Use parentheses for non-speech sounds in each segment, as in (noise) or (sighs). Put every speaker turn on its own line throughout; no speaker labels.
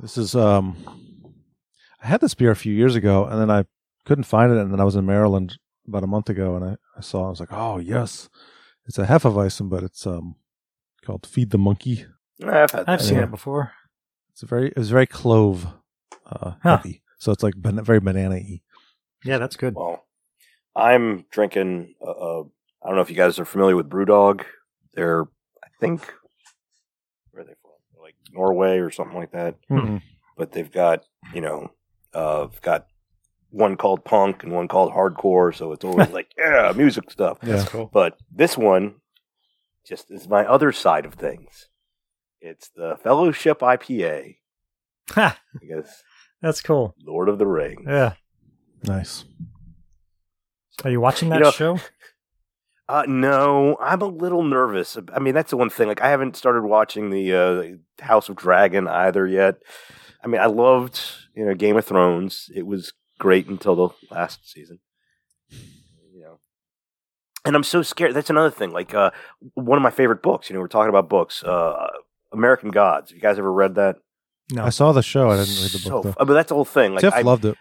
This is um, I had this beer a few years ago, and then I couldn't find it, and then I was in Maryland about a month ago, and I, I saw, it, I was like, oh yes, it's a Hefeweizen, but it's um, called Feed the Monkey.
I've had
I've
that.
seen
Yeah.
it before.
It's a very it was very clove uh,
Huh.
heavy, so it's like ban- very banana y.
Yeah, that's good.
Well, I'm drinking. Uh, uh, I don't know if you guys are familiar with BrewDog. They're, I think, where are they from? They're Like Norway or something like that.
Hmm.
But they've got you know, uh, they've got one called punk and one called hardcore. So it's (laughs) always like yeah, music stuff.
Yeah,
cool.
But this one just is my other side of things. It's the Fellowship IPA.
Ha,
I guess
that's cool.
Lord of the Rings.
Yeah.
nice.
Are you watching that
You know-
show?
Uh, no, I'm a little nervous. I mean, that's the one thing. Like, I haven't started watching the uh, House of Dragon either yet. I mean, I loved you know Game of Thrones. It was great until the last season. You know, and I'm so scared. That's another thing. Like, uh, one of my favorite books. You know, we're talking about books. Uh, American Gods. Have you guys ever read that?
No.
I saw the show. Oh, I didn't read the book
So,
though.
uh, but that's the whole thing. Like,
Tiff
I,
loved it.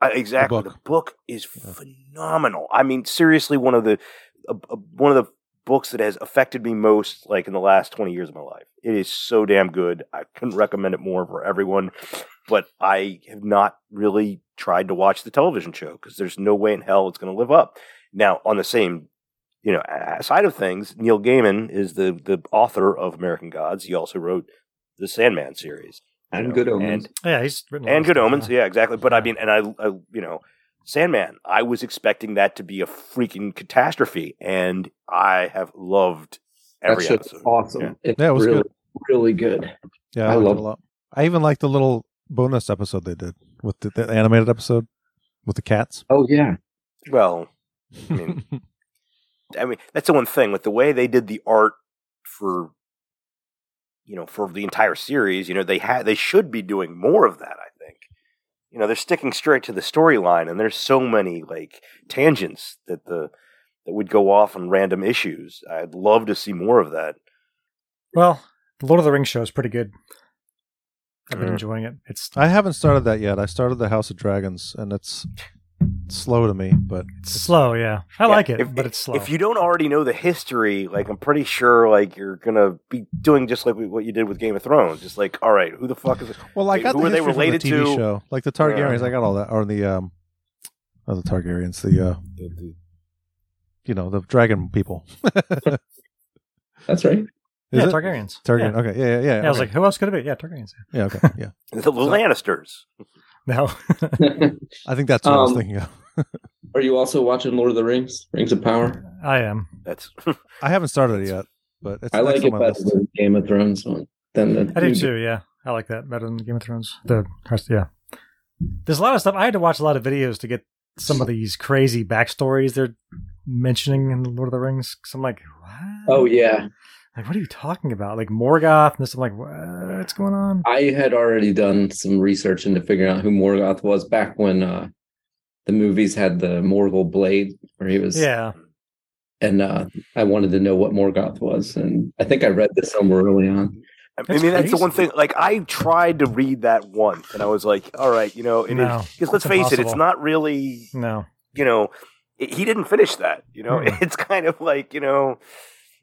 I, exactly. The
book.
book, is phenomenal. I mean, seriously, one of the uh, uh, one of the books that has affected me most, like in the last twenty years of my life. It is so damn good. I couldn't recommend it more for everyone. But I have not really tried to watch the television show because there's no way in hell it's going to live up. Now, on the same you know a- a- side of things, Neil Gaiman is the the author of American Gods. He also wrote the Sandman series you
And
know,
good omens.
yeah, he's written a lot
and
of
good
stuff,
omens yeah exactly but i
Yeah.
mean and I, I you know sandman i was expecting that to be a freaking catastrophe and i have loved
That
every
shit's
episode
awesome.
Yeah.
It's
Yeah, it was
really,
good.
really good.
Yeah, I,
I
liked
love-
it a lot. I even liked the little bonus episode they did with the, the animated episode with the cats.
Oh yeah.
well I mean, i mean that's the one thing with the way they did the art for you know for the entire series you know they had they should be doing more of that i think you know they're sticking straight to the storyline and there's so many like tangents that the that would go off on random issues i'd love to see more of that
Well, the Lord of the Rings show is pretty good. I've been
Mm.
enjoying it. It's
I haven't started that yet. I started the House of Dragons, and it's slow to me, but
it's slow, yeah. I
Mm. Yeah,
like it,
if-
but it's slow.
If you don't already know the history, like I'm pretty sure, like you're gonna be doing just like what you did with Game of Thrones. Just like, all right, who the fuck
(laughs)
is? This?
well, I
Wait,
got
who
the
are they
history from
related
the TV
to? Uh.
show, like the Targaryens. I got all that, or the um, oh, the Targaryens, the uh, you know, the dragon people. Is (laughs)
That's right.
yeah,
it?
Targaryens.
Targaryen.
Yeah.
Okay, yeah, yeah, yeah.
Yeah, I was
okay.
like, who else could it be? Yeah, Targaryens.
yeah, okay, yeah.
The Lannisters.
(laughs) No.
I think that's what I was
Um,
thinking of.
Are you also watching Lord of the Rings? Rings of Power?
I am.
That's (laughs)
I haven't started it yet, but it's
I
next
like
on
it
my
better
list.
than Game of Thrones one. Than the
I do too, yeah. I like that better than Game of Thrones. The yeah. There's a lot of stuff. I had to watch a lot of videos to get some of these crazy backstories they're mentioning in Lord of the Rings. Cause I'm like, what?
Oh yeah.
Like, what are you talking about? Like Morgoth and this. I'm like, what's going on?
I had already done some research into figuring out who Morgoth was back when uh the movies had the Morgul blade where he was
Yeah.
and uh I wanted to know what Morgoth was and I think I read this somewhere early on.
I
That's
mean, that's the one
crazy.
thing. Like, I tried to read that once, and I was like, all right, you know, it is
No,
(laughs)
because let's
it's
face it, it's
impossible.
not really,
No.
you know, it, he didn't finish that. You know,
Mm.
(laughs) it's kind of like you know,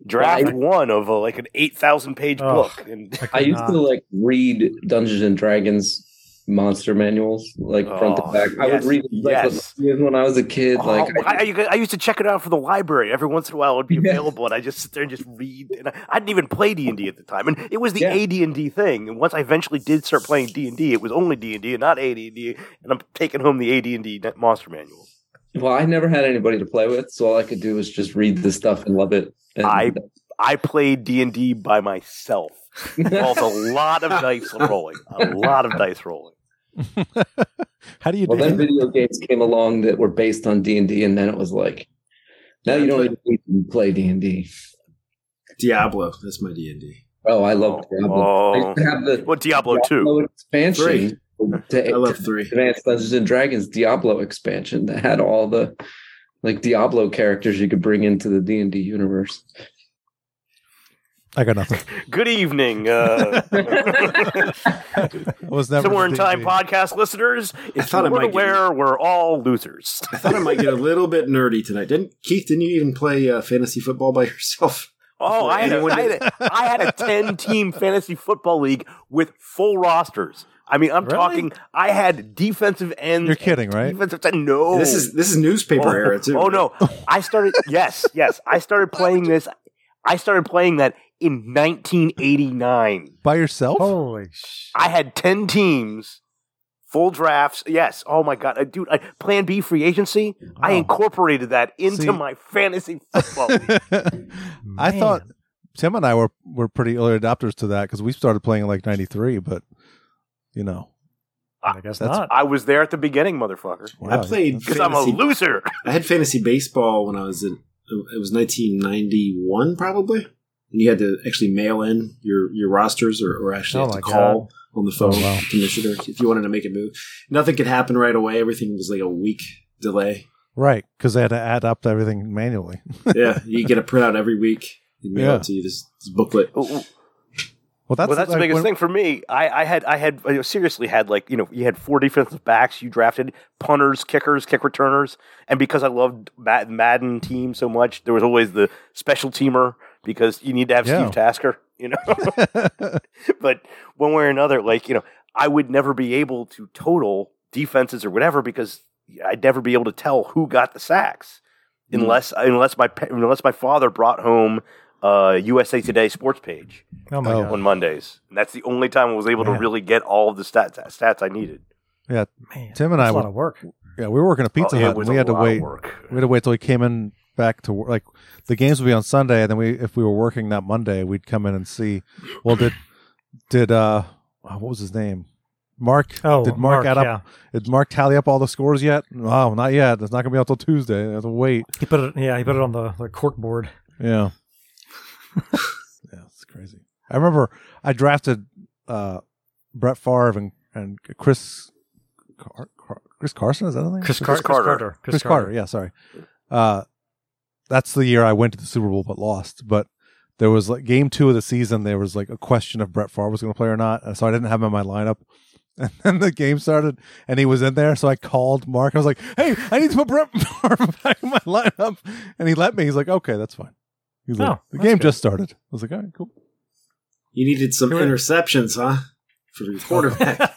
draft
Yeah, I-
one of a, like an eight thousand page
Ugh.
book, and
I used to
Nah.
like read Dungeons and Dragons monster manuals like front to
Oh,
back. I would
yes,
read
yes.
encyclopedias when I was a kid.
Oh,
like
I, I, I used to check it out for the library every once in a while. It
(laughs)
would be
Yeah.
available, and I just sit there and just read. And I, I didn't even play D and D at the time, and it was the
Yeah.
AD and D thing. And once I eventually did start playing D and D, it was only D and D and not AD and D. And I'm taking home the AD and D monster manual.
well, I never had anybody to play with, so all I could do was just read the stuff and love it. And (laughs)
I- I played D and D by myself. Involved a lot of dice rolling, a lot of dice rolling.
How do you
(laughs) well,
do
(laughs)
then
that?
video games came along that were based on D and D, and then it was like, now you don't even need to play D and D.
Diablo. That's my D and D.
Oh, I love Diablo. I
Oh,
used to have the
well, Diablo two.
Diablo expansion.
I
To,
love three.
Advanced Dungeons and Dragons Diablo expansion that had all the like Diablo characters you could bring into the D and D universe.
I got
(laughs)
nothing. (laughs)
Good evening. Uh,
I was never
Somewhere in
into
time
D&D.
podcast listeners.
I
If
thought I
you weren't
might get it.
aware, we're all losers. (laughs)
I thought I might get a little bit nerdy tonight. Didn't Keith? Didn't you even play uh, fantasy football by (laughs) yourself?
Oh, I had, a,
Anyone
I, had
did-
a, I had
(laughs)
a 10 team fantasy football league with full rosters. I mean, I'm
Really?
talking, I had defensive ends.
You're kidding,
(laughs)
right?
Defensive end. No.
This is this is newspaper
oh,
era too.
Oh, no. I
(laughs)
started, yes, yes. I started playing this. I started playing that in 1989.
By yourself?
Oh,
Holy sh!
I had 10 teams, full drafts. Yes. Oh, my God. Uh, Dude, I, Plan B free agency, I
Wow.
incorporated that into
See-
my fantasy football league.
(laughs) I
Man.
thought Tim and I were were pretty early adopters to that because we started playing in like '93, but you know,
I guess
Ah, That's-
not.
I was there at the beginning, motherfucker.
wow,
I played
Because I'm a
fantasy-
loser.
I had fantasy baseball when I was in. It was 1991, probably. And you had to actually mail in your your rosters, or, or actually
Oh
have
my
to call on the phone
Oh, wow.
to Michigan if you wanted to make a move. Nothing could happen right away. Everything was like a week
(laughs)
delay.
right because I had to add up to everything manually.
yeah, you get a printout every week. and mail
Yeah.
it to you this, this booklet.
Well, that's
well, that's the
like
biggest
when-
thing for me. I, I had, I had, I seriously had like, you know, you had four defensive backs you drafted, punters, kickers, kick returners, and because I loved Ma- Madden team so much, there was always the special teamer because you need to have
Yeah.
Steve Tasker, you know. (laughs) but one way or another, like you know, I would never be able to total defenses or whatever because I'd never be able to tell who got the sacks
Mm.
unless unless my pa- unless my father brought home uh, USA Today sports page
Oh my
Oh.
god,
on Mondays. And that's the only time I was able
Man.
to really get all of the stats stats I needed.
man!
(laughs) Tim and
that's
I
a lot
were- (laughs)
of work.
yeah, we were working at Pizza
Oh, it
Hut.
was
And we
a
had to
lot of
wait.
work.
We had to wait till he came in back to work. Like the games would be on Sunday, and then we if we were working that Monday, we'd come in and see. Well, did did uh what was his name? Mark.
Oh,
did Mark, add up?
yeah.
Did Mark tally up all the scores yet? Oh, not yet. It's not gonna be out till Tuesday. I have to wait.
He put it. Yeah, he put it on the, the
(laughs)
cork board.
Yeah. yeah, it's crazy. I remember I drafted uh, Brett Favre and, and Chris Car- Car- Chris Carson. Is that the name?
Chris,
Chris
Car-
Carter.
Chris, Carter. Yeah, sorry. Uh, that's the year I went to the Super Bowl but lost. But there was like game two of the season. There was like a question if Brett Favre was going to play or not, and so I didn't have him in my lineup. (laughs) And then the game started, and he was in there. So I called Mark. I was like, "Hey, I need to put Brett (laughs) Favre back in my lineup," and he let me. He's like, "Okay, that's fine." He's like,
Oh,
"The
that's
game
good.
just started." I was like, "All right, cool."
You needed some
You're right.
interceptions, huh? For
(laughs)
your quarterback.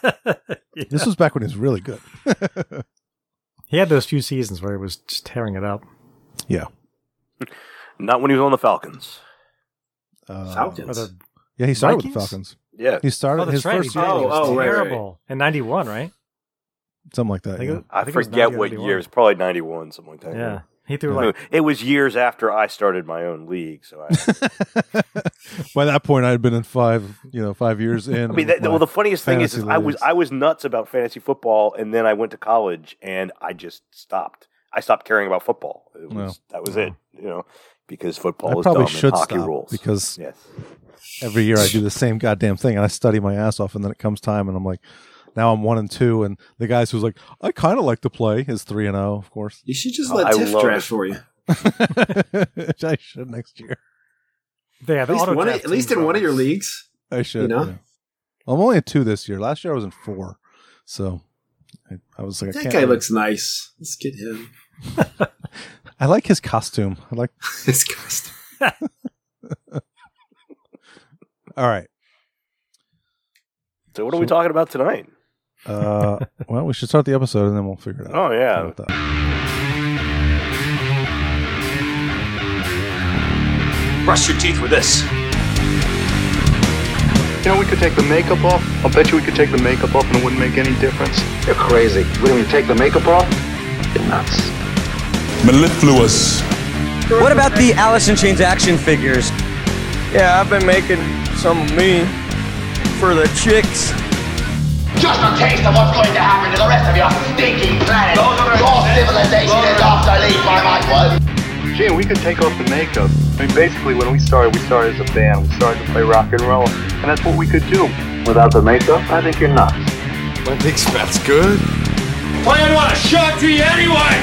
(laughs) This was back when he was really good. (laughs)
he had those few seasons where he was just tearing it up.
Not when he was on the Falcons.
Uh,
Falcons.
Or the-
Yeah, he started with the
Vikings?
Falcons.
Yeah.
He started
oh, that's
his
right.
first
he did.
year
Oh,
He was
oh, right, right.
terrible in '91, right?
something like
I
that.
think
Yeah.
it- I
I,
think it was
forget
90,
what
91.
year. It's probably 91, something like that. (laughs)
Yeah, he threw
Yeah.
like
It was years after I started my own league, so I,
(laughs) By that point, I had been in five, you know, five years in.
I mean, that, well, the funniest thing is, is
fantasy
I was
leagues.
I was nuts about fantasy football, and then I went to college, and I just stopped. I stopped caring about football. It was,
Wow.
That was
Wow.
it, you know, because
I
football is
probably
dumb
should
and hockey
stop
rules.
because
yes,
every year I do the same goddamn thing, and I study my ass off, and then it comes time, and I'm like, now I'm one and two, and the guys who's like, I kind of like to play is three and zero, of course. (laughs)
you should just
Oh,
let
I
Tiff
love
draft
it.
for you.
I should next year.
they had
At
the
least,
auto
one,
draft
at least
teams
in one of your
always.
leagues.
I should.
know?
yeah. I'm only at two this year. Last year I was in four, so I, I was like, I
That
can't
guy
really-
looks nice. Let's get him.
I like his costume. I like.
His (laughs) costume.
All right.
so what are we talking about tonight?
Uh, (laughs) well, we should start the episode, and then we'll figure it out.
Oh
How
yeah,
about that?
Brush your teeth with this. You know, we could take the makeup off. I'll bet you we could take the makeup off and it wouldn't make any difference.
You're crazy. What do you mean, take the makeup off? You're nuts.
mellifluous.
What about the Alice in Chains action figures? Yeah, I've been making some of me for the chicks.
Just a taste of what's going to happen to the rest of your stinking planet. Your civilization is after leave by my word.
Gee, we could take off the makeup. I mean, basically, when we started, we started as a band. We started to play rock and roll, and that's what we could do.
Without the makeup, I think you're nuts.
I think that's good.
Playing what a shot to you anyway!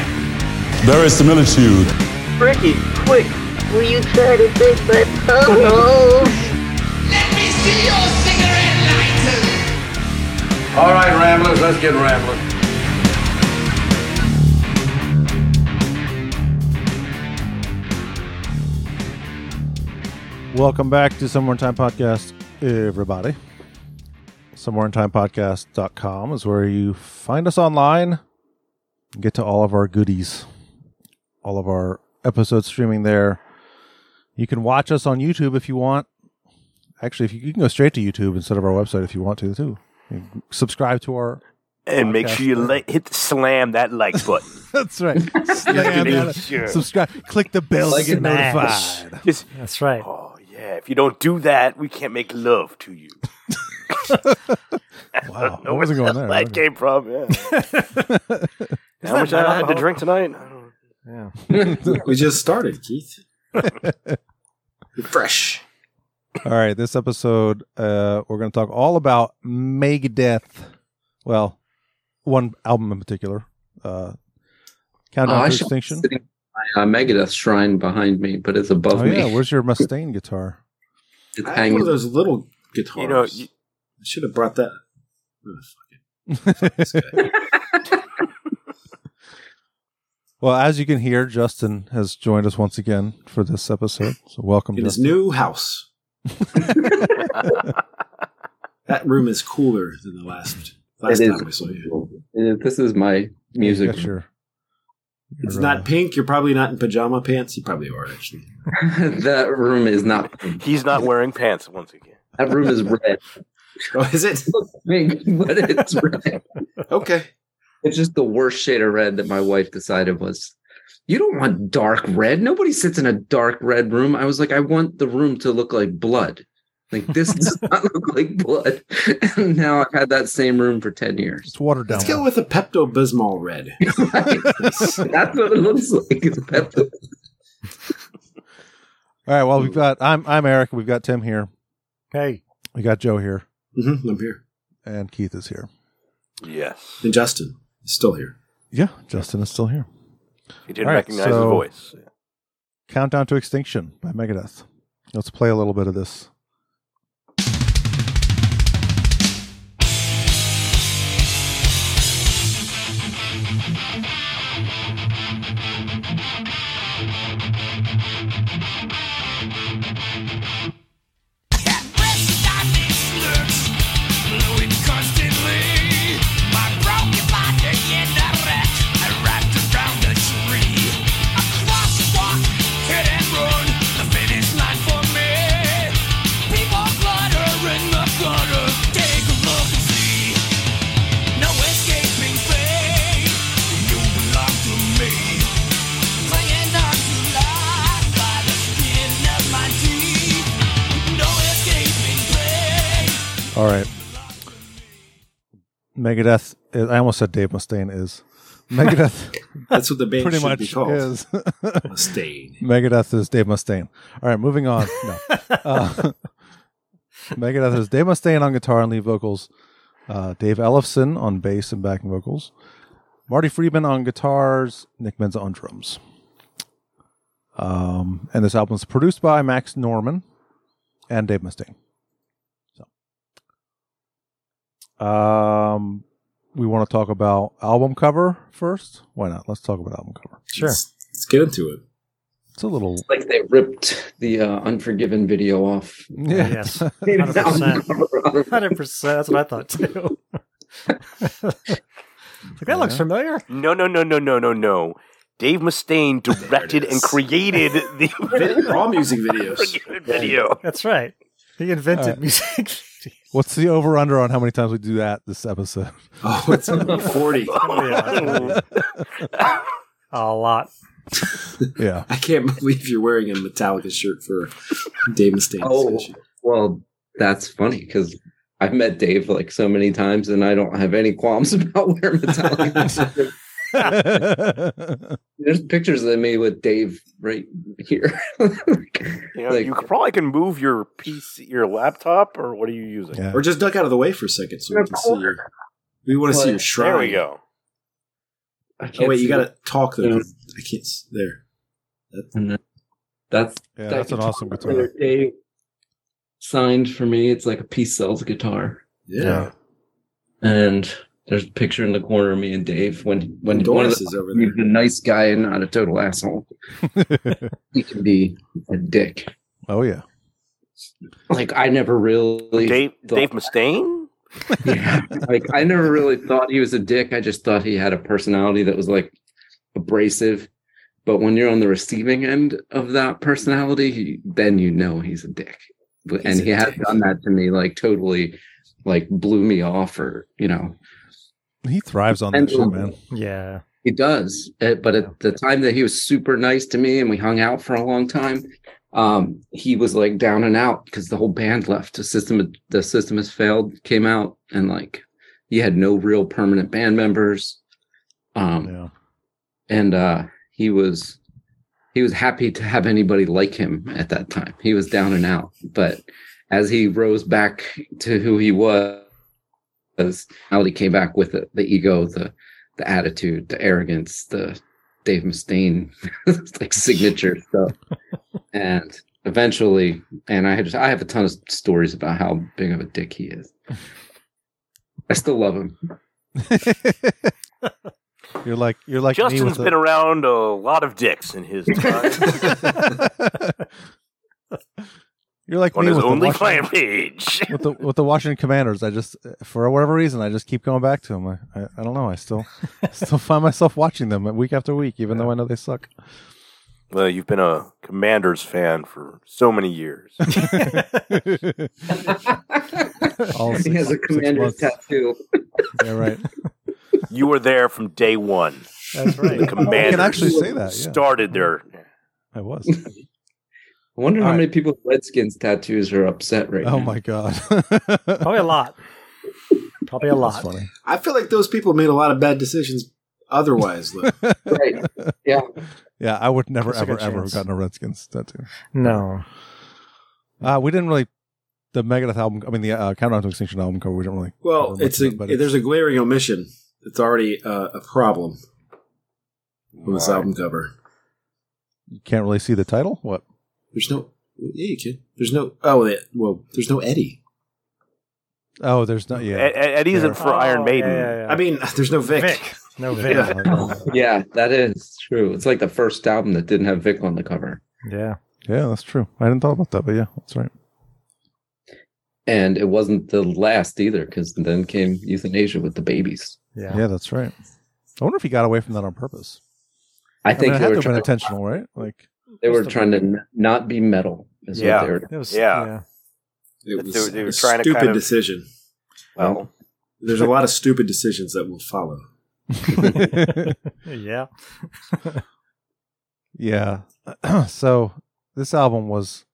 Verisimilitude.
Ricky, quick,
Will you try to take my photos?
Let me see your cigarette lighter.
All right, Ramblers, let's get rambling.
Welcome back to Somewhere in Time Podcast, everybody. Somewhere in Time Podcast.com is where you find us online and get to all of our goodies. All of our episodes streaming there. You can watch us on YouTube if you want. Actually, if you, you can go straight to YouTube instead of our website if you want to, too. You can subscribe to our.
And make sure you la- hit slam that like (laughs) button.
(laughs) That's right. Slam that-
Sure.
Subscribe. Click the bell to get notified.
Just-
That's right.
Oh yeah. If you don't do that, we can't make love to (laughs) you.
wow.
I
I wasn't
(laughs)
going there.
That came from. Yeah. How much I had to drink tonight?
Yeah.
we just started, Keith. Fresh.
All right, this episode uh, we're going to talk all about Megadeth. Well, one album in particular, uh,
Oh,
Countdown
I
to
should be
Extinction.
sitting on My uh, Megadeth shrine behind me, but it's above
Oh
me.
yeah, where's your Mustaine guitar?
It's
I have one
hanging.
of those little guitars.
You know, you,
I should have brought that.
Well, as you can hear, Justin has joined us once again for this episode. So welcome.
in his
Justin.
new house. that room is cooler than the last last
It is.
time I saw you.
Uh, This is my music.
Got your-
It's
your, uh,
not pink. You're probably not in pajama pants. You probably are actually.
that room (laughs) is not.
he's not wearing pants once again.
That room is red.
Oh, is it?
Pink, (laughs) but it's red.
Okay.
It's just the worst shade of red that my wife decided was. You don't want dark red. Nobody sits in a dark red room. I was like, I want the room to look like blood. Like this does not look like blood. And now I've had that same room for ten years. (laughs)
It's watered down.
Let's go with a Pepto Bismol red.
That's what it looks like. It's Pepto
all right. Well, we've got. I'm I'm Eric. We've got Tim here.
Hey,
We got Joe here, Mm-hmm.
hmm I'm here.
and Keith is here.
Yes.
And Justin is still here.
Yeah, Justin is still here.
He didn't
All right,
recognize his
so-
voice.
Countdown to Extinction by Megadeth. Let's play a little bit of this.
Clinging on to life by the skin of my teeth. No escaping pain.
All right. Megadeth. Is, I almost said Dave Mustaine is.
(laughs)
Megadeth
That's what the band
pretty
should be
much
called.
is. (laughs)
Mustaine.
Megadeth is Dave Mustaine. All right, moving on. No. Uh, (laughs) Megadeth is Dave Mustaine on guitar and lead vocals, uh, Dave Ellefson on bass and backing vocals, Marty Friedman on guitars, Nick Menza on drums. Um, and this album is produced by Max Norman and Dave Mustaine. So, um, we want to talk about album cover first. Why not? Let's talk about album cover.
sure.
Let's, let's get into it.
It's a little
like they ripped the uh, Unforgiven video off.
yeah.
Yes.
(laughs)
Made it
100%.
sound-
Hundred percent. That's what I thought too. (laughs) like that looks
Yeah.
familiar.
No, no, no, no, no, no, no. Dave (laughs) Mustaine directed and
is.
(laughs) created
Vid-
the
All
(laughs)
music videos.
video.
That's right. He invented
All right.
music. videos.
What's the over under on how many times we do that this episode? (laughs)
Oh, it's gonna be forty.
Yeah. A lot.
(laughs)
Yeah.
I can't believe you're wearing a Metallica shirt for Dave Mustaine
Oh.
discussion.
well, that's funny because I've met Dave like so many times, and I don't have any qualms (laughs) about where Metallica. is. There's pictures of me with Dave right here. (laughs)
You, know,
Like-
you could- probably can move your PC, your laptop, or what are you using?
yeah.
Or just duck out of the way for a second so we can see your. We want to see
Well,
your shrine.
There we go.
I can't
Oh wait, you
see
gotta talk though.
Yeah.
'cause I can't. s- There.
it. That's
Yeah,
that
that's an awesome guitar.
player Dave signed for me. It's like a Peace Cells guitar.
Yeah.
And there's a picture in the corner of me and Dave when when one of
Doris
the,
is over
he's a nice guy and not a
(laughs)
total asshole. he can be a dick.
Oh yeah.
Like I never really
Dave
thought-
Dave Mustaine.
(laughs) like I never really thought he was a dick. I just thought he had a personality that was like abrasive. But when you're on the receiving end of that personality, he, then you know he's a dick. But- and
a
he has done that to me, like totally, like blew me off, or you know,
He thrives on that shit, man.
Yeah.
He does. Uh, But at the time that he was super nice to me and we hung out for a long time, um, he was like down and out because the whole band left. The system the system has failed, came out, and like he had no real permanent band members. Um and uh he was he was happy to have anybody like him at that time. He was down and out. But as he rose back to who he was, as Aldi came back with the, the ego, the the attitude, the arrogance, the Dave Mustaine (laughs) like signature
(laughs)
stuff, and eventually, and I just I have a ton of stories about how big of a dick he
(laughs)
is. I still love him.
(laughs) You're like you're like me
Justin's
with the-
been around a lot of dicks in (laughs) his time.
(laughs) You're like
on
me
his
with the
only
Washington-
clan page.
with the with the Washington Commanders. I just for whatever reason I just keep going back to them. I I, I don't know. I
(laughs)
still still find myself watching them week after week, even though I know they
(laughs)
suck.
(laughs)
(laughs)
Well, you've been a Commanders fan for so many (laughs) years.
All
he has a
six
commander's
months.
tattoo.
Yeah, right.
You were there from day one.
That's right. Oh,
The
You can
Commanders
actually say that, yeah.
started there.
I was.
I wonder how many people with Redskins tattoos are upset right now.
(laughs) Oh my god. (laughs)
Probably a lot. Probably a lot.
I feel like those people made a lot of bad decisions otherwise, though.
(laughs) right. Yeah.
(laughs) Yeah, I would never,
There's a
ever,
good
ever have
chance.
gotten a Redskins tattoo.
No.
Uh, we didn't really. The Megadeth album, I mean, the uh, Countdown to Extinction album cover, we didn't really.
Well, it's a
but
there's a glaring omission. It's already uh, a problem on this album cover.
You can't really see the title? What?
There's no yeah, you can. There's no oh they, well, there's no Eddie.
Oh, there's not. Yeah.
Ed- Ed- Eddie's in for Iron
Oh,
Maiden.
I mean, (laughs) there's no Vic.
No Vic.
um,
Yeah.
yeah, that is true. It's like the first album that didn't have Vic on the cover.
Yeah.
Yeah, that's true. I didn't thought about that, but yeah, that's right.
And it wasn't the last either, because then came euthanasia with the babies.
Yeah. that's right. I wonder if he got away from that on purpose.
I
mean, it
think they
had to have
were
been
trying-
intentional, right? Like
They were
Just a-
trying to n- not be metal. Is
Yeah.
what they were.
It was-
yeah.
It
But
was
they were- they were
a
trying to
stupid
kind of-
decision.
Well,
There's a lot of stupid decisions that will follow.
(laughs)
yeah.
Yeah. (clears throat) so this album was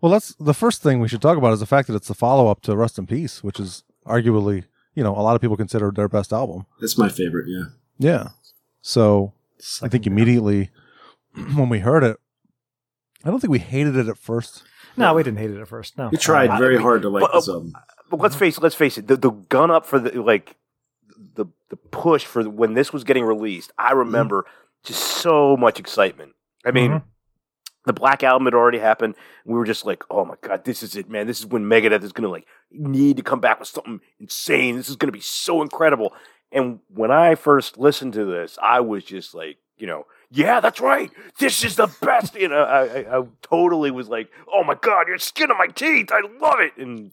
well that's the first thing we should talk about is the fact that it's the follow up to Rust in Peace, which is arguably, you know, a lot of people consider their best album.
That's my favorite, yeah.
Yeah. So I think immediately (clears throat) when we heard it, I don't think we hated it at first.
No, we didn't hate it at first. No.
We tried very hard to like
But, uh,
this album.
but let's face let's face it. The, the gun up for the like the the push for the, when this was getting released. I remember just so much excitement. I mean, the Black Album had already happened. We were just like, oh my god, this is it, man. This is when Megadeth is going to like need to come back with something insane. This is going to be so incredible. And when I first listened to this, I was just like, you know, yeah, that's right. This is the best. you know, I, I, I totally was like, oh my god, you're skin on my teeth. I love it. And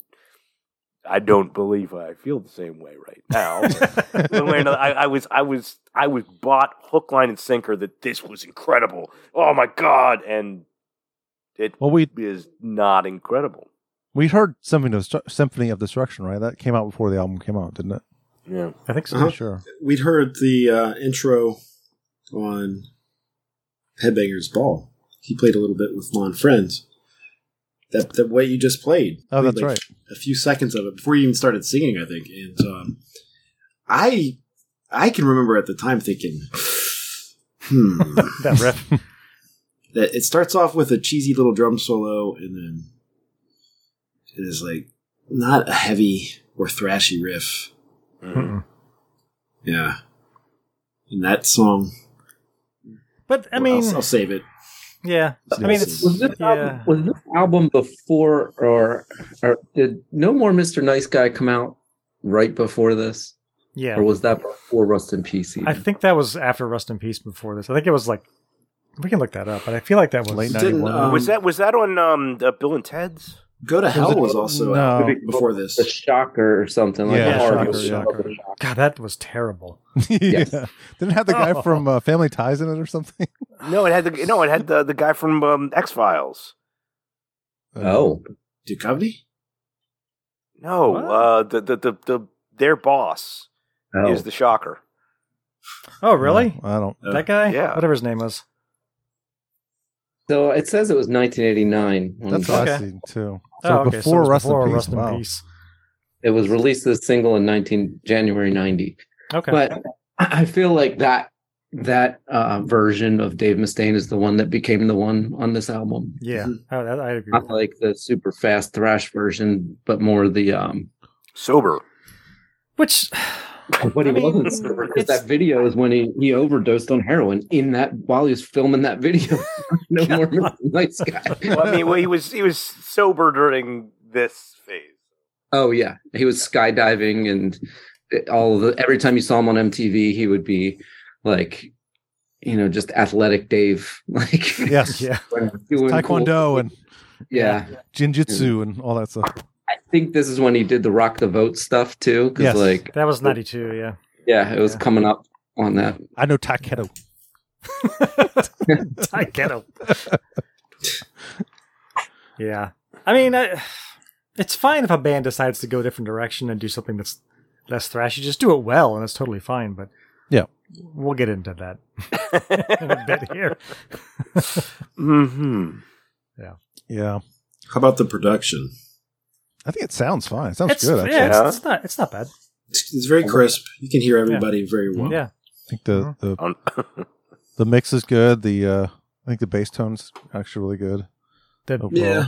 I don't believe I feel the same way right now. One way or another, I, I was, I was, I was bought hook, line, and sinker that this was incredible. Oh my god! And it
Well, we-
is not incredible.
We heard Symphony of, Destru- Symphony of Destruction, right? That came out before the album came out, didn't it?
Yeah.
I think so.
Uh-huh.
Sure.
We'd heard the uh, intro on Headbangers Ball. He played a little bit with Lon Friends. That that way you just played.
Oh, that's
Played, like,
right.
A few seconds of it before you even started singing, I think. And um, I I can remember at the time thinking, hmm, (laughs)
that riff.
that it starts off with a cheesy little drum solo, and then it is like not a heavy or thrashy riff.
Mm-mm.
Yeah. And that song.
But I
I'll-
mean,
I'll, I'll save it.
Yeah, I mean, it's
was um, this,
yeah.
album, was this album before or, or did No More Mr. Nice Guy come out right before this?
Yeah.
Or was that before Rust in Peace? Even?
I think that was after Rust in Peace. Before this, I think it was like we can look that up, but I feel like that was
Late
Didn't, 91. um,
was that was that on um, uh, Bill and Ted's?
Go to
Was
Hell
it-
was also
no.
out before this.
the Shocker or something like
Yeah,
the hard
Shocker,
one.
Shocker.
God, that was terrible.
(laughs)
Yes.
yeah. Didn't it have the guy
Oh.
from uh, Family Ties in it or something?
No, it had the no, it had the, the guy from um, X Files.
Oh,
Duchovny?
No,
What?
uh, the, the the the their boss
oh.
is the shocker.
Oh, really?
No, I don't.
Uh,
that guy?
yeah.
Whatever his name was.
so it says it was 1989. when
That's what
Okay.
I seen too. So
Oh, okay, so
before
it was
Rust in
before
Peace,
Rust in
wow.
Peace.
It was released as a single in 19 January 90.
Okay.
But I I feel like that that uh, version of Dave Mustaine is the one that became the one on this album.
(laughs)
yeah. Oh, that, I agree. with
Uh,
Not
that.
like the super fast thrash version, but more the um.
Sober.
Which
What he
I mean,
wasn't sober because
it's-
that video is when he, he overdosed on heroin in that while he was filming that video. (laughs) no more Mr. nice guy.
Well, I mean, well, he was he was sober during this phase. (laughs)
Oh yeah, he was skydiving and it- all the every time you saw him on MTV, he would be like, you know, just athletic Dave, (laughs) like
(laughs)
Yes.
Yeah.
doing
Taekwondo
cool-
and
yeah.
Jinjutsu and all that stuff.
I think this is when he did the rock the vote stuff too, because
Yes.
(laughs)
like
that was ninety
(laughs)
two, yeah.
yeah, it was
Yeah.
coming up on that.
I know Taekwondo.
I get him. yeah. I mean, I, it's fine if a band decides to go a different direction and do something that's less thrashy. Just do it well, and it's totally fine. But
Yeah.
we'll get into that (laughs) in a bit here.
Mm-hmm.
Yeah.
How about the production?
I think it sounds fine. It sounds
It's,
good. Actually.
yeah,
actually.
it's, it's not. It's not bad.
It's, it's very crisp. You can hear everybody very well.
Oh. Yeah.
I think the,
Mm-hmm.
the
On-
Oh, (laughs)
the mix is good. The uh, I think the bass tone's actually really good.
The
Overall,
Yeah.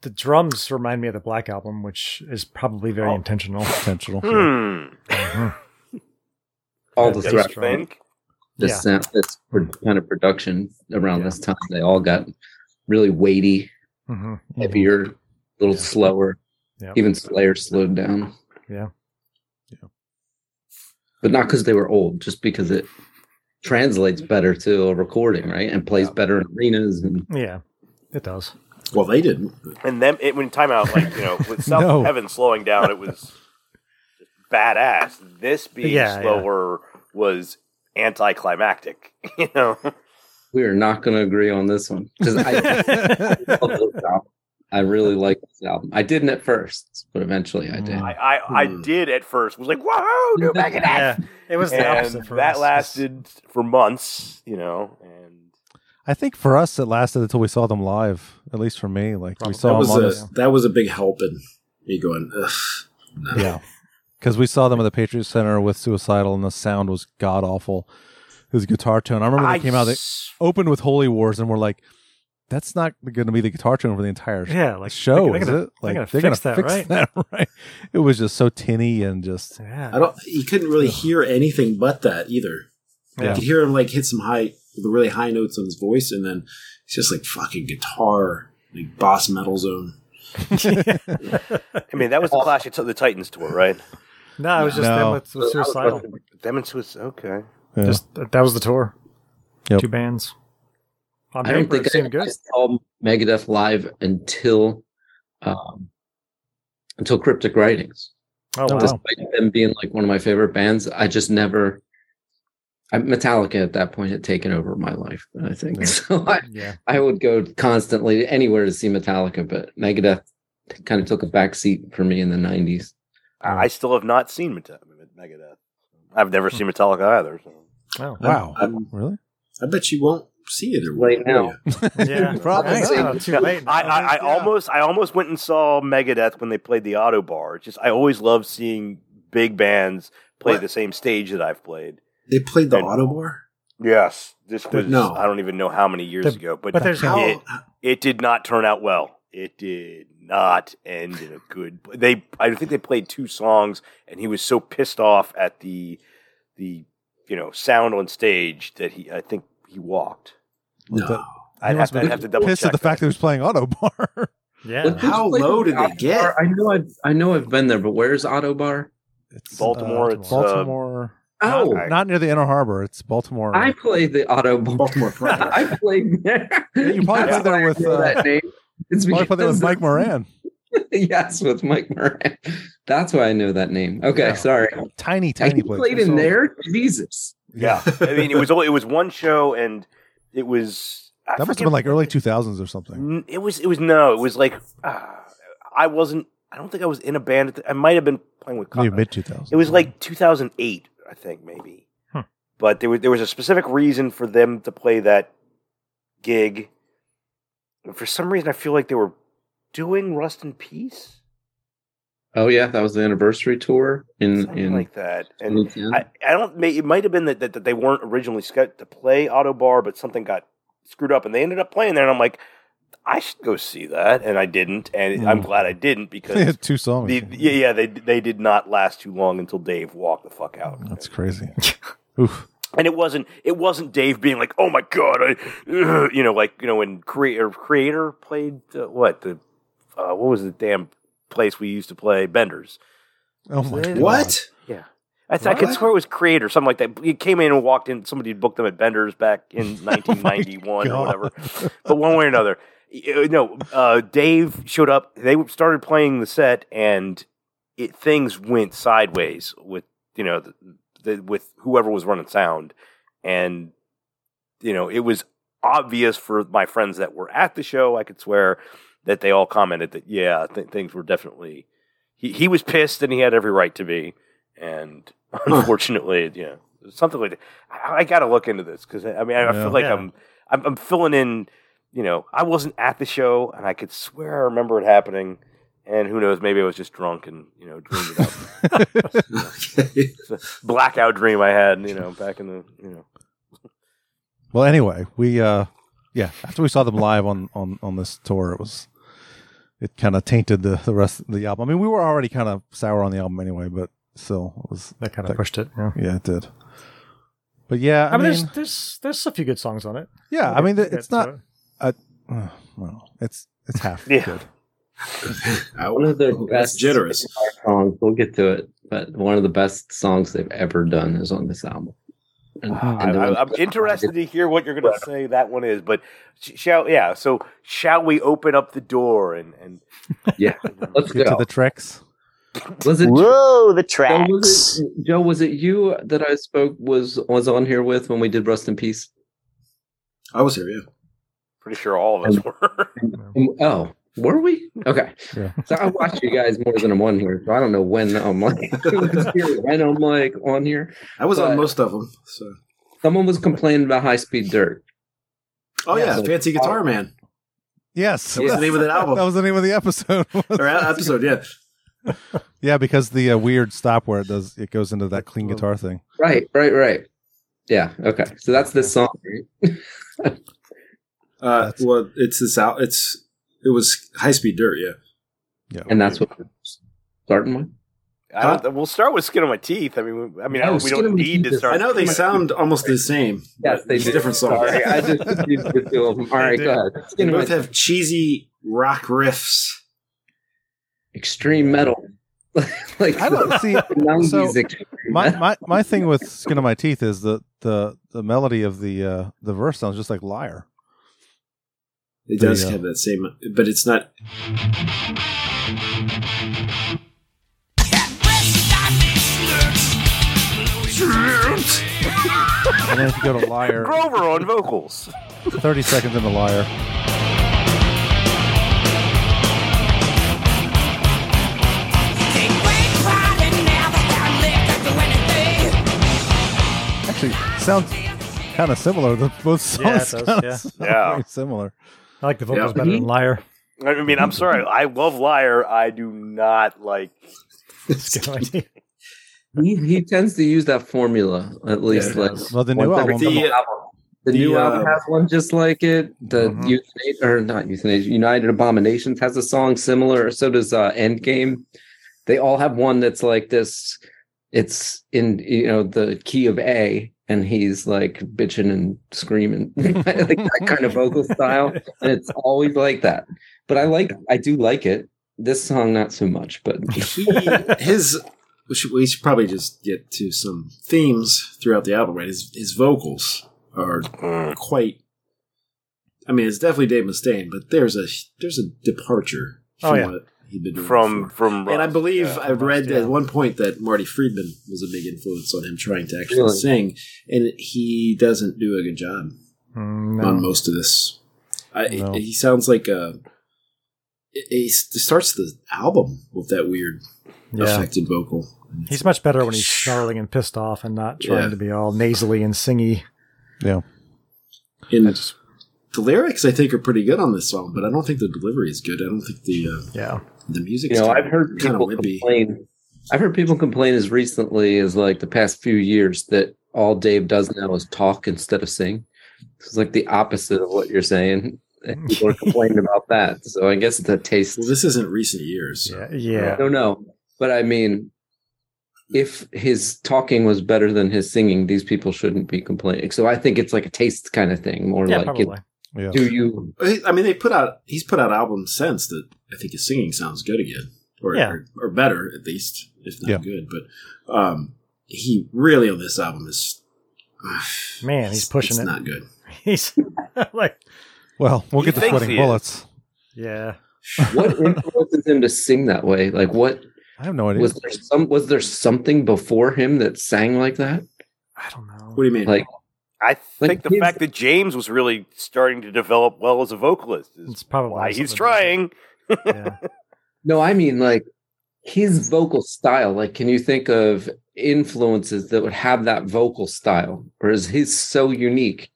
the drums remind me of the Black album, which is probably very intentional.
Potential.
hmm.
All the
Yeah,
threat,
that's
You
right.
think?
this sound, this pro- kind of production around this time, they all got really weighty,
hmm
Mhm.
heavier, a little
Yeah.
slower.
Yeah.
Even Slayer slowed down.
Yeah.
Yeah.
But not because they were old, just because it translates better to a recording, right? And plays better in arenas and
Mm-hmm. Yeah, it (laughs) does.
Well, they didn't.
And then it, when timeout, like you know,
(laughs)
with South
No.
Heaven slowing down, it was badass. This being
Yeah, yeah.
slower was anticlimactic. (laughs) You know,
we are not going to agree on this one
(laughs)
because I, love this album. I really like this album. I didn't at first, but eventually I did.
I I, I
Hmm.
did at first was like, "Whoa, new back
(laughs)
in
Mm, Yeah, it was the
and
opposite for
that
us.
lasted for months. You know, and
I think for us it lasted until we saw them live. At least for me, like we
Probably.
That
saw
was
them on
(laughs) a that was a big help in me going. Ugh.
the, yeah, because we saw them at the Patriot Center with Suicidal, and the sound was god awful. His guitar tone. I remember when
I
they came out. They
s-
opened with Holy Wars, and we're like, "That's not going to be the guitar tone for the entire
Yeah, like
show,
they're
is
gonna-
it? Like
gonna
they're going
fix
to
that,
fix
right?
that, (laughs) right? It was just so tinny and just
Yeah,
I don't. You couldn't really hear anything but that either. You
Yeah.
could hear him like hit some high, the really high notes on his voice, and then it's just like fucking guitar, like boss metal zone.
I mean, (laughs) that was the Clash of the Titans tour, right?
no, it was just them
No.
with, with suicidal.
Them and Swiss. Okay,
Yeah.
Just that that was the tour.
Yep.
Two bands. On
I don't
paper,
think
it seemed
I, I
good.
saw Megadeth live until um, until Cryptic Writings.
Oh wow!
Despite them being like one of my favorite bands, I just never. I, Metallica at that point had taken over my life, I think. (laughs) So I,
Yeah,
I would go constantly anywhere to see Metallica, but Megadeth kind of took a back seat for me in the 90s.
I I still have not seen Meta- Megadeth. I've never seen Metallica either. So.
wow.
wow,
I'm-
really?
I bet you won't see it
Right now.
(laughs)
Yeah,
Probably
Thanks.
not.
Oh, (laughs) too
Yeah,
late.
I, I, I
Yeah.
almost I almost went and saw Megadeth when they played the Auto Bar. It's just I always love seeing big bands play
What?
the same stage that I've played.
They played the
Right.
auto bar.
Yes, this was
No.
I don't even know how many years
The-
ago, but,
but there's-
How?
it, it did not turn out well. It did not end in a good. They I think they played two songs, and he was so pissed off at the the you know sound on stage that he I think he walked.
Well,
No.
that-
I'd have,
must
to, I'd have to double
pissed
check.
at the fact that he was playing Autobar.
Yeah.
How low did they get? I know I've I know I've been there, but where's Auto Bar?
It's
Baltimore, (laughs) it's, uh,
Baltimore.
Oh.
not, not near the Inner Harbor. It's Baltimore.
I played the Auto Bar.
Baltimore Pride.
I played (laughs) there.
you probably
That's
played there
why I
with,
know
uh,
that name. It's
Probably played there
because
with Mike Moran.
(laughs) yes, with Mike Moran. That's why I know that name. Okay,
Yeah.
sorry.
Tiny,
I
tiny
you
place.
played in
So-
there. Jesus.
Yeah, (laughs) I mean, it was only, it was one show, and it was I
That must have
forget-
been like early 2000s or something.
N- It was. It was no. It was like uh, I wasn't. I don't think I was in a band. At the, I might have been playing with.
Mm-hmm.
Maybe
Cotton.
mid 2000s.
It
(laughs)
was like 2008, I think maybe.
Huh.
But there was there was a specific reason for them to play that gig. And for some reason, I feel like they were doing Rust in Peace,
Oh yeah, that was the anniversary tour in
something
in.
like that. And
2010.
I, I don't. may- It might have been that, that, that they weren't originally scheduled to play Auto Bar, but something got screwed up, and they ended up playing there. And I'm like, I should go see that, and I didn't, and I'm
Mm.
glad
(laughs)
I didn't
They
because
had two songs.
the, yeah, yeah, they they did not last too long until Dave walked the fuck out.
Mm, That's
(laughs)
crazy. Oof.
and it wasn't it wasn't Dave being like, "Oh my god," I, ugh," you know, like you know when creator creator played uh, what the uh, what was the damn place we used to play Benders?
Oh my God.
(laughs) What?
Yeah, I, th- I could
What?
swear it was creator something like that. He came in and walked in. Somebody had booked them at Benders back in 1991 or
God.
whatever. (laughs) But one way or another, y- uh, no, uh, Dave showed up. They started playing the set, and it things went sideways with you know the, the, with whoever was running sound, and you know it was obvious for my friends that were at the show. I could swear that they all commented that yeah, th- things were definitely. He he was pissed, and he had every right to be. And unfortunately, you know, something like that. I, I got to look into this because I mean, I, I
Yeah.
feel like
Yeah.
I'm, I'm I'm filling in. You know, I wasn't at the show, and I could swear I remember it happening. And who knows? Maybe I was just drunk and you know dreamed it up.
Okay.
blackout dream I had, you know, back in the, you know.
Well, anyway, we uh yeah, after we saw them live on on on this tour, it was it kind of tainted the the rest of the album. I mean, we were already kind of sour on the album anyway, but still, it was
(laughs) That kind of
That-
pushed it. Yeah.
yeah, it did. But yeah, I,
I mean,
mean,
there's there's there's a few good songs on it.
yeah, I mean,
We'll get-
it's
we'll
not.
get to
Uh, well, it's it's half
Yeah.
good.
(laughs) One of their
Oh,
best
that's generous.
songs. We'll get to it, but one of the best songs they've ever done is on this album. And-
Uh, I,
and uh, the
Ah, I,
one-
I'm interested to hear what you're going to say that one is, but sh- shall yeah. So shall we open up the door and and
Yeah, let's
Get
go.
to the tricks.
was it
Whoa, the
Joe,
tracks.
was it Joe? Was it you that I spoke was was on here with when we did Rust in Peace?
I was here, yeah.
pretty sure all of us (laughs) were.
Um, Oh, were we? Okay.
Yeah.
So I watched you guys more than I'm on here. So I don't know when I'm like was (laughs) here, when I'm like on here.
I was
But-
on most of them. So.
Someone was complaining about high speed dirt.
Oh
Yeah,
yeah,
so-
Fancy Guitar Man.
Yes,
That was the name of that album
(laughs) that was the name of the episode. (laughs)
or a- episode. Yeah,
yeah, because the uh, weird stop where it does it goes into that clean guitar thing.
Right, right, right. Yeah. Okay. So that's this song. Right?
uh,
That's-
well, it's this out. It's it was High Speed Dirt. Yeah,
Yeah,
And that's what we're starting with.
I don't, we'll start with skin on my teeth. I mean, we- I mean, I
No,
don't, we
Skin on
don't
My
need
Teeth
to
is-
start.
I know they sound almost the same.
Yes, they
It's
did.
different songs.
Sorry, I
(laughs)
just confused the two of them. All right,
They
go
do.
ahead. Let's get
They
into
both
it.
have cheesy rock riffs.
extreme metal. (laughs) like
I
(laughs)
don't see.
the 90s
so-
extreme
my,
metal.
my my thing with skin of my teeth is the the the melody of the uh the verse sounds just like liar
It does
Yeah.
have that same, but it's not.
and then if you go to
(laughs)
liar
(laughs) Grover on vocals.
30 seconds into liar actually sounds kind of similar the both
Yeah, it
songs
does,
kinda
yeah.
sound
Yeah.
very similar
I like the vocals
Yeah.
better than Liar. (laughs)
I mean, I'm
(laughs)
sorry. I love Liar. I do not like.
(laughs)
Skip my teeth.
he, he tends to use that formula at least.
Yeah.
like
well the new
one
album
third-
The-
the,
the,
new
uh,
album has one just like it. The
Mm-hmm.
Mhm.
Euthanasia, or not Euthanasia, United Abominations has a song similar. So does uh, Endgame. They all have one that's like this. It's in you know the key of A, and he's like bitching and screaming (laughs) like that kind of vocal style and it's always like that but i like i do like it this song not so much but
his we should, we should probably just get to some themes throughout the album right his, his vocals are
Mm,
quite i mean it's definitely dave mustaine but there's a there's a departure
Oh,
from
yeah.
what he'd been doing
From-
before.
from
and i
Rust,
believe
yeah,
i read
Rust, yeah.
at one point that marty friedman was a big influence on him trying to actually
Really?
sing and he doesn't do a good job
Mm, no.
on most of this. I, He sounds like uh He he starts the album with that weird
Yeah.
affected vocal.
He's much better when he's snarling and pissed off and not trying
Yeah.
to be all nasally and singy.
Yeah.
And the lyrics, I think, are pretty good on this song, but I don't think the delivery is good. I don't think the uh,
yeah
the music.
you know i've heard
kind of
people
wimpy.
complain i've heard people complain as recently as like the past few years that all dave does now is talk instead of sing it's like the opposite of what you're saying and people are complaining about that so i guess the taste well
this isn't recent years
yeah, yeah.
no no but i mean if his talking was better than his singing these people shouldn't be complaining so i think it's like a taste kind of thing more
Yeah,
like
probably.
Yeah.
do you
I mean, they put out. He's put out albums since that I think his singing sounds good again, or
Yeah.
or, or better at least, if not
Yeah.
good. But um, he really on this album is
(sighs) Man, he's pushing
it's
it.
Not good.
(laughs) He's (laughs) like,
Well, we'll
He
get to
thinks
sweating
he is.
bullets.
yeah.
(laughs)
what influences him to sing that way like what
I have no idea.
was there some was there something before him that sang like that
What do you mean?
like
I
Like,
think the
he's-
fact that James was really starting to develop well as a vocalist is
it's probably
why he's trying. (laughs)
no i mean like his vocal style like can you think of influences that would have that vocal style or is his so unique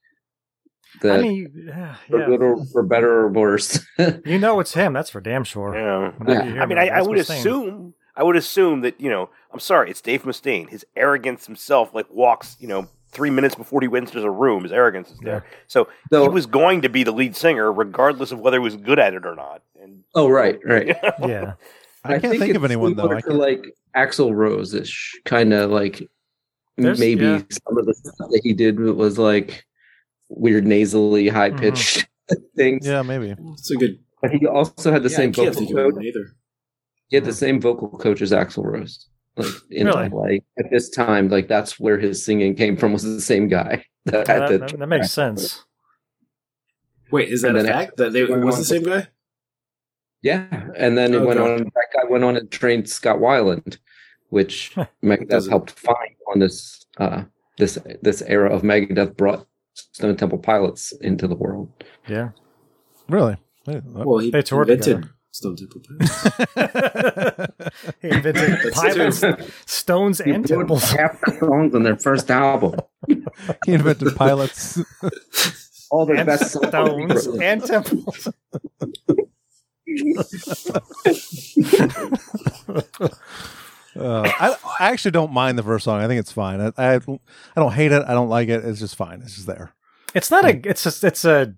that
I mean, yeah,
for
yeah.
good or for better or worse (laughs)
you know it's him. That's for damn sure.
Yeah.
Yeah.
I mean, I, I would assume. I would assume that you know. I'm sorry, it's Dave Mustaine. His arrogance himself, like walks, you know, three minutes before he enters a room. His arrogance is there. So, he was going to be the lead singer, regardless of whether he was good at it or not. And
oh right right
(laughs)
yeah,
I can't think of
it's
anyone, though.
similar
I
to, like Axel Rose ish, kind of like
There's-
maybe
yeah.
some of the stuff that he did was like weird nasally high pitched
Mm-hmm.
(laughs)
(laughs)
things.
Yeah, maybe.
It's a good.
But he also had the
Yeah, I
same
can't
vocal
think of
coach.
one either.
He had the same vocal coach as Axel Rose. Like in
Really?
like at this time, like that's where his singing came from was the same guy. (laughs) That,
Yeah,
had the
that, that makes sense.
Wait, is that
And
a
then
fact that they was the same guy?
Yeah, and then it went
Okay.
on. That guy went on and trained Scott Weiland, which Megadeth
Doesn't-
helped find on this uh, this this era of Megadeth brought Stone Temple Pilots into the world.
Yeah. (laughs)
Really?
Well, he
They toured
invented
together.
Stone Temple Pilots.
He invented
That's
pilots,
true.
stones,
He
and
wrote
temples.
half the songs on their first album.
(laughs) he invented pilots. (laughs)
All their
And
best
stones
songs.
and temples.
Uh, I, I actually don't mind the first song. I think it's fine. I, I I don't hate it. I don't like it. It's just fine. It's just there.
It's not a. It's just. It's a.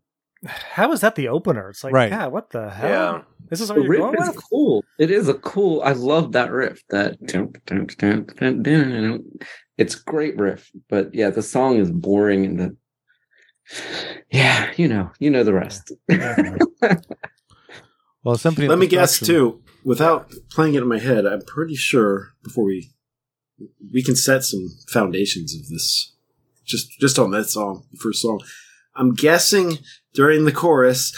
How is that the opener? It's like,
Right.
yeah, what the hell?
Yeah.
This is
The
what you're going
riff is
with.
cool. It is a cool. I love that riff. That it's a great riff, but yeah, the song is boring and the yeah, you know, you know the rest.
Well, Symphony. of
Let me guess
Destruction-
too, without playing it in my head, I'm pretty sure before we we can set some foundations of this just just on that song, the first song. I'm guessing during the chorus,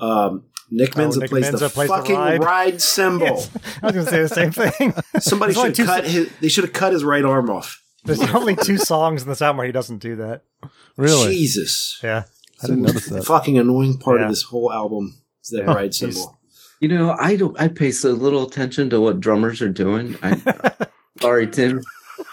um, Nick
Oh,
Menza
Nick
plays the
Menza plays the
fucking
ride. (laughs)
ride, cymbal.
Yes. I was going to say the same
(laughs)
thing.
Somebody
There's only
should
two
have cut his. They should have cut his right arm off.
There's only two songs in this album where he doesn't do that.
Really?
Jesus,
Yeah.
I didn't notice
(laughs)
that.
fucking annoying part
Yeah.
of this whole album is that
Yeah.
ride
He's-
cymbal.
You know, I don't. I pay so little attention to what drummers are doing. I,
(laughs)
sorry, Tim.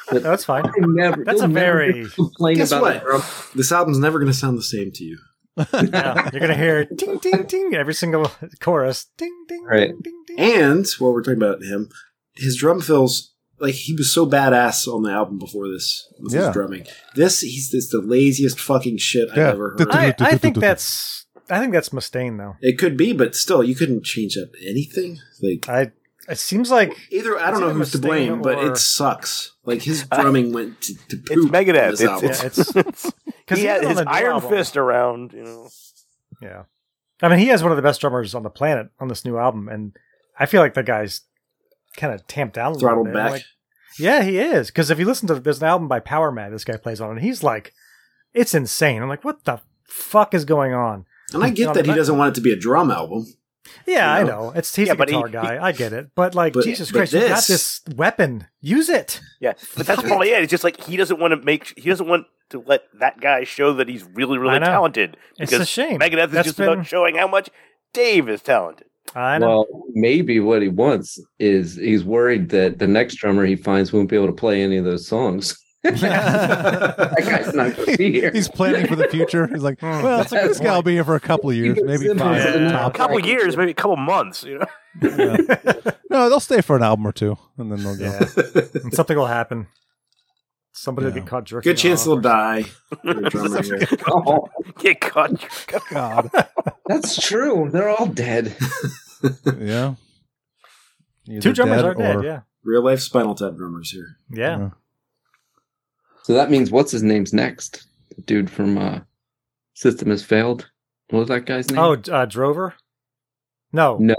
But
Oh, That's fine.
I never.
That's a
you'll never
very-
complain
Guess
about
what?
a drum.
This album's never going to sound the same to you.
Yeah, you're gonna hear ding ding ding every single chorus. Ding ding.
Right.
And while we're talking about him, his drum fills like he was so badass on the album before this with
Yeah.
his drumming. This he's it's the laziest fucking shit
Yeah.
I've ever heard.
I, I think that's I think that's Mustaine though.
it could be, but still, you couldn't change up anything. Like
I It seems like
either I don't know who's to blame, but it sucks. Like
(laughs)
his drumming went to, to poop.
It's Megadeth.
This
It's,
album.
it's, (laughs)
Yeah, Because
he had his iron fist around, you know.
Yeah. I mean, he has one of the best drummers on the planet on this new album, and I feel like the guy's kind of tamped down a little
Throttled
bit.
back.
Like, yeah, he is. Because if you listen to there's an album by Power Mad this guy plays on, and he's like, it's insane. I'm like, what the fuck is going on?
and I get that he doesn't want it to be a drum album.
Yeah,
you
I
know.
know. It's he's
Yeah,
a
but he-
guitar guy. I get it. But like,
But-
Jesus
but
Christ, you got
this-
this weapon. Use it.
Yeah, but that's probably it. It's just like he doesn't want to make. He doesn't want to let that guy show that he's really, really
I know.
talented.
It's
Because
a shame.
Megadeth is
That's
just
been-
about showing how much Dave is talented.
I
Well, maybe what he wants is he's worried that the next drummer he finds won't be able to play any of those songs. (laughs) that
(laughs)
guy's not going to be here.
He's planning for the future. He's like,
Hmm.
well, it's like this guy will be here for a couple of years, maybe five.
A
tops.
couple years, maybe a couple months. You know, (laughs)
No, they'll stay for an album or two, and then they'll go. (laughs)
And something will happen. Somebody will get caught jerking.
Good chance
off
he'll
(laughs)
or
die. Your drummer here.
Oh,
get caught.
God.
that's true. They're all dead.
yeah. Either
Two drummers are
or-
dead. Yeah.
Real life Spinal Tap drummers here.
Yeah.
So that means what's his name's next? The dude from uh, System Has Failed. What was that guy's name?
Oh, uh, Drover. No.
no.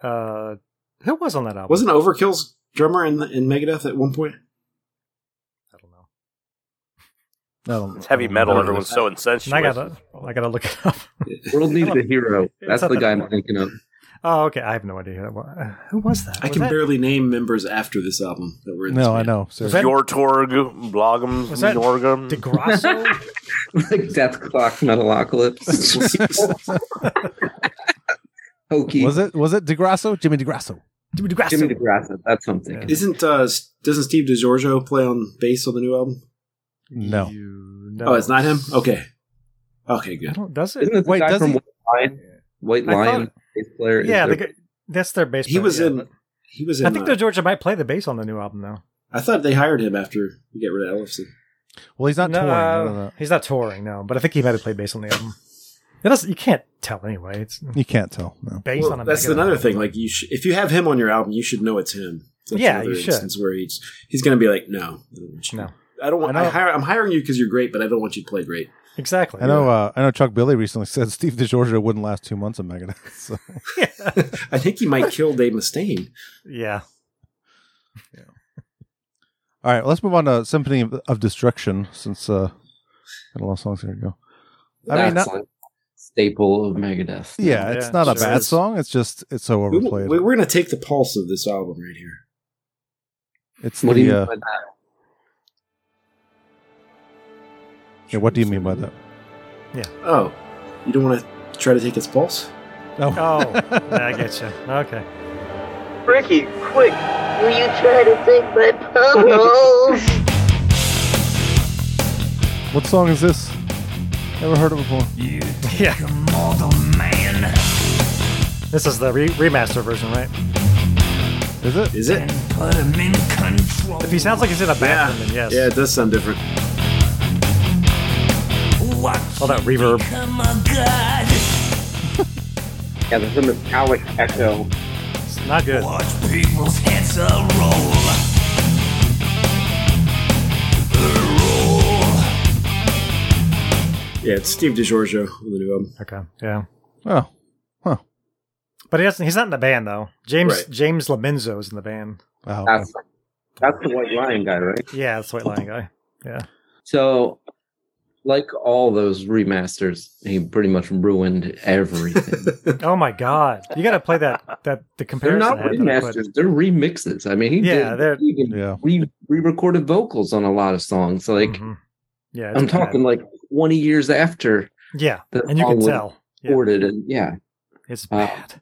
Uh, who was on that album?
Wasn't Overkill's drummer in in Megadeth at one point?
Oh, No,
It's heavy metal. Everyone's so insensitive.
I gotta, I gotta look it up. (laughs)
World Needs a Hero. That's
not
the
that
guy I'm
important.
thinking of. (laughs)
Oh, okay. I have no idea who that was. Uh, Who was that?
I
Was
can
that-
barely name members after this album that were in this
No, I
band.
know. So
Was that,
Yortorg, Blogum,
Was that-
Norgum.
(laughs) DeGrasso?
like Death Clock,
(laughs)
Metalocalypse. Hokey.
was it was it DeGrasso? Jimmy DeGrasso.
Jimmy DeGrasso.
Jimmy DeGrasso. That's something.
Yeah.
Isn't uh s- doesn't Steve DiGiorgio play on bass on the new album?
No.
You know.
Oh, it's not him. Okay, okay,
I
good.
don't- Does it?
Isn't it the
Wait,
guy
does
from
he-
White Lion? White
I thought-
Lion, bass player. is
yeah, the,
their-
guy- that's their bass.
He
player,
was
yeah,
in.
but-
He was in.
I think
uh,
that Georgia might play the bass on the new album though.
I thought they hired him after we get rid of Ellefson.
Well, he's not
no,
touring.
uh,
No, no, no.
he's not touring. No, but I think he might have played bass on the
(laughs)
album. It doesn't, you can't tell anyway. It's
You can't tell. No.
based
Well,
on a
that's
Megadeth
another
album.
thing. Like you, sh- if you have him on your album, you should know it's him. That's
Yeah,
another
you should.
instance where he's he's going to be like, no, I don't want you.
No.
I don't want.
I
I
know.
hire, I'm hiring you because you're great, but I don't want you to play great.
Exactly.
I know. Uh, I know. Chuck Billy recently said Steve DiGiorgio wouldn't last two months in Megadeth. (laughs) So.
I think
(laughs)
he might kill Dave Mustaine.
Yeah.
All right, let's move on to Symphony of, of Destruction since uh, got a lot of songs here to go. I mean,
that's
not-
like staple of Megadeth.
Yeah, it's
Yeah,
not a
sure
bad
is.
song. It's just it's so
We,
overplayed.
we, we're going to take the pulse of this album right here.
it's
What
the
do you mean
uh,
by that?
yeah, what do you mean by that?
Oh, you don't want to try to take its pulse?
(laughs) No,
Oh, I get you. Okay. (laughs)
Ricky, quick!
Will you try to take my
(laughs)
pulse?
what song is this? Never heard it before.
Yeah. This is the re- remaster version, right?
Is it?
Is it?
If he sounds like he's in a bathroom, then yes.
Yeah, it does sound different.
All that reverb.
Yeah, there's a metallic echo.
It's not good.
Yeah, it's Steve DiGiorgio on the new album.
Okay. Yeah.
Oh, huh.
But he doesn't, he's not in the band though. James
Right.
James Lomenzo is in the band.
Wow.
That's, that's the White Lion guy, right?
Yeah, that's the white lion guy.
So, like all those remasters, he pretty much ruined
(laughs)
everything.
Oh my god. You gotta play that that the
they're
comparison.
not
I had that I put.
remasters; they're remixes. I mean, he
Yeah, they're-
did he even
Yeah.
re- re-recorded vocals on a lot of songs. So, like,
Mhm. Yeah, it's
I'm
bad.
talking like 20 years after
Yeah.
the
And you
song
can
was
tell. Yeah.
recorded, and yeah,
It's
Uh,
bad.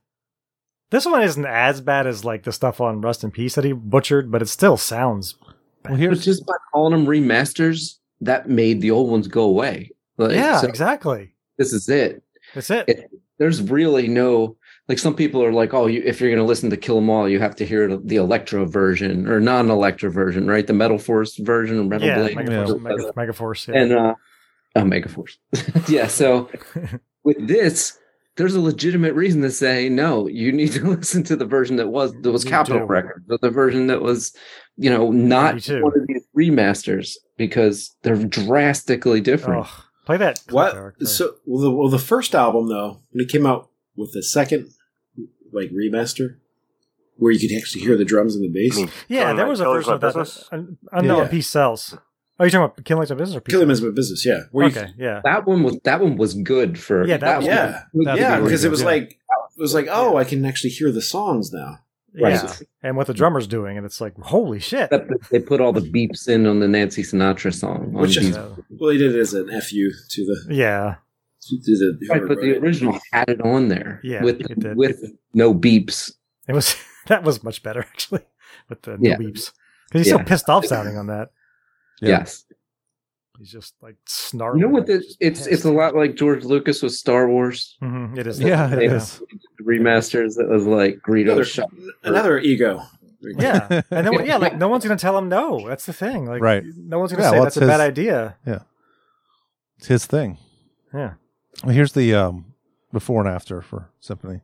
this one isn't as bad as like the stuff on Rust in Peace that he butchered, but it still sounds.
Well,
But
here's
just by calling them remasters, that made the old ones go away. Like,
yeah,
so
exactly.
this is it.
That's it.
It- There's really no like some people are like, oh, you, if you're going to listen to Kill 'Em All, you have to hear the electro version or non-electro version, right? The Metal Force version, or Metal
yeah,
Blade, uh,
Megaforce,
or whatever.
Mega, Megaforce. Yeah.
(laughs) and uh, oh, Mega Force. yeah. So with this, there's a legitimate reason to say no. You need to (laughs) listen to the version that was that was
You
Capitol
do.
Records, the, the version that was, you know, not one of these remasters because they're drastically different.
Play that.
What? So, well the, well, the first album though, when it came out with the second like remaster, where you could actually hear the drums and the bass.
Yeah, there was a version of that. that- un- Unknown
Yeah.
piece sells. Are you talking about Killing Like a Business or Peace?
Killing Is My Business. Yeah. Where
Okay,
You,
yeah.
That one was that one was good for
Yeah, that was-
one was
yeah,
good
yeah,
for-
because it was
yeah.
like it was like, oh, I can actually hear the songs now.
Yeah. And what the drummer's doing, and it's like, holy shit.
Except that they put all the beeps in on the Nancy Sinatra song. on
Which is
these-
well, he did it as an fu to the
yeah.
To the,
Right,
whoever
but the
wrote it.
original had it on there
Yeah,
with
it did.
with no beeps.
It was (laughs) that was much better (laughs) actually with the no
Yeah.
beeps because he's so
Yeah.
pissed off sounding on that.
Yes,
He's just like snarling.
you know what? The, it's it's a lot like George Lucas with Star Wars.
Mhm,
(laughs)
It is.
Yeah, it
yeah.
is. remasters that was like Greedo
Another-
shot.
another ego.
Yeah, and
(laughs)
then yeah, like no one's gonna tell him no. That's the thing. Like,
Right.
No one's gonna
Yeah,
say
well,
that's a
it's his-
bad idea.
Yeah. (laughs) It's his thing.
Yeah.
Well, here's the um, before and after for Symphony.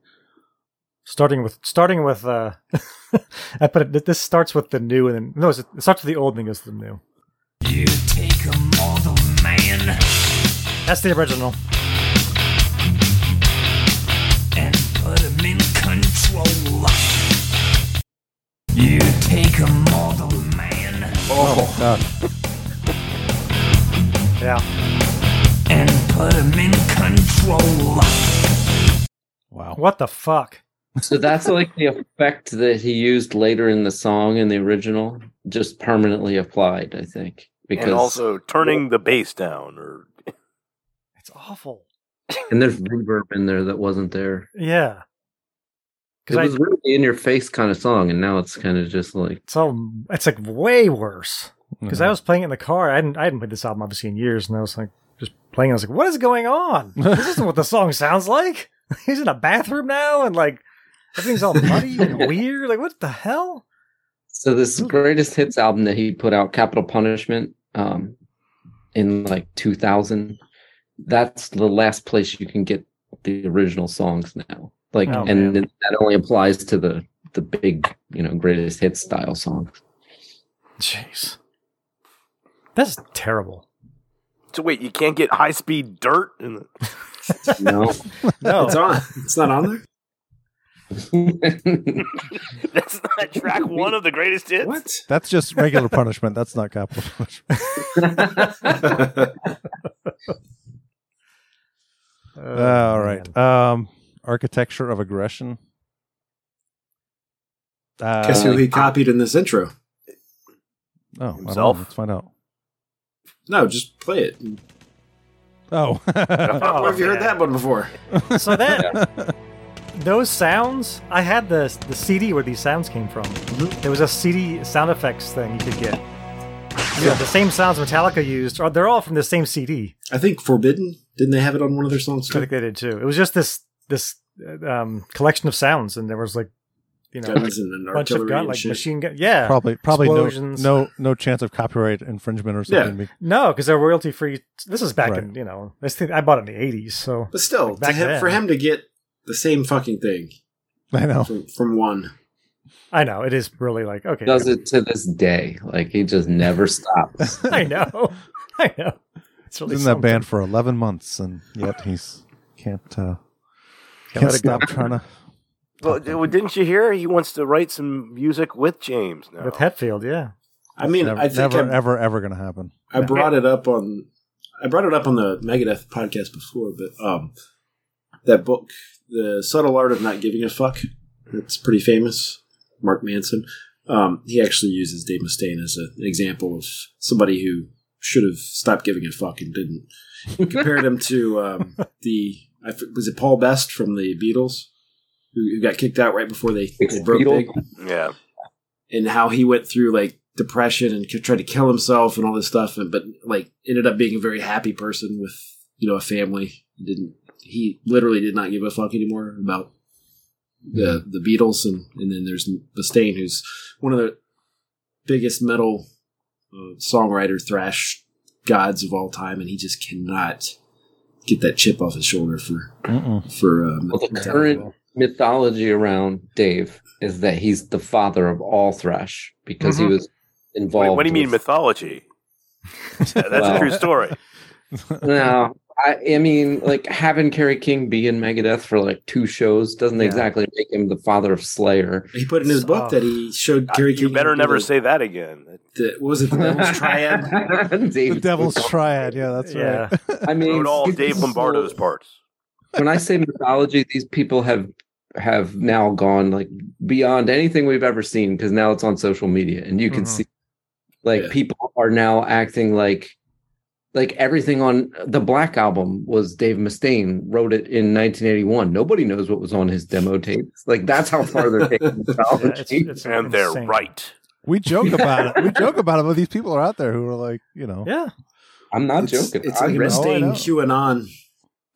Starting with starting with uh, (laughs) I put it. th- This starts with the new and then no, it's- it starts with the old and then goes to the new.
You take a more than man
That's the original.
and put him in control. You take a more than man.
Oh, God.
Yeah.
And put him in control.
Wow.
What the fuck?
So that's like the effect that he used later in the song in the original, just permanently applied, I think. Because
and also turning the bass down or
It's awful.
and there's reverb in there that wasn't there.
Yeah.
It
'Cause I-
was really in your face kind of song, and now it's kind of just like
It's all it's like way worse
Mm-hmm. (laughs)
because I was playing it in the car. I hadn't I hadn't played this album obviously in years, and I was like just playing. I was like, "What is
(laughs)
going on? this isn't what the song sounds like." (laughs) He's in a bathroom now, and like everything's all
(laughs)
muddy and weird. Like, what the hell?
So this greatest hits album that he put out, Capital Punishment, um, in like 2000, that's the last place you can get the original songs now. Like,
Oh,
and it- that only applies to the the big, you know, greatest hits style songs.
Jeez, that's terrible.
So wait, you can't get high speed dirt and
No,
No.
it's on. It's not on there.
(laughs) that's not track one of the greatest hits. What?
That's just regular punishment. That's not capital punishment.
Uh, Oh,
All right. Um, architecture of aggression. Uh,
Guess who he copied in this intro?
Oh, I don't know.
Himself?
Let's find out.
No, just play it.
Oh, (laughs)
Where have you heard
man.
that one before?
So that those sounds, I had the the CD where these sounds came from. There was a CD sound effects thing you could get. Yeah, the same sounds Metallica used. Are they're all from the same CD?
I think Forbidden. Didn't they have it on one of their songs?
I think they did too. It was just this this uh, um, collection of sounds, and there was like you know
Guns and
bunch of
artillery
gun
and
like
shit.
machine gun. Yeah,
probably probably no,
explosions.
no no chance of copyright infringement or something. Be-
No, because they're royalty free. This is back in
Right.
you know. This thing I bought it in the eighties, so
But still,
like,
to him-
then.
for him to get the same fucking thing
(laughs) I know.
from, from one.
I know it is really like okay.
(laughs) does it to this day. Like he just never
(laughs)
stops.
I know, (laughs) I know. It's really
He's in that
something.
band for eleven months, and yet he's can't uh,
Can't
can't
let it go.
stop trying to.
Well, d- well, didn't you hear? He wants to write some music with James now.
with Hetfield. Yeah,
I mean,
never,
I think
never,
I,
ever, ever going to happen.
I brought it up on I brought it up on the Megadeth podcast before, but um, that book, The Subtle Art of Not Giving a Fuck, that's pretty famous. Mark Manson. Um, he actually uses Dave Mustaine as a, an example of somebody who should have stopped giving a fuck and didn't. He compared him to um, the I f was it Paul Best from the Beatles who, who got kicked out right before they, they broke big
Yeah.
and how he went through like depression and could try to kill himself and all this stuff and but like ended up being a very happy person with you know a family He didn't he literally did not give a fuck anymore about the the Beatles and and then there's Mustaine who's one of the biggest metal uh, songwriter thrash gods of all time and he just cannot get that chip off his shoulder for (laughs) for um,
Well, the current mythology around Dave is that he's the father of all thrash because
Mhm.
he was
Wait,
involved.
what do you mean
with-
mythology? That's a
Well-
true story.
no, I, I mean, like having Kerry King be in Megadeth for like two shows doesn't exactly make him the father of Slayer.
He put in his book that he showed Gary.
You better never say that again.
The, what was it? The
(laughs)
Devil's Triad.
The Devil's Triad. Yeah, that's right.
I mean,
wrote all
it's
Dave
so-
Lombardo's parts.
when I say mythology, these people have have now gone like beyond anything we've ever seen because now it's on social media and you can
Mhm.
see like people are now acting like like everything on the Black album was Dave Mustaine wrote it in 1981. Nobody knows what was on his demo tapes. Like that's how far they're taking mythology.
and they're right.
(laughs) We joke about it. We joke about it, but these people are out there who are like, you know.
Yeah.
I'm not
It's-
joking.
It's like a
I know, I
Mustaine
know.
QAnon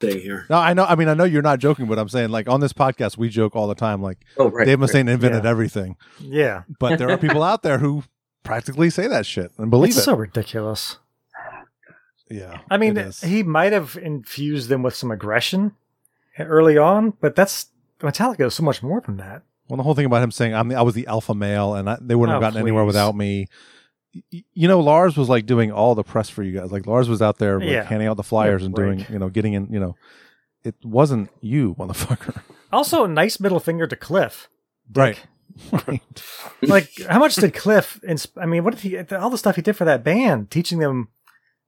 thing here.
No, I know. I mean, I know you're not joking, but I'm saying, like, on this podcast, we joke all the time, like,
Oh, right,
Dave
right.
Mustaine invented everything.
Yeah.
But
(laughs)
there are people out there who practically say that shit and believe
It's
it.
so ridiculous.
yeah.
I mean, he might have infused them with some aggression early on, but that's Metallica is so much more than that.
Well, the whole thing about him saying I'm the, I was the alpha male and I, they wouldn't
Oh,
have gotten anywhere
please.
without me. Y- You know, Lars was like doing all the press for you guys. Like Lars was out there like,
Yeah.
handing out the flyers and doing,
break.
you know, getting in. You know, it wasn't you,
(laughs)
motherfucker.
Also, a nice middle finger to
(laughs)
Cliff.
Right. (laughs)
Like, how much did Cliff? Insp- I mean, what did he? All the stuff he did for that band, teaching them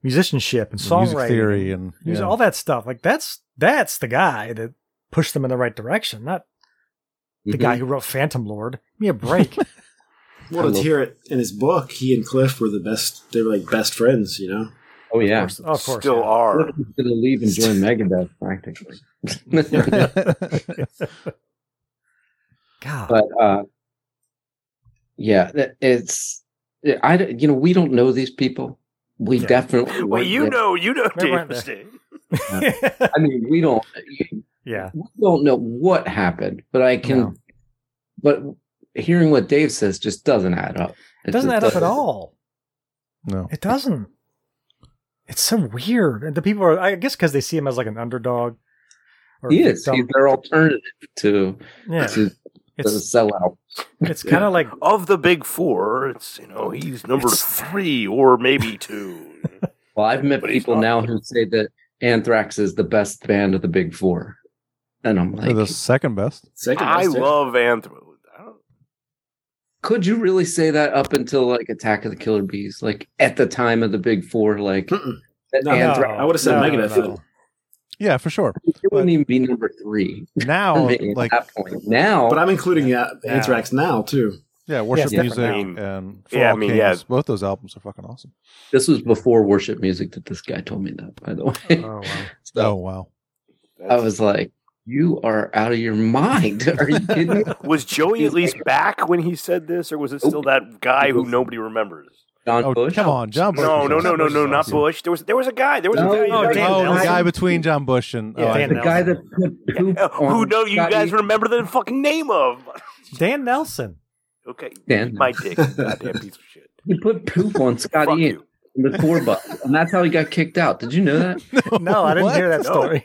musicianship and
The music
songwriting,
theory and-
music-
yeah.
all (laughs) that stuff. Like, that's that's the guy that pushed them in the right direction, not the
Mhm.
guy
Mm-hmm.
who wrote Phantom Lord. Give me a break.
Well, let's hear it in his book. He and Cliff were the best. They were like best friends, you know.
Oh yeah,
course- of course,
Still (laughs) yeah. are.
He's gonna leave and join Megadeth practically.
(laughs)
God,
but uh, yeah, that- it's I. don't- You know, we don't know these people. We definitely.
Well,
weren't
you
there.
know, you know,
They
Dave
weren't there.
Mustaine.
I mean, we don't.
(laughs) Yeah.
We don't know what happened, but I can. But hearing what Dave says just doesn't add up.
It doesn't
just
add up at
doesn't.
all.
(laughs) No.
It doesn't. It's so weird. And the people are, I guess, because they see him as like an underdog. Or
He is. He's
victim.
their alternative to
Yeah.
to, to
It's-
sellout.
It's kind of like
of the big four. It's you know he's number three or maybe
(laughs)
two.
Well, I've met
But he's
people
not.
now who say that Anthrax is the best band of the Big Four, and I'm like,
They're the second best.
I love Anthro.
could you really say that up until like Attack of the Killer Bees? Like at the time of the Big Four, like that
No,
Anthrax-
I would've said No, Megadeth. no, no.
Yeah, for sure.
It wouldn't even be number three
Now,
I mean,
like-
(laughs) at that point. Now,
but I'm including uh, Anthrax now too.
Yeah, worship
Yeah, it's
music
different now.
and For
Yeah, I
All
mean,
Kings,
yeah.
both those albums are fucking awesome.
this was before worship music that this guy told me that. By the way, (laughs)
oh wow,
oh, wow.
I was like, you are out of your mind. (laughs) Are you kidding? me?
Was Joey at least back when he said this, or was
Oh,
it still that guy who nobody remembers?
John
Oh,
Bush.
come on, John Bush.
No,
was
no, no,
awesome.
no, no, not Bush. There was there was a guy. There was
No,
a guy.
no,
you guys-
Dan
Oh, the
Nelson.
guy between John Bush and oh,
Yeah,
I
Dan
know.
the guy that put poop on
(laughs) who know you
Scott
guys
Eaton.
remember the fucking name of? (laughs)
Dan Nelson.
Okay,
Dan.
my dick, you goddamn piece
(laughs)
of shit.
He put
(laughs)
poop on Scott Ian in the tour bus, and that's how he got kicked out. Did you
(laughs)
know that?
(laughs)
No, I didn't hear that
No.
(laughs)
story.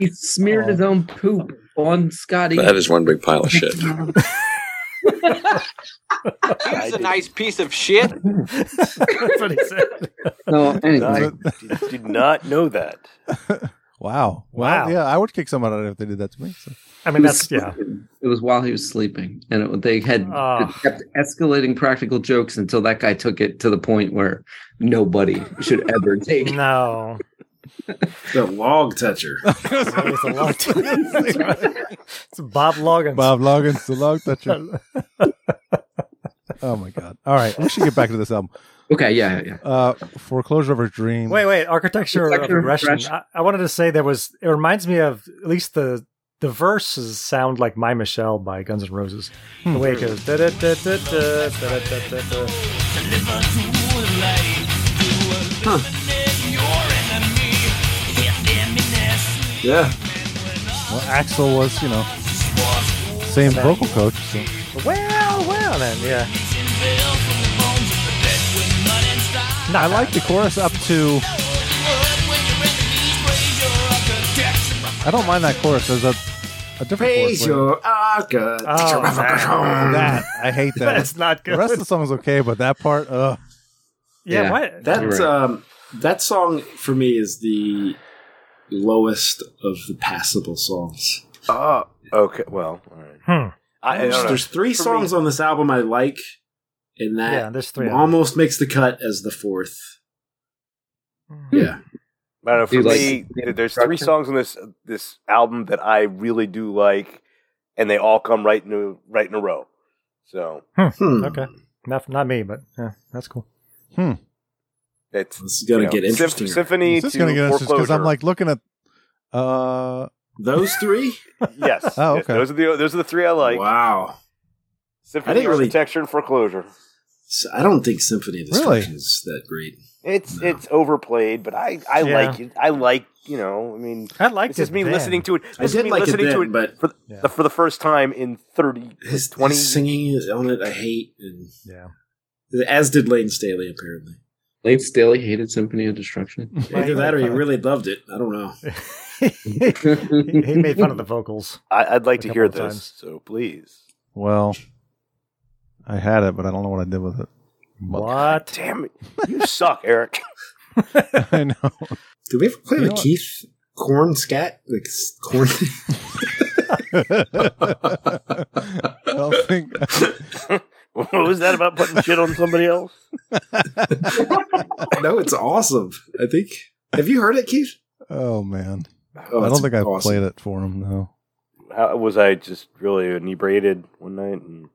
He smeared his own poop on Scott Ian.
That is one big pile of shit.
He's a nice piece of shit.
That's what he said.
No, anyway.
I did, did not know that.
(laughs)
Wow. Wow. yeah, I would kick someone out if they did that to me. so.
I mean, that's yeah.
It was while he was sleeping, and it, they had
Ah.
it kept escalating practical jokes until that guy took it to the point where nobody should
(laughs)
ever take. it.
No,
The log
(laughs)
toucher.
That was a lot. it's Bob Logan.
Bob Loggins, the log toucher. oh my god! All right, we should get back to this album.
Okay, yeah, yeah.
Uh, Foreclosure of a Dream.
Wait, wait. Architecture of
Architecture of
Aggression.
Aggression.
I, I wanted to say there was. It reminds me of at least the the verses sound like "My Michelle" by Guns N' Roses.
Hmm.
The way it goes. Da, da, da, da, da, da, da, da, da.
Yeah.
Well, Axel was, you know, same vocal coach. So.
Well, well, then, yeah.
I like the chorus up to. I don't mind that chorus. There's a, a different
Raise
chorus. later.
your arca.
Oh, that, that. I hate that.
(laughs) That's not good.
The rest of the song's okay, but that part, uh, ugh.
Yeah,
Yeah.
why-
That
You're right.
um, that song for me is the lowest of the passable songs.
Ah.
Oh, okay. Well, all right. I- I don't
there's,
know.
there's three
For
songs
me-
on this album I like, and that
Yeah, there's three on it.
almost makes the cut as the fourth.
Hmm.
Yeah,
I don't know. For
Do you like
me,
the
there's three
structure?
songs on this this album that I really do like, and they all come right in a, right in a row. So
Hmm.
Hmm.
Okay. Not, not me, but yeah, that's cool.
it's
This is gonna
you know,
get
sym-
interesting.
Symphony
This is
to
going to get interesting because I'm
Foreclosure.
like looking at. uh
Those three?
(laughs) yes.
Oh,
yes,
okay.
Those are the those are the three I (laughs) like.
Wow.
Symphony
I didn't really-
Architecture and Foreclosure.
So I don't think Symphony of Destruction
Really?
is that great.
It's it's overplayed, but I I
Yeah.
like it. I like you know. I mean,
I liked
this is
it
me
then.
listening
(laughs)
to it. This
I
is
did
me
like it
listening to
then,
it
but-
for, the, for the first time in thirty
His,
twenty.
his singing on it, I hate. And
Yeah.
as did Lane Staley apparently.
Lane Staley hated Symphony of Destruction.
Either that or he really loved it. I don't know.
(laughs) he, he made fun of the vocals.
I, I'd like
a
to
couple
hear
of
this,
times.
so please.
Well, I had it, but I don't know what I did with it.
What?
Damn it! You suck,
(laughs)
Eric. (laughs)
(laughs) I know.
Did we ever play
You
the
know what?
Keith Corn Scat? Like s- corn?
I don't think.
what was Oh, that about putting shit on somebody else?
(laughs) no, it's awesome. I think. Have you heard it, Keith?
Oh man,
Oh,
I
it's
don't think I've
awesome.
played it for him. No.
How, was I just really inebriated one night? And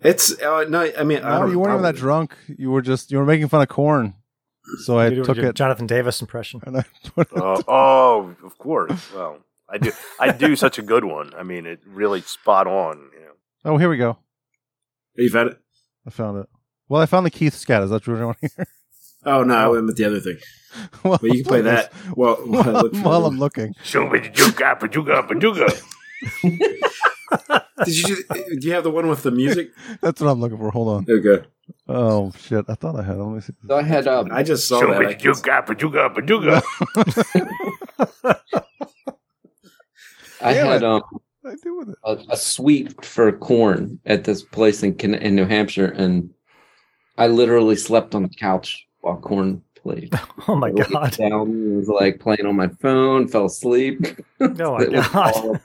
It's uh, no. I mean, I
No,
don't,
you weren't even that
probably-
drunk. You were just you were making fun of corn. So I
You're doing
took
your
it.
Jonathan Davis impression.
And I put it
oh, oh, of course. Well, I do. I do such a good one. I mean, it really spot on. You know.
oh, here we go.
You found it?
I found it. Well, I found the Keith scat. Is that what you want to hear? (laughs)
Oh no, I went with the other thing.
Well,
But
(laughs)
you can play that while, (laughs) while I look for
while
the-
I'm looking.
Shoo-ba-da-doo-ga, ba-doo-ga, ba-doo-ga.
Did you eh, do, do you have the one with the music?
That's what I'm looking for. Hold on.
(laughs) Okay.
Oh shit! I thought I had. it. Let me see.
(laughs) So I had um,
I just saw that. I guess.
Shoo-ba-da-doo-ga, ba-doo-ga, ba-doo-ga.
I
Damn
had
it.
um,
(laughs) What did I do with it?
a, a suite for corn at this place in Conne- in New Hampshire, and I literally slept on the couch while corn played.
(laughs) Oh
(laughs)
my
I laid
god.
Down and was like playing on my phone, fell asleep.
Oh my
(laughs) It was
god.
all-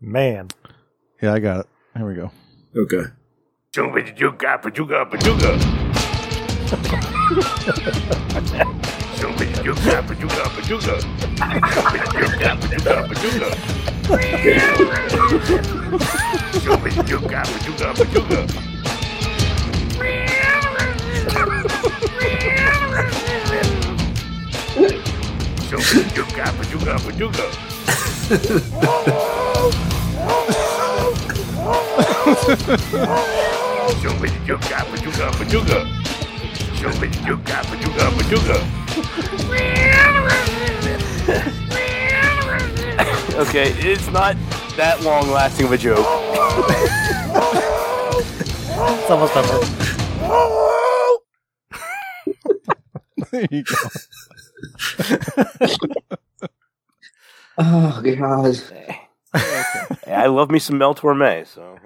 Man.
Yeah, I got it. Here we
(laughs)
go.
Okay.
Shoo-ba-da-doo-ga, ba-doo-ga, ba-doo-ga. Shoo-ba-da-doo-ga, ba-doo-ga, ba-doo-ga. Shoo-ba-da-doo-ga, ba-doo-ga, ba-doo-ga. Shoo-ba-da-doo-ga, ba-doo-ga, ba-doo-ga. Shoo-ba-da-doo-ga, ba-doo-ga, ba-doo-ga. Shoo-ba-da-doo-ga, ba-doo-ga, ba-doo-ga. Shoo-ba-da-doo-ga, ba-doo-ga, ba-doo-ga. Okay, it's not that long lasting of a joke.
It's almost over.
There you go.
Oh god.
(laughs) I love me some Mel Torme, so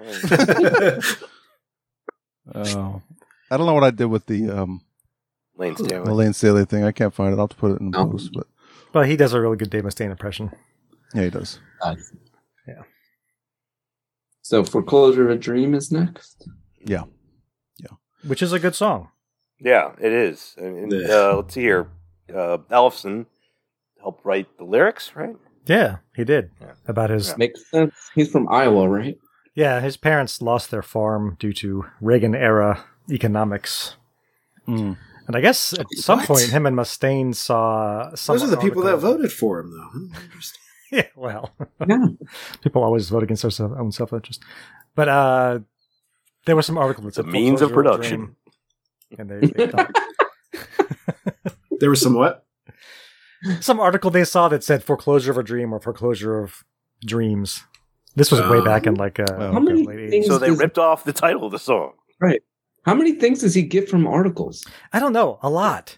Oh, I don't know what I did with the um
Lane
the Lane Staley thing. I can't find it. I'll have to put it in the
Oh.
post. But
Well, he does a really good Dave Mustaine impression.
yeah, he does.
Yeah.
So foreclosure of a dream is next.
Yeah.
Which is a good song.
Yeah, it is. And, and, uh, let's see here. Uh, Ellefson helped write the lyrics, right?
Yeah, he did. About his
Makes sense. He's from Iowa, right?
Yeah, his parents lost their farm due to Reagan era economics.
Mm.
And I guess at some
What?
point, him and Mustaine saw some.
Those are the people that voted for him, though.
(laughs)
Hmm,
Yeah, well,
Yeah.
(laughs) people always vote against their self- own self interest. But uh, there was some article that
The
said
means of
foreclosure
production.
dream. And they, they thought-
There was some what?
some article they saw that said foreclosure of a dream or foreclosure of dreams. This was way back
Um,
in like uh,
Oh,
How
okay.
many
late
things
So they
does-
ripped off the title of the song.
right. How many things does he get from articles?
I don't know a lot.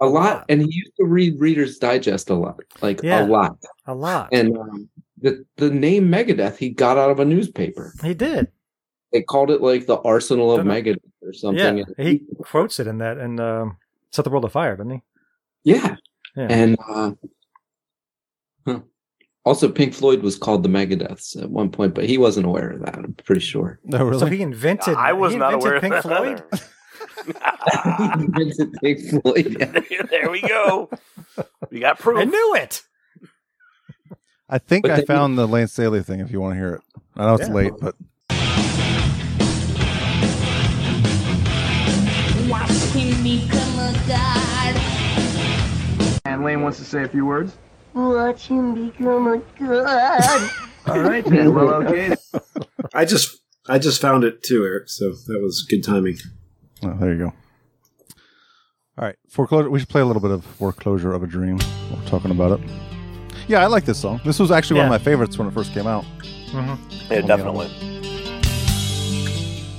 a lot. And he used to read Reader's Digest a lot, like
Yeah.
a lot.
A lot.
And um, the the name Megadeth he got out of a newspaper.
He did.
They called it like the Arsenal of
Dunno.
Megadeth or something.
Yeah, he quotes it in that and um, set the world afire, doesn't he?
Yeah.
Yeah.
And uh, huh. also, Pink Floyd was called the Megadeths at one point, but he wasn't aware of that. I'm
(laughs)
pretty sure.
So he invented.
I was
he
not
invented
aware of
Pink
that
Floyd.
invented Pink Floyd.
(laughs) there we
(laughs)
go. We got proof. I
knew it.
I think
But
I
then-
found the Lance Daly thing. If you want to hear it, I know it's
Yeah.
late, but
Watching me come a god.
And Lane wants to say a few words.
Watch him become a god.
All right, then. Well, okay.
I just I just found it too, Eric. So that was good timing.
Oh, there you go. All right, foreclosure. We should play a little bit of foreclosure of a dream. while We're talking about it. Yeah, I like this song. This was actually one
Yeah.
of my favorites when it first came out.
Yeah, definitely.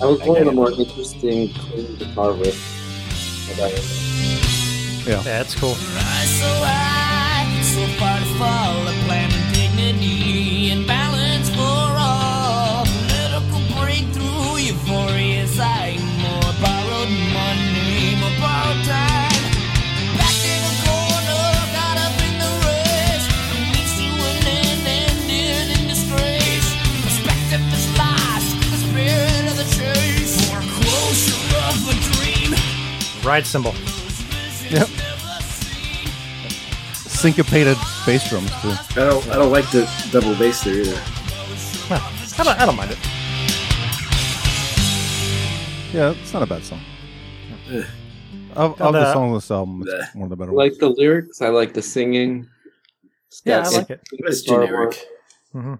I was one of the more interesting clean guitar riffs that I
Yeah.
that's cool.
Rise so high, so far to fall, a plan of dignity and balance for all. Political breakthrough, euphoria, sight, more borrowed money, more borrowed time. Back in the corner, got up in the race, meets you an end, ended in disgrace. Perspective is lost, the spirit of the chase, foreclosure of a dream.
Ride symbol.
Yep. Syncopated bass drums too.
I don't I don't like the double bass there either.
I don't, I don't mind it.
Yeah, it's not a bad song.
Ugh.
Of,
Now
of the
the-
songs on this album, it's one of the better ones.
like the lyrics. I like the singing. It's
Yeah,
got
I like it.
interesting
It's
guitar
generic.
work.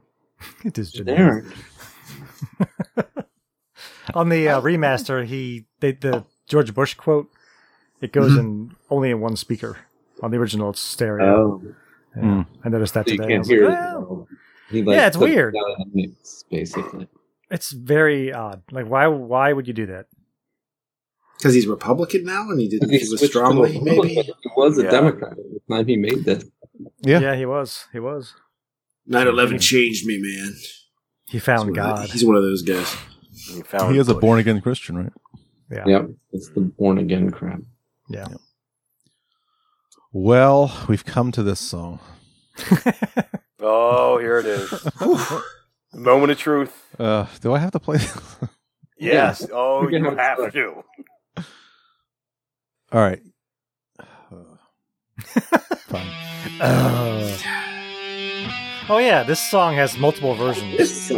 It is
Generic.
On the uh, remaster, he they, the George Bush quote. It goes
Mm-hmm.
in only in one speaker. On the original, it's stereo.
Oh.
Yeah,
Hmm.
I noticed that
So you
today. I
can't
was
hear
like,
it.
"Well,
He, like,
Yeah, it's
put it
weird.
down in the mix, basically.
It's very odd. Like why? Why would you do that?
Because he's Republican now, and he did
He
he was
switched to
strongly
Republican.
(laughs)
maybe.
(laughs) He was a
Yeah.
Democrat at the time he made this.
Yeah,
yeah, he was. He was.
9-11 changed me, man.
He found
he's one of
God.
the- he's one of those guys.
He found
He is a born again Christian, right?
Yeah.
Yep, it's the born again crap.
Yeah.
Well, we've come to this song.
Oh, here it (laughs) is. The Moment of truth.
Uh, do I have to play? (laughs)
Yes.
Yeah.
Oh,
We're
you
gonna
have to.
All right.
Uh. Oh yeah, this song has multiple versions.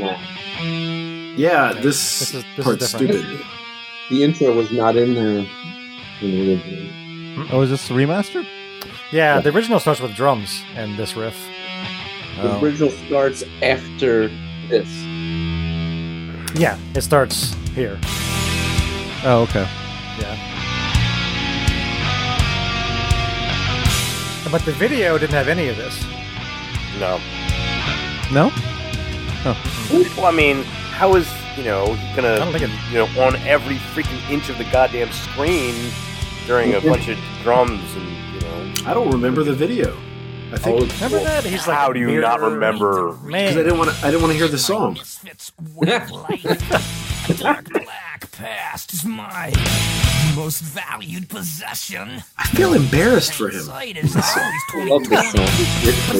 Yeah, this,
This is- this is
part's
different.
stupid.
The intro was not in there. when we were doing it.
Oh, is this remastered?
Yeah, the original starts with drums and this riff.
Oh.
Oh.
The original starts after this. (laughs)
Yeah, it starts here.
Oh, okay.
Yeah. But the video didn't have any of this.
No.
No.
Well, I mean, how is you know he gonna
I don't think
you know on every freaking inch of the goddamn screen during a bunch of drums and you know?
I don't remember the video. I think
Oh, Remember well, that? He's like, how do you not remember?
Because I didn't want to. I didn't want to hear the song.
A dark black past is my most valued possession.
I feel embarrassed for him.
Light is always
Love this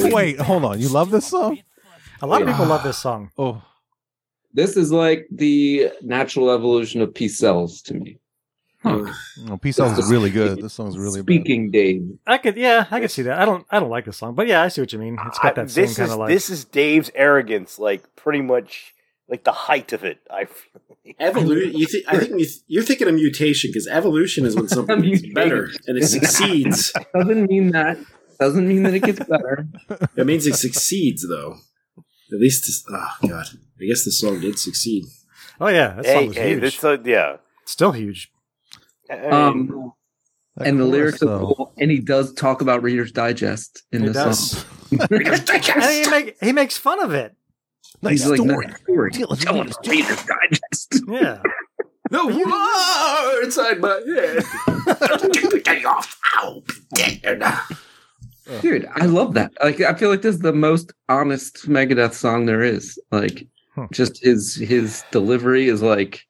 (laughs)
song.
Wait, hold on. You love this song?
A lot of
Yeah.
people love this song.
Oh,
This is like the natural evolution of P cells to me.
no, Peace Out is really good. This song's really bad.
Speaking Dave.
I could, yeah, I could see that. I don't, I don't like this song, but yeah, I see what you mean. It's got
I-
that same
this
kind
is
of like.
this is Dave's arrogance, like pretty much like the height of it. I feel.
Evolution. You thi- I think you th- you're thinking of mutation because evolution is when something (laughs) gets better and it succeeds.
Doesn't mean that. Doesn't mean that it
(laughs)
gets better.
That means it succeeds, though. At least, this, oh god, I guess this song did succeed.
oh yeah, that song
Hey,
was
hey,
huge.
this uh, yeah.
Still huge.
I- I mean,
Um,
That
and the
chorus,
lyrics are
though.
cool. And he does talk about Reader's Digest in
He
the
does.
(laughs)
song.
And he, make, he makes fun of it.
He's like,
story.
"Nice story.
Tell us (laughs)
Tell him Reader's Digest.
Yeah.
The war inside my head. Get off. Ow, dead. Dude, I love that. Like, I feel like this is the most honest Megadeth song there is. Like, just his his delivery is like,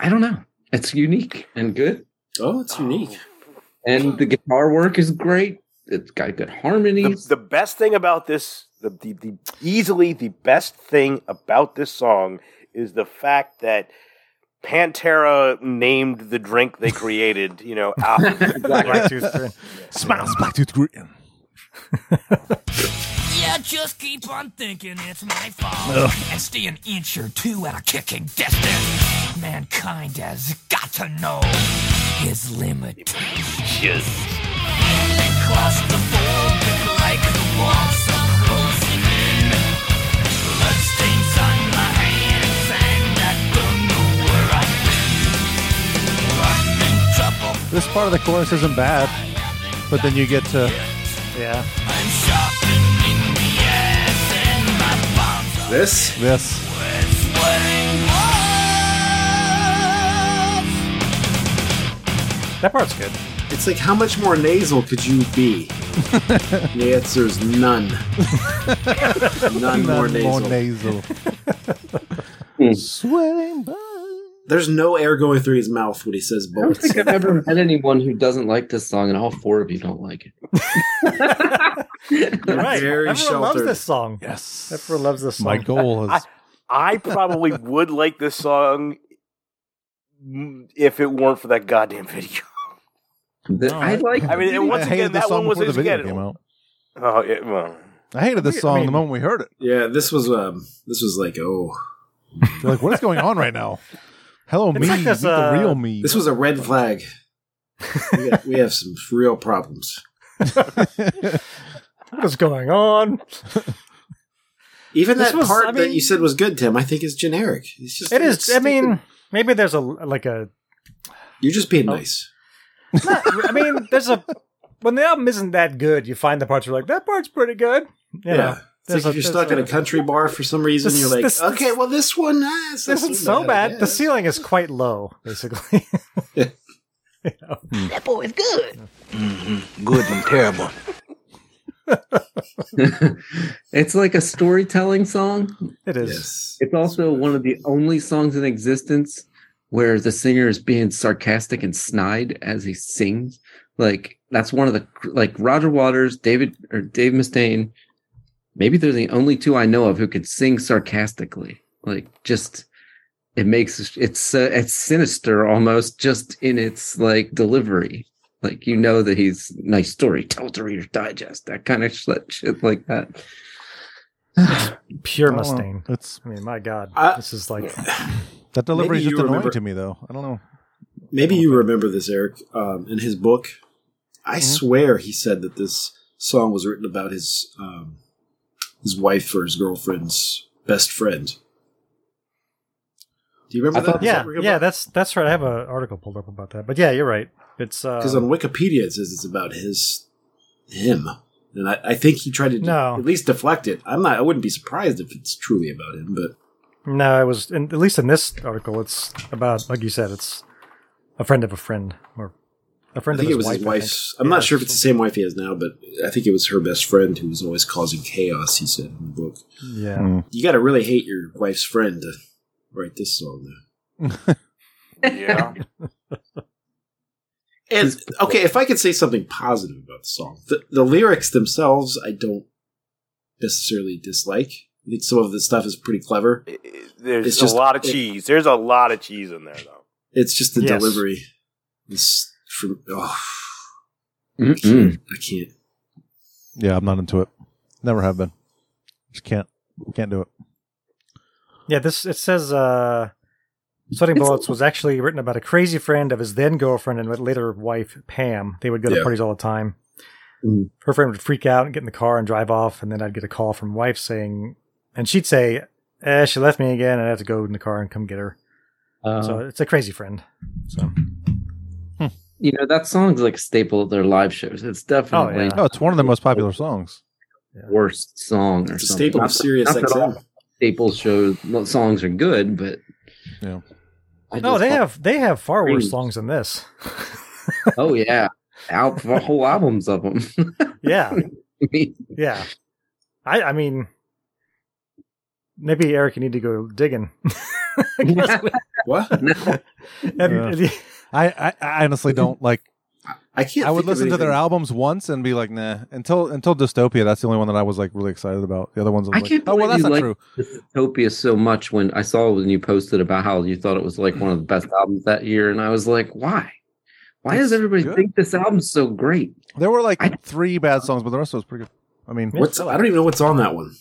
I don't know. It's unique and good.
Oh, it's unique.
And the guitar work is great. It's got good harmonies.
The, the best thing about this, the, the, the easily the best thing about this song is the fact that Pantera named the drink they created,
(laughs)
you know, after
(laughs)
Smiles, black tooth grin.
Yeah, just keep on thinking it's my fault.
Ugh.
And stay an inch or two out of kicking distance. Mankind has got to know his limitations. And across the board, like the walls are closing in. Bloodstains on my hands, and I don't know where I've been. I'm in trouble.
This part of the chorus isn't bad, but then you get to
Yeah.
I'm sharpening the ass, and my bombs
This?
This.
That part's good.
It's like, how much more nasal could you be? the answer's (laughs) none. none more nasal. (laughs) Hmm.
Sweating
There's no air going through his mouth when he says
I don't
bullets.
think I've ever met anyone who doesn't like this song, and all four of you don't like it.
You're right.
Very
Everyone loves
sheltered.
this song.
Yes.
Everyone loves this song.
My goal
I,
is
I probably would like this song mm, if it weren't for that goddamn video. (laughs)
The- I like.
I mean, and once
I hated
again,
this
that
song
one was
before the video
again.
came out.
Oh, yeah, well,
I hated this
I
song
mean-
the moment we heard it.
Yeah, this was um, this was like, oh,
You're like, what is going on right now? Hello,
It's
me.
like this,
meet
uh,
the real me.
this was a red
(laughs)
flag. we, got- we have some real problems.
What is going on?
Even
This
that
was-
part
I
that you
mean-
said was good, Tim, I think is generic. It's just
It is.
it's
I mean, oh,
stupid.
maybe there's a like a.
you're just being nice.
I mean, there's a. When the album isn't that good, you find the parts where you're like, that part's pretty good. You
Yeah.
know,
It's like
there's a-
if you're
there's
stuck in
a-
a country bar for some reason,
This-
you're like,
this-
okay, well, this one ah, it's
This
not
isn't so bad.
I
The
guess."
ceiling is quite low, basically. (laughs)
That boy is good.
Good and terrible.
It's like a storytelling song.
it is.
Yes.
It's also one of the only songs in existence where the singer is being sarcastic and snide as he sings. Like that's one of the like Roger Waters, David or Dave Mustaine. Maybe they're the only two I know of who could sing sarcastically. Like just it makes it's uh, it's sinister almost just in its like delivery. Like you know that he's nice story, tell it to Reader's Digest, that kind of shit, shit like that.
Pure
I don't know.
Mustang.
It's
I mean, my God.
I-
this is like.
that delivery is
Maybe
just
you
annoying
remember-
to me, though. I don't know.
Oh,
Maybe you remember this, Eric. Um, in his book,
Mm-hmm.
I swear he said that this song was written about his um, his wife or his girlfriend's best friend. Do you remember
I
that?
thought-
Yeah, yeah, that's that's right. I have an article pulled up about that. But yeah, you're right. It's uh,
Because on Wikipedia it says it's about his him, and I, I think he tried to de-
No.
at least deflect it. I'm not. I wouldn't be surprised if it's truly about him, but
No, it was in, at least in this article. It's about like you said. It's a friend of a friend, or a friend
I think
of his
it was
wife.
his
I think.
wife's. I'm
Yeah,
not sure if it's the same wife he has now, but I think it was her best friend who was always causing chaos. He said in the book.
Yeah,
You got to really hate your wife's friend to write this song, though. (laughs)
yeah.
And okay, if I could say something positive about the song, the, the lyrics themselves, I don't necessarily dislike. I think some of the stuff is pretty clever.
It- it- There's
It's just-
a lot of
it-
cheese. There's a lot of cheese in there, though.
It's just the
Yes.
delivery. It's from oh,
Mm-mm.
I can't.
Yeah, I'm not into it. Never have been. Just can't. Can't do it.
yeah. This it says uh, "Sweating Bullets" was actually written about a crazy friend of his then girlfriend and later wife Pam. They would go to
Yeah. Mm-hmm.
parties all the time.
Mm.
Her friend would freak out and get in the car and drive off, and then I'd get a call from wife saying, and she'd say, "Eh, she left me again. I'd have to go in the car and come get her."
Uh,
Uh-huh.
so it's a crazy friend. So
you know that song's like a staple of their live shows. It's
Oh,
definitely
yeah.
the
No, Oh, it's one of the most popular songs.
worst song or
It's a
something.
staple
Not
of
that-
Sirius
not that all
XM.
Staple shows well, songs are good, but
Yeah.
I
No,
just
Oh, they
love-
have they have far worse
Dreams.
songs than this.
Oh yeah, Al- whole albums of (laughs) them.
Yeah,
(laughs)
yeah. I I mean, maybe Eric, you need to go
(laughs)
digging.
(laughs)
what?
Have you-
Yeah.
have you-
(laughs) I, I, I honestly don't
(laughs)
like.
I can't.
I would
think of
listen to their
anything.
albums once and be like, nah. Until until Dystopia, that's the only one that I was like really excited about. The other ones, I
I
was like,
can't
oh
believe
well, that's
you
not
like
true.
Dystopia so much when I saw when you posted about how you thought it was like one of the best albums that year, and I was like, why? Why does
It's
everybody
good.
think this album's so great?
There were like three bad songs, but the rest of it was pretty good. I mean,
What's? I don't even know what's on that one.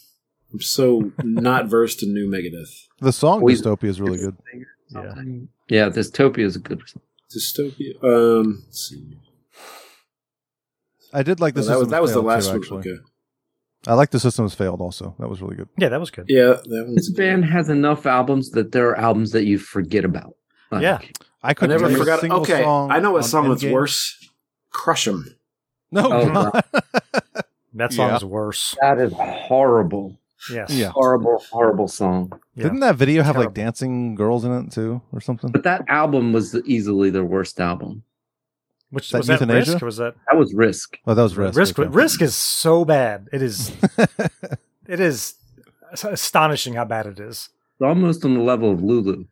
I'm so not versed in new Megadeth.
the song
Well, you-
Dystopia is
(laughs)
really good.
Yeah, yeah. Dystopia is a good.
Dystopia. Um, let's see.
I did like
No,
the
that was
Systems
that was the
Failed,
last
too,
one.
actually.
Okay.
I like the Systems Failed also. That was really good.
yeah, that was good.
Yeah, that
This
one's.
Mm-hmm.
band has enough albums that there are albums that you forget about. Like,
Yeah,
I
I
could
never forgot. Okay, I know
what
a song that's worse. Crush 'em.
(laughs)
(laughs)
No,
Oh,
God.
(laughs)
that song
Yeah.
is worse.
That is horrible,
Yes.
yeah.
horrible, horrible song.
Yeah.
Didn't that video have like
Terrible.
dancing girls in it too, or something?
But that album was easily their worst album.
Which
that
was that
Euthanasia?
risk? Was that
That was Risk.
Oh, that was Risk.
risk?
okay.
Risk is so bad. It is.
(laughs)
it is astonishing how bad it is.
It's almost on the level of Lulu.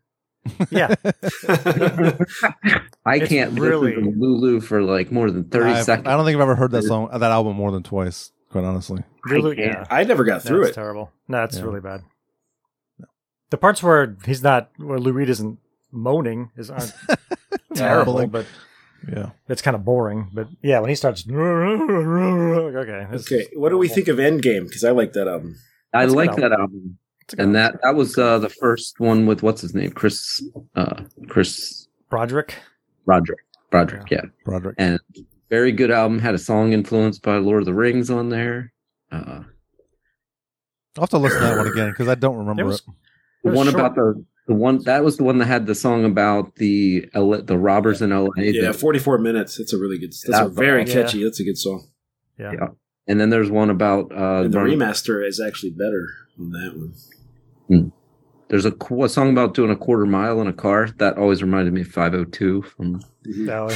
Yeah.
I
It's
can't
really-
really Lulu for like more than thirty
I've-
seconds.
I don't think I've ever heard that song, uh, that album more than twice. Quite honestly,
Lulu-
can't.
yeah.
I never got through
That's
it.
terrible. No, it's
Yeah.
really bad. The parts where he's not, where Lou Reed isn't moaning
(laughs)
is aren't (laughs) terrible,
Mumbling.
but
yeah.
it's kind of boring. But yeah, when he starts, (laughs) okay, this is-
Okay, what do we think of Endgame? Because I like that album.
I
That's a good
like that album,
It's a good
and
one.
that that was uh, the first one with what's his name, Chris, uh, Chris
Broderick.
Roderick, Roderick, yeah.
Broderick.
and very good album. Had a song influenced by Lord of the Rings on there. Uh,
I'll have to listen to that one again because I don't remember
It
it.
was-
the
It was
one
short.
about the the one that was the one that had the song about the L- the robbers in L.A.
Yeah,
that-
44 minutes. That's a really good. That's a
That's
very
awesome.
catchy. That's a good song.
Yeah.
yeah. And then there's one about uh,
And the
Vernon-
remaster is actually better on that one.
There's a, qu- a song about doing a quarter mile in a car that always reminded me of 502 from (laughs)
Valley.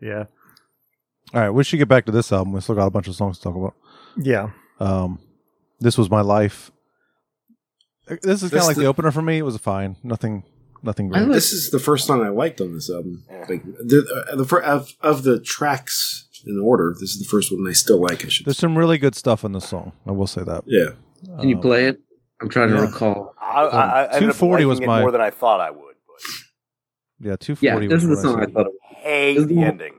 yeah,
All right, we should get back to this album. We still got a bunch of songs to talk about.
yeah.
Um, this was my life. Uh, This is kind
This
of like
the-
the opener for me. It was fine. Nothing, nothing
I
great.
like-
This is the first song I liked on this album. Like the uh, the fir- of, of the tracks in order, this is the first one I still like. I should.
There's some really good stuff in this song. I will say that.
yeah,
Can you
Um,
play it? I'm trying
yeah.
to recall.
I, I, I ended up
240 Um, was
liking it
my-
more than I thought I would. But
Yeah, 240.
Yeah, this
was
is the
what
song I,
said.
thought of.
hey,
Isn't
the
it-
ending.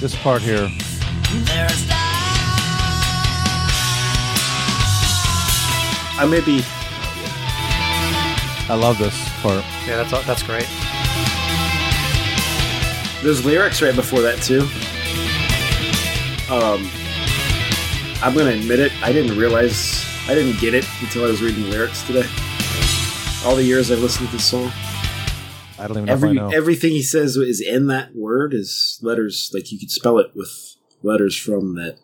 This part here.
I may be.
I love this part.
Yeah, that's that's great.
There's lyrics right before that too. Um, I'm gonna admit it. I didn't realize I didn't get it until I was reading the lyrics today. All the years I listened to this song,
I don't even know if I
every
know.
everything he says is in that word is letters. Like you could spell it with letters from that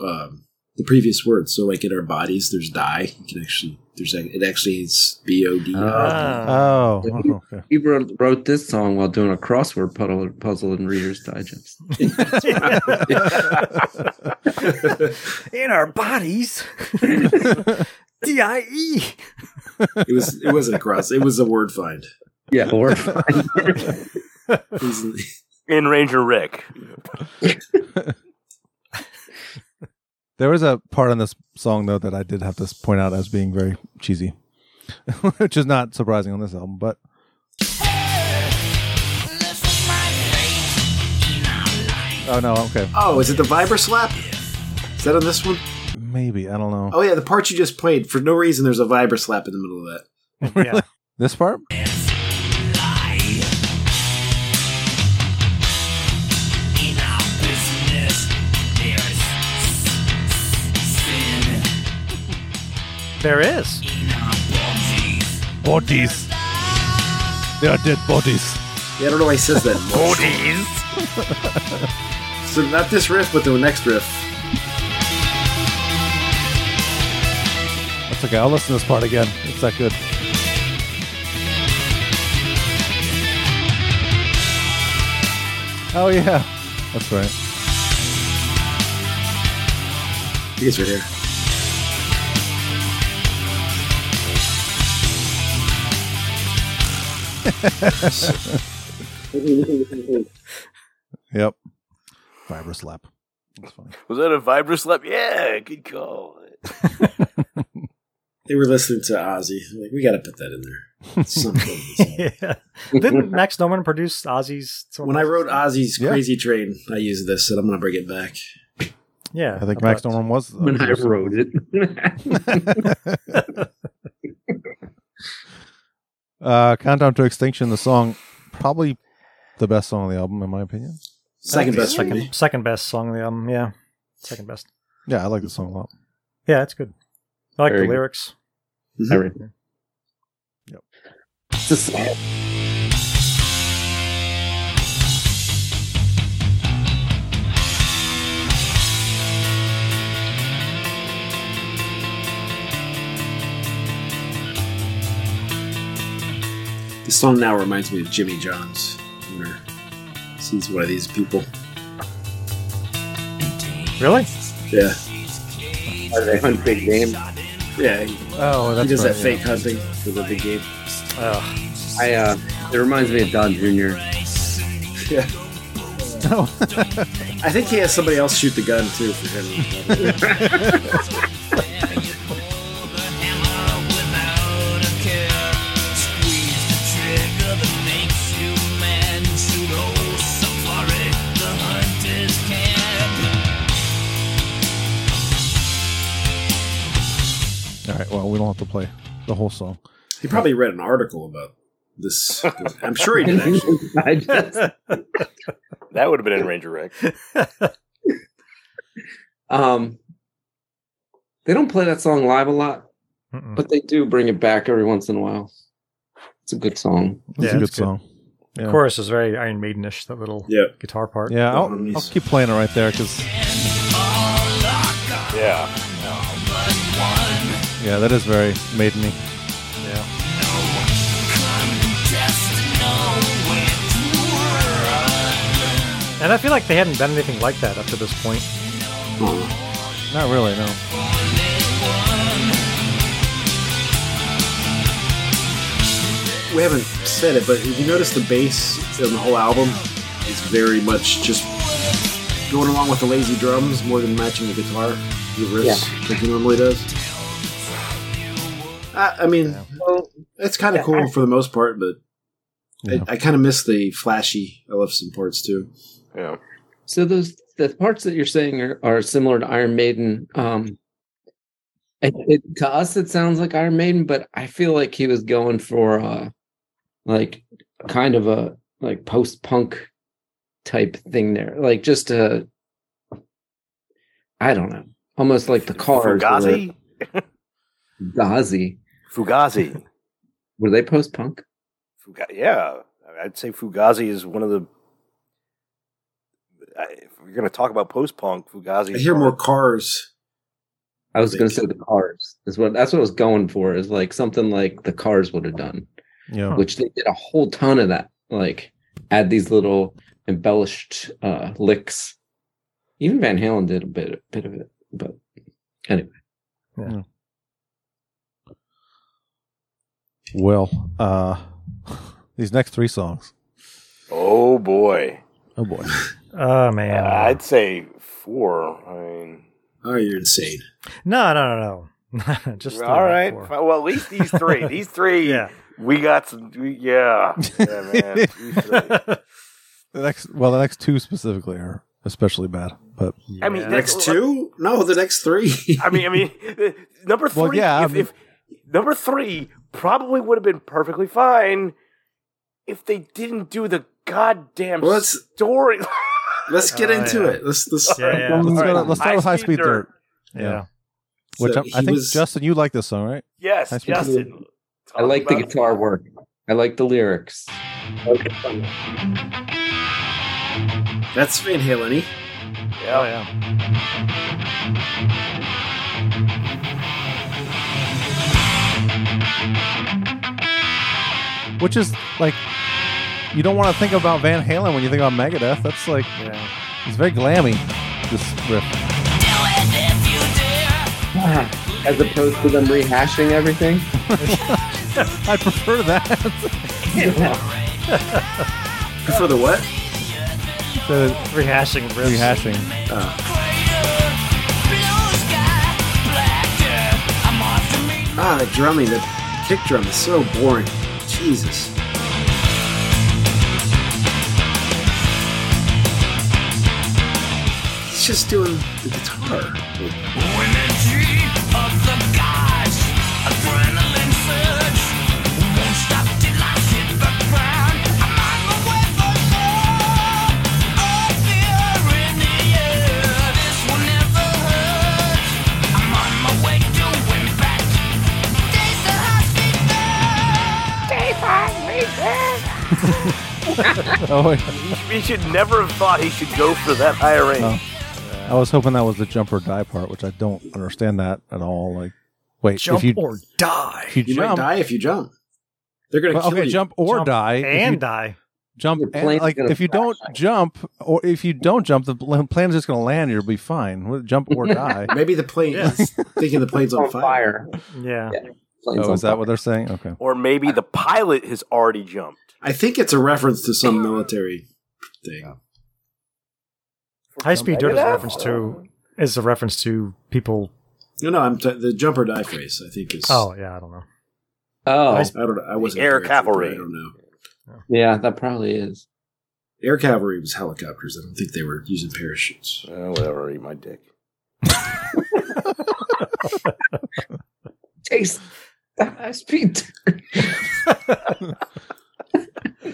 um, the previous word. So like in our bodies, there's die. You can actually there's a- it actually is b o d.
Uh,
Ah.
oh,
(laughs)
oh, okay.
He wrote, wrote this song while doing a crossword puddle, puzzle in Reader's Digest.
In our bodies, (laughs) D I E.
It was it wasn't a cross. It was a word find.
Yeah, or (laughs)
It was-
In Ranger Rick.
There was a part in this song though that I did have to point out as being very cheesy, (laughs) which is not surprising on this album. But oh no, okay,
oh, is it the vibra slap? Is that on this one?
maybe I don't know.
Oh yeah, the part you just played. For no reason, there's a vibra slap in the middle of that.
Yeah,
This part?
there is.
Bodies. They are dead bodies.
Yeah, I don't know why he says that. Bodies. so not this riff, but the next riff.
It's okay. I'll listen to this part again. It's that good. Oh yeah, that's right.
You guys are here.
Yep. Vibra slap. That's funny.
Was that a Vibra slap? Yeah, good call.
They were listening to Ozzy. Like, we got to put that in there.
(laughs)
Something.
yeah. Didn't Max Norman produce Ozzy's?
when I wrote Ozzy's Crazy Train, I used this, and I'm going to bring it back.
Yeah.
I think Max Norman was.
When I wrote it. (laughs)
(laughs) Uh, Countdown to Extinction, the song, probably the best song on the album, in my opinion.
Second best for me.
second, second best song on the album. Yeah, second best.
Yeah, I like the song a lot.
Yeah, it's good. I like
Very
the
good.
lyrics.
I read.
Yep.
It's a slap.
This song now reminds me of Jimmy John's. Where sees one of these people.
Really?
Yeah.
Are they hunt big game?
Yeah.
Oh,
he does
right,
that
yeah.
fake hunting for the big game.
Oh,
I uh, it reminds me of Don Jr.
Yeah.
No.
I think he has somebody else shoot the gun too for
(laughs)
him.
All right. Well, we don't have to play the whole song.
he probably read an article about
(laughs)
this. I'm sure he did actually.
(laughs) I just,
That would have been in Ranger Rick.
um, they don't play that song live a lot,
Mm-mm.
but they do bring it back every once in a while. It's a good song.
It's
Yeah,
a good
it's good.
song. Yeah.
chorus is very Iron Maidenish. That little
Yeah.
guitar part.
Yeah, I'll,
Don't release.
I'll keep playing it right there because
Yeah.
yeah, that is very maideny.
And I feel like they hadn't done anything like that up to this point.
Not really, no.
We haven't said it, but if you notice the bass in the whole album is very much just going along with the lazy drums more than matching the guitar, the riffs like he normally does. I, I mean,
Well,
it's kind of cool for the most part, but
Yeah.
I, I kind of miss the flashy Ellefson parts too.
Yeah.
so those the parts that you're saying are, are similar to Iron Maiden. Um, it, it, to us, it sounds like Iron Maiden, but I feel like he was going for uh, like kind of a like post punk type thing there, like just a I don't know, almost like the cars.
Fugazi?
were- Gazi.
Fugazi.
Were they post punk?
Fuga- yeah, I'd say Fugazi is one of the. I- If we're going to talk about post punk, Fugazi.
I hear more cars.
I was
They
going to say the Cars is what that's what I was going for is like something like the Cars would have done.
Yeah.
which they did a whole ton of that. Like add these little embellished uh licks. Even Van Halen did a bit a bit of it, but anyway.
Well, uh, (laughs) these next three songs.
Oh, boy.
Oh boy.
Oh man.
Uh, I'd say four. I mean.
Oh, you're insane.
no, no, no, no. (laughs) Just
all right. Fi- Well, at least these three. these three.
Yeah.
We got some. We, yeah. Yeah, man. These three.
The next, well, the next two specifically are especially bad. But
I mean,
Yeah.
that's-
Next two? No, the next three. (laughs)
I mean, I mean, (laughs) uh, number three.
Well, yeah, I
if,
mean-
if number three probably would have been perfectly fine if they didn't do the goddamn
Well, let's-
story.
Let's get
Oh,
into
yeah.
it. Let's let's.
Yeah, yeah.
Well, let's,
All
go
right.
to- let's start with High Speed Dirt,
Yeah.
which
So
I, I
he
think
was-
Justin, you like this song, right?
yes,
High Speed
Justin.
I like the
Talk about-
guitar work. I like the lyrics.
That's Van Halen.
Yeah.
Oh, yeah.
which is like you don't want to think about Van Halen when you think about Megadeth. That's like it's very glammy. This riff.
As opposed to them rehashing everything.
I prefer that. (laughs)
Prefer the what?
The
rehashing riffs.
Rehashing.
Ah, the drumming, the kick drum is so boring. Jesus. He's just doing the guitar.
Oh, wait.
He should never have thought he should go for that higher range.
No. I was hoping that was the jump or die part, which I don't understand that at all. Like, wait,
Jump
if you
or die.
if you,
You might
jump,
die if you jump. They're gonna
well,
kill
okay,
you.
jump or die, if
and
you
die.
jump,
Your
and,
plane's
like
gonna
if you
crash.
don't jump or if you don't jump, the pl- plane's just going to land. You'll be fine. Well, Jump or die.
Maybe the plane. He's thinking the plane's
(laughs)
on
on
fire.
fire.
Yeah.
(laughs) Planes
oh,
on
is that
fire.
what they're saying? Okay.
Or maybe the pilot has already jumped.
I think it's a reference to some military thing.
High speed dirt is a
Megadeth?
reference to is a reference to people.
No, no, I'm t- the jump or die phrase. I think is.
Oh yeah, I don't know.
Oh,
I don't. know. I wasn't
air
there at the time,
cavalry.
I don't know.
yeah, that probably is.
Air cavalry was helicopters. I don't think they were using parachutes.
Uh, whatever, eat my dick.
Taste (laughs) the high speed.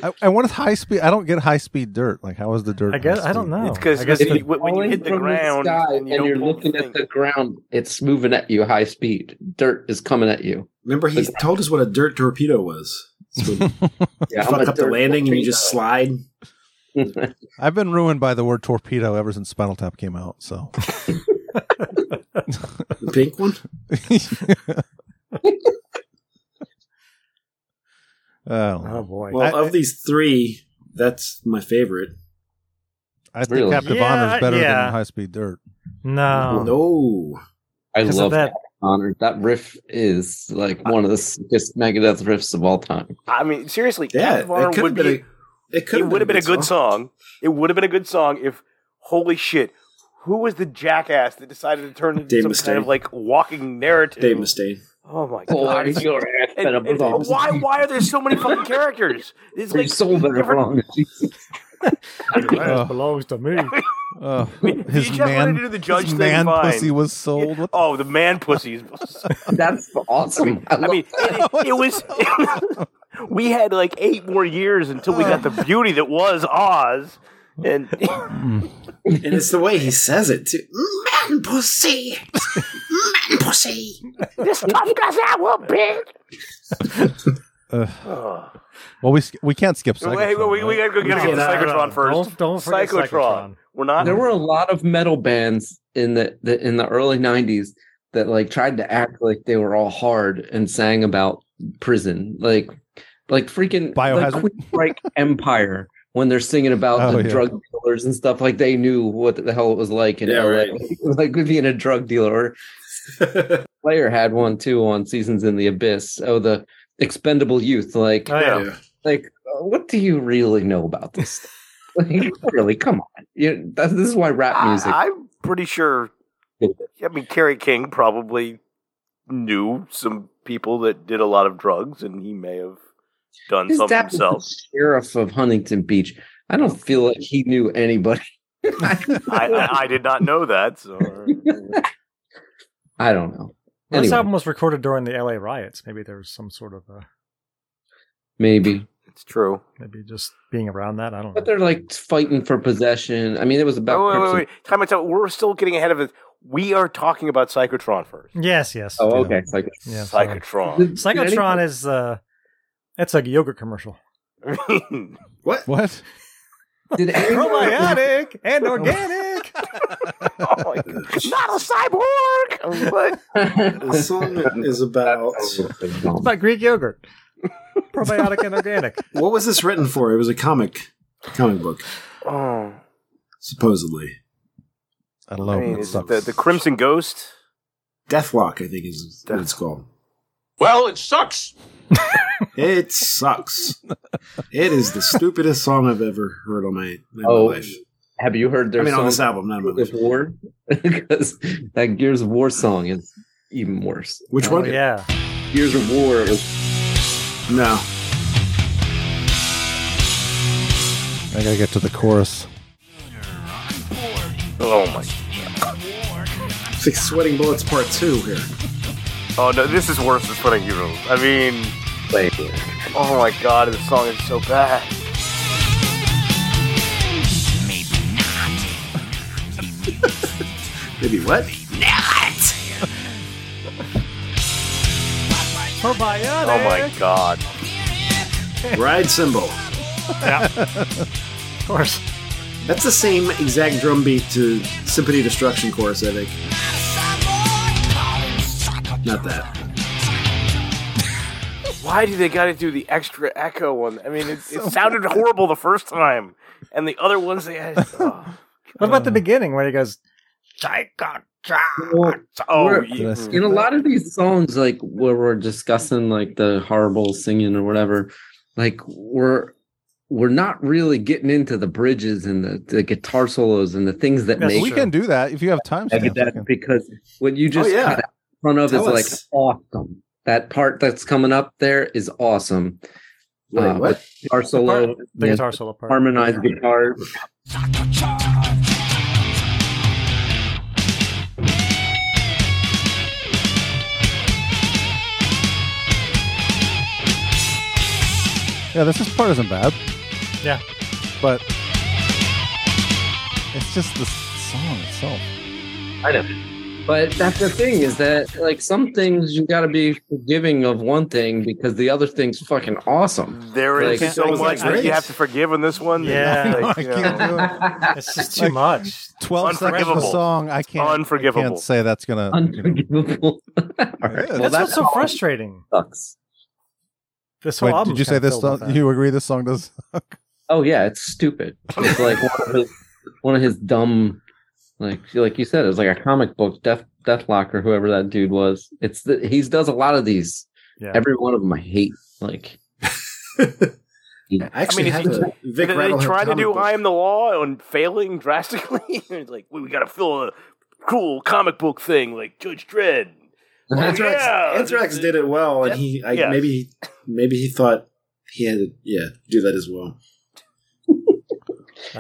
I, I wanted high speed. I don't get high speed dirt. Like, how is the dirt?
I guess
high
I don't
speed?
know.
It's 'cause
I guess
it's
the-
the- when you hit the ground and
and,
you don't
you're
pull the
looking
thing.
at the ground, it's moving at you high speed. Dirt is coming at you.
Remember, he
Like-
told us what a dirt torpedo was.
(laughs)
It's when (laughs) you
Yeah,
fuck up the landing and you just slide.
(laughs)
(laughs)
I've been ruined by the word torpedo ever since Spinal Tap came out. So (laughs)
The pink one.
oh
Oh,
boy.
Well,
I-
of these three, that's my favorite.
I think
Really?
Captive
Yeah,
Honor is better
yeah.
than High Speed Dirt.
no.
No,
I
'Cause of
love
that-
that. Honor. That riff is like one of the sickest Megadeth riffs of
(laughs)
all time.
I mean, seriously,
yeah,
Captain Honor
it could have
would
been.
be.
A, it could
it would have been a good song. It would have been a good song if, holy shit, who was the jackass that decided to turn it into
Dave
some kind
Mustaine.
of like walking narrative?
(laughs) Dave Mustaine.
Oh my
Boy,
god!
(laughs) is your ass
And,
better
and
belong.
why? Why are there so many fucking characters? It's
Your
like
soul better
different-
belong.
Oh.
belongs
(laughs)
to me.
Oh,
mean,
his
you just wanted
man,
to do the judge
his
thing,
man
fine.
pussy was sold. What the
(laughs) Oh, the man pussies.
(laughs)
(laughs)
That's awesome. I,
I mean, it, it, it was. It was we had like eight more years until we got the beauty that was Oz, and (laughs)
And it's the way he says it too. Man pussy, man pussy.
this tough guy's out will be. (sighs)
Ugh. well, we sk- we can't skip. Cyclotron,
Wait, wait, we, we
right?
gotta go get,
No,
get the
no, no,
Cyclotron
no.
first.
Don't- don't forget
Cyclotron.
Cyclotron.
We're not.
there were a lot of metal bands in the, the in the early '90s that like tried to act like they were all hard and sang about prison, like like freaking
Biohazard?
like Strike Empire when they're singing about
Oh,
the
yeah.
drug dealers and stuff. Like they knew what the hell it was like in
Yeah,
LA, (laughs) like
right.
being a drug dealer.
(laughs)
Or Slayer had one too on Seasons in the Abyss. Oh, the Expendable Youth, like
Oh, yeah.
Yeah.
like uh, what do you really know about this stuff? (laughs) like really come on you that, this is why rap music
I, am pretty sure. I mean, Kerry King probably knew some people that did a lot of drugs, and he may have done
his
some
dad was
himself.
the sheriff of huntington beach i don't feel like he knew anybody (laughs)
I, I, I did not know that. So
I don't know
This
anyway,
album was recorded during the LA riots. Maybe there was some sort of uh,
maybe
it's true.
maybe just being around that. I don't
but
know.
they're like fighting for possession i mean it was about
Oh, wait, wait,
Crips
wait. Time out. time out. We're still getting ahead of it. We are talking about Psychotron first.
Yes, yes.
and- oh
Yeah.
okay it's like
Yeah, sorry.
Psychotron. (laughs)
Psychotron is uh, that's like a yogurt commercial.
I mean,
What?
What?
(laughs)
did anyone,
Probiotic
(laughs)
and organic.
oh my God. not a cyborg, but
(laughs)
The song is about
(laughs)
It's like Greek yogurt. probiotic
(laughs)
and organic.
What was this written for? It was a comic, comic book,
Oh,
supposedly.
I
I
love
mean, is it the, the Crimson Ghost?
Deathlock, I think is what it's called.
Well, it sucks.
(laughs) It sucks. it is the stupidest song I've ever heard on my, in my
Oh,
life.
Have you heard their
I mean,
song
on this album, not on my
Gears
life.
of War? (laughs) because that Gears of War song is even worse.
Which
Oh,
one?
one?
Yeah.
Gears of War. It was
no.
I gotta get to the chorus.
Oh my!
It's like Sweating Bullets Part Two here.
Oh no, this is worse than Sweating Heroes. I mean, oh my god, this song is so bad.
Maybe
(laughs)
what?
Probiotic.
Oh my god!
Ride cymbal.
Yeah. of course.
That's the same exact drum beat to Symphony Destruction chorus, I think. Not that.
Why do they got to do the extra echo on? I mean, it, it sounded horrible the first time, and the other ones they had. Oh,
What about the beginning where he goes,
Psycho-
Well,
Oh,
we're-
you- Did I skip
in a lot of these songs, like where we're discussing like the horrible singing or whatever, like we're we're not really getting into the bridges and the, the guitar solos and the things that make
we can do that if you have time.
I get that because what you just
Oh, yeah.
cut out in front of is
Tell us.
like awesome. That part that's coming up there is awesome.
Wait,
Uh,
what?
with Guitar solo,
part- the
yeah,
guitar solo part.
harmonized guitar.
Yeah, this is part isn't bad,
yeah.
but it's just the song itself.
I know. But that's the thing is that like some things you got to be forgiving of one thing because the other thing's fucking awesome.
mm, There is
Like,
so
that was
much
like
that you
great.
have to forgive on this one.
Yeah.
(laughs) Oh
(laughs) (laughs) Like, you know,
It's just too much.
Twelve seconds of a
Unforgivable.
song, I can't. I
Unforgivable.
can't say that's gonna.
Unforgivable. (laughs) All right. Well,
that's,
that
what's so frustrating.
sucks.
This whole
Wait,
album.
did you say this? Song, you agree this song does?
Oh yeah, it's stupid. It's like one of his one of his dumb like like you said, it's like a comic book Death Deathlock or whoever that dude was. It's the, he does a lot of these.
Yeah.
Every one of them I hate. Like
I
I mean,
actually
if
have
you-
the Vic
Did they
Rattlehead
try to
comic
do
book.
I Am the Law and failing drastically? (laughs) It's like, we got to fill a cool comic book thing like Judge Dredd.
Anthrax,
Yeah.
Anthrax did it well, and he I,
Yeah.
maybe maybe he thought he had to yeah do that as well.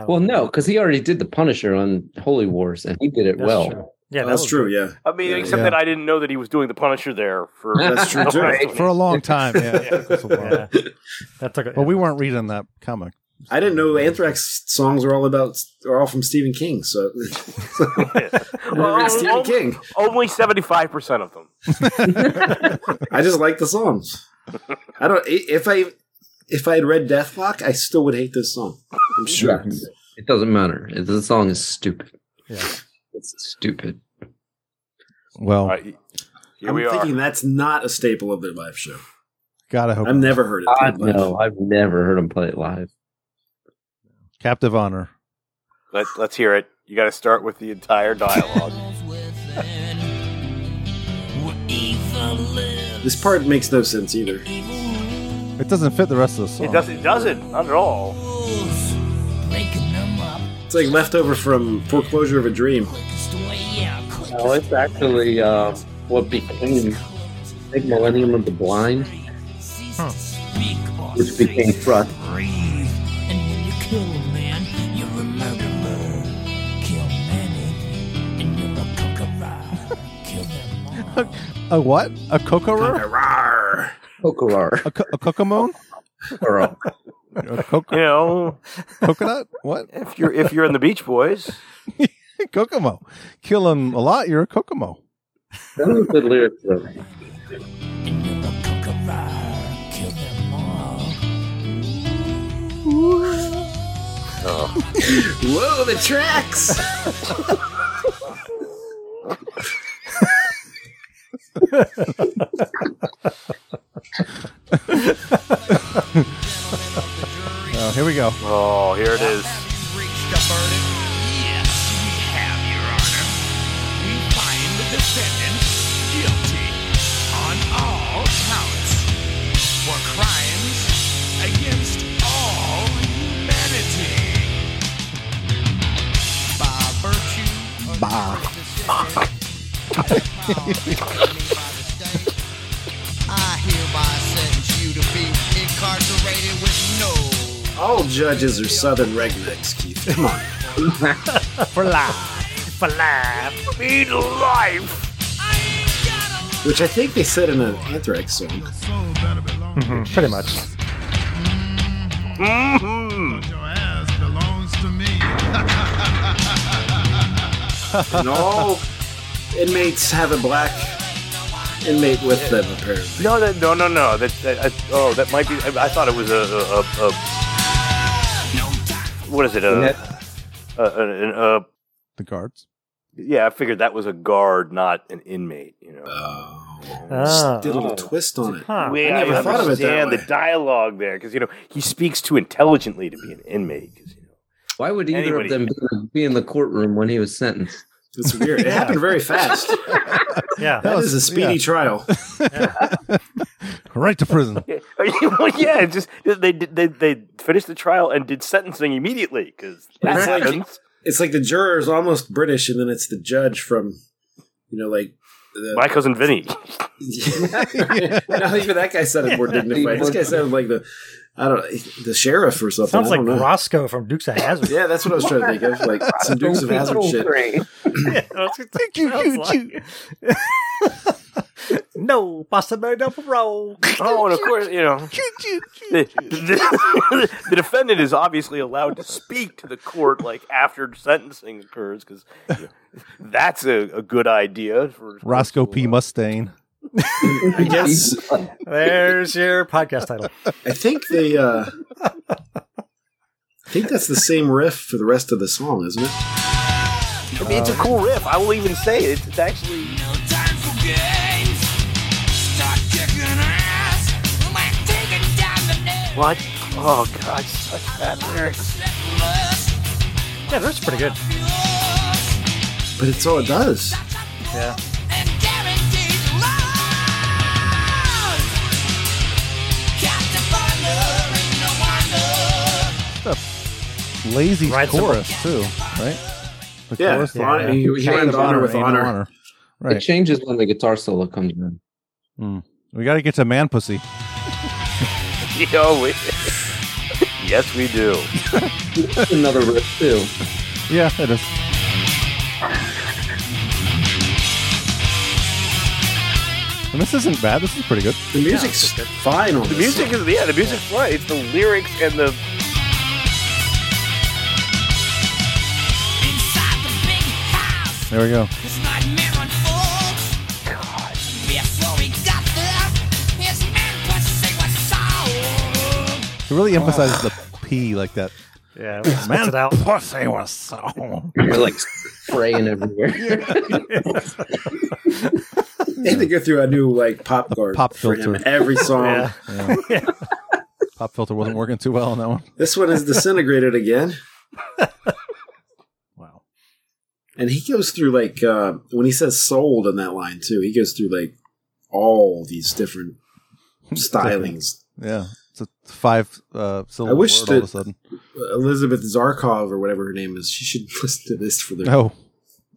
well no, because he already did the Punisher on Holy Wars and he did it
That's
well.
true. Yeah, that
That's
was-
true. Yeah,
I mean, except
Yeah.
that I didn't know that he was doing the Punisher there for.
That's true,
(laughs)
too. Right.
For a long time,
(laughs)
yeah. it took us a while.
Yeah. (laughs) That took a,
Well, we weren't reading that comic.
I didn't know Anthrax songs were all about are all from Stephen King. So (laughs)
Well,
Read Stephen
only-
King.
Oh, Only seventy-five percent of them.
I just like the songs. I don't i- if I if I had read Deathlock, I still would hate this song. I'm sure.
Yes. It doesn't matter. It- The song is stupid.
Yeah.
It's stupid.
Well, Oh.
All right, here
I'm
we are.
thinking that's not a staple of their live show.
gotta hope.
I've never heard it.
God,
played live.
no, I've never heard him play it live.
Captive Honor.
Let, let's hear it. You got to start with the entire dialogue.
This part makes no sense either.
It doesn't fit the rest of the song.
it doesn't. It doesn't. Not at all.
It's like leftover from Foreclosure of a Dream.
No, it's actually uh, what became I think Millennium of the Blind, which became Trust.
A what? A kokoro?
Rawr.
Kokorar.
A, co- a kokomon?
Kokorar.
A
(laughs)
co-
You know,
coconut? What? (laughs)
if you're if you're in the Beach Boys,
Kokomo. Kill him a lot, you're a Kokomo.
(laughs) That was good lyrics though.
Whoa, the tracks!
Oh, here we go.
Oh, here it is.
reached a verdict? Yes, we have, Your Honor. We find the defendant guilty on all counts for crimes against all humanity. By virtue of
Bah.
I hereby sentence you to be incarcerated with no
All judges are Southern rednecks, Keith. Come on.
For life. (laughs) For life.
Be life.
Which I think they said in an Anthrax song.
Hmm,
Mhm, Pretty much.
Mm-hmm. and all inmates have a black inmate with them, apparently.
No, that, no, no, no. That, that I, oh, that might be. I, I thought it was a, a, a, a what is it? A, a, a, an- a-
The guards.
yeah, I figured that was a guard, not an inmate. You know,
Ah. Just did a little twist on it. Huh.
Way
Uh, I never thought of it that
understand
way.
the dialogue there because you know he speaks too intelligently to be an inmate. 'cause, you know,
Why would either
Anybody-
of them be- be in the courtroom when he was sentenced?
It's weird. It happened very fast.
Yeah,
that was a speedy trial.
Right to
(laughs)
prison.
(laughs) well, yeah, it just they they they finished the trial and did sentencing immediately because that
It's like-
happens.
It's like the juror's almost British, and then it's the judge from, you know, like. (laughs) The,
My cousin Vinny.
no, even that guy sounded more dignified. This guy sounded like the, I don't know, the sheriff or something.
Sounds
I
like
don't know.
Roscoe from Dukes of Hazzard.
Yeah, that's what I was trying to think of. Like some Dukes of Hazard shit.
(laughs) (laughs) no, possibly no (laughs) parole.
(laughs) Oh, and of course, you know, (laughs) the, the- the defendant is obviously allowed to speak to the court like after sentencing occurs because that's a, a good idea. For,
Roscoe P. Mustaine.
I guess.
There's your podcast title.
I think they. Uh, I think that's the same riff for the rest of the song, isn't it?
I mean, it's a cool riff. I will even say it. It's actually what? Oh God, (laughs) such bad lyrics.
Yeah, that's pretty good.
But it's all it does.
Yeah.
Lazy
Right, so-
chorus, too, right? The
Yeah,
chorus
yeah.
line.
You- you
Ain't
end honor with
ain't
honor.
It
Right.
changes when the guitar solo comes in.
Mm. We got to get to Man Pussy.
Yo, we, (laughs) yes, we do.
Another riff too.
Yeah, it is. And this isn't bad. This is pretty good.
The music's fine on
The
this
music
song.
is yeah, the music's right. It's the lyrics and the
There we go. It really emphasizes the P like that.
Yeah, it (laughs) spits it out.
Pussy was so.
You're like spraying everywhere.
They had to go through a new like pop guard,
pop
for him
filter.
every song.
(laughs) Yeah.
Yeah. (laughs) Pop filter wasn't working too well on that one.
This one is disintegrated again.
Wow.
And he goes through like uh, when he says "sold" in that line too. He goes through like all these different stylings.
Yeah. It's a five uh, syllable
I wish
word
that
all of a sudden.
Elizabeth Zarkov or whatever her name is, she should (laughs) listen to this for the
No, Oh.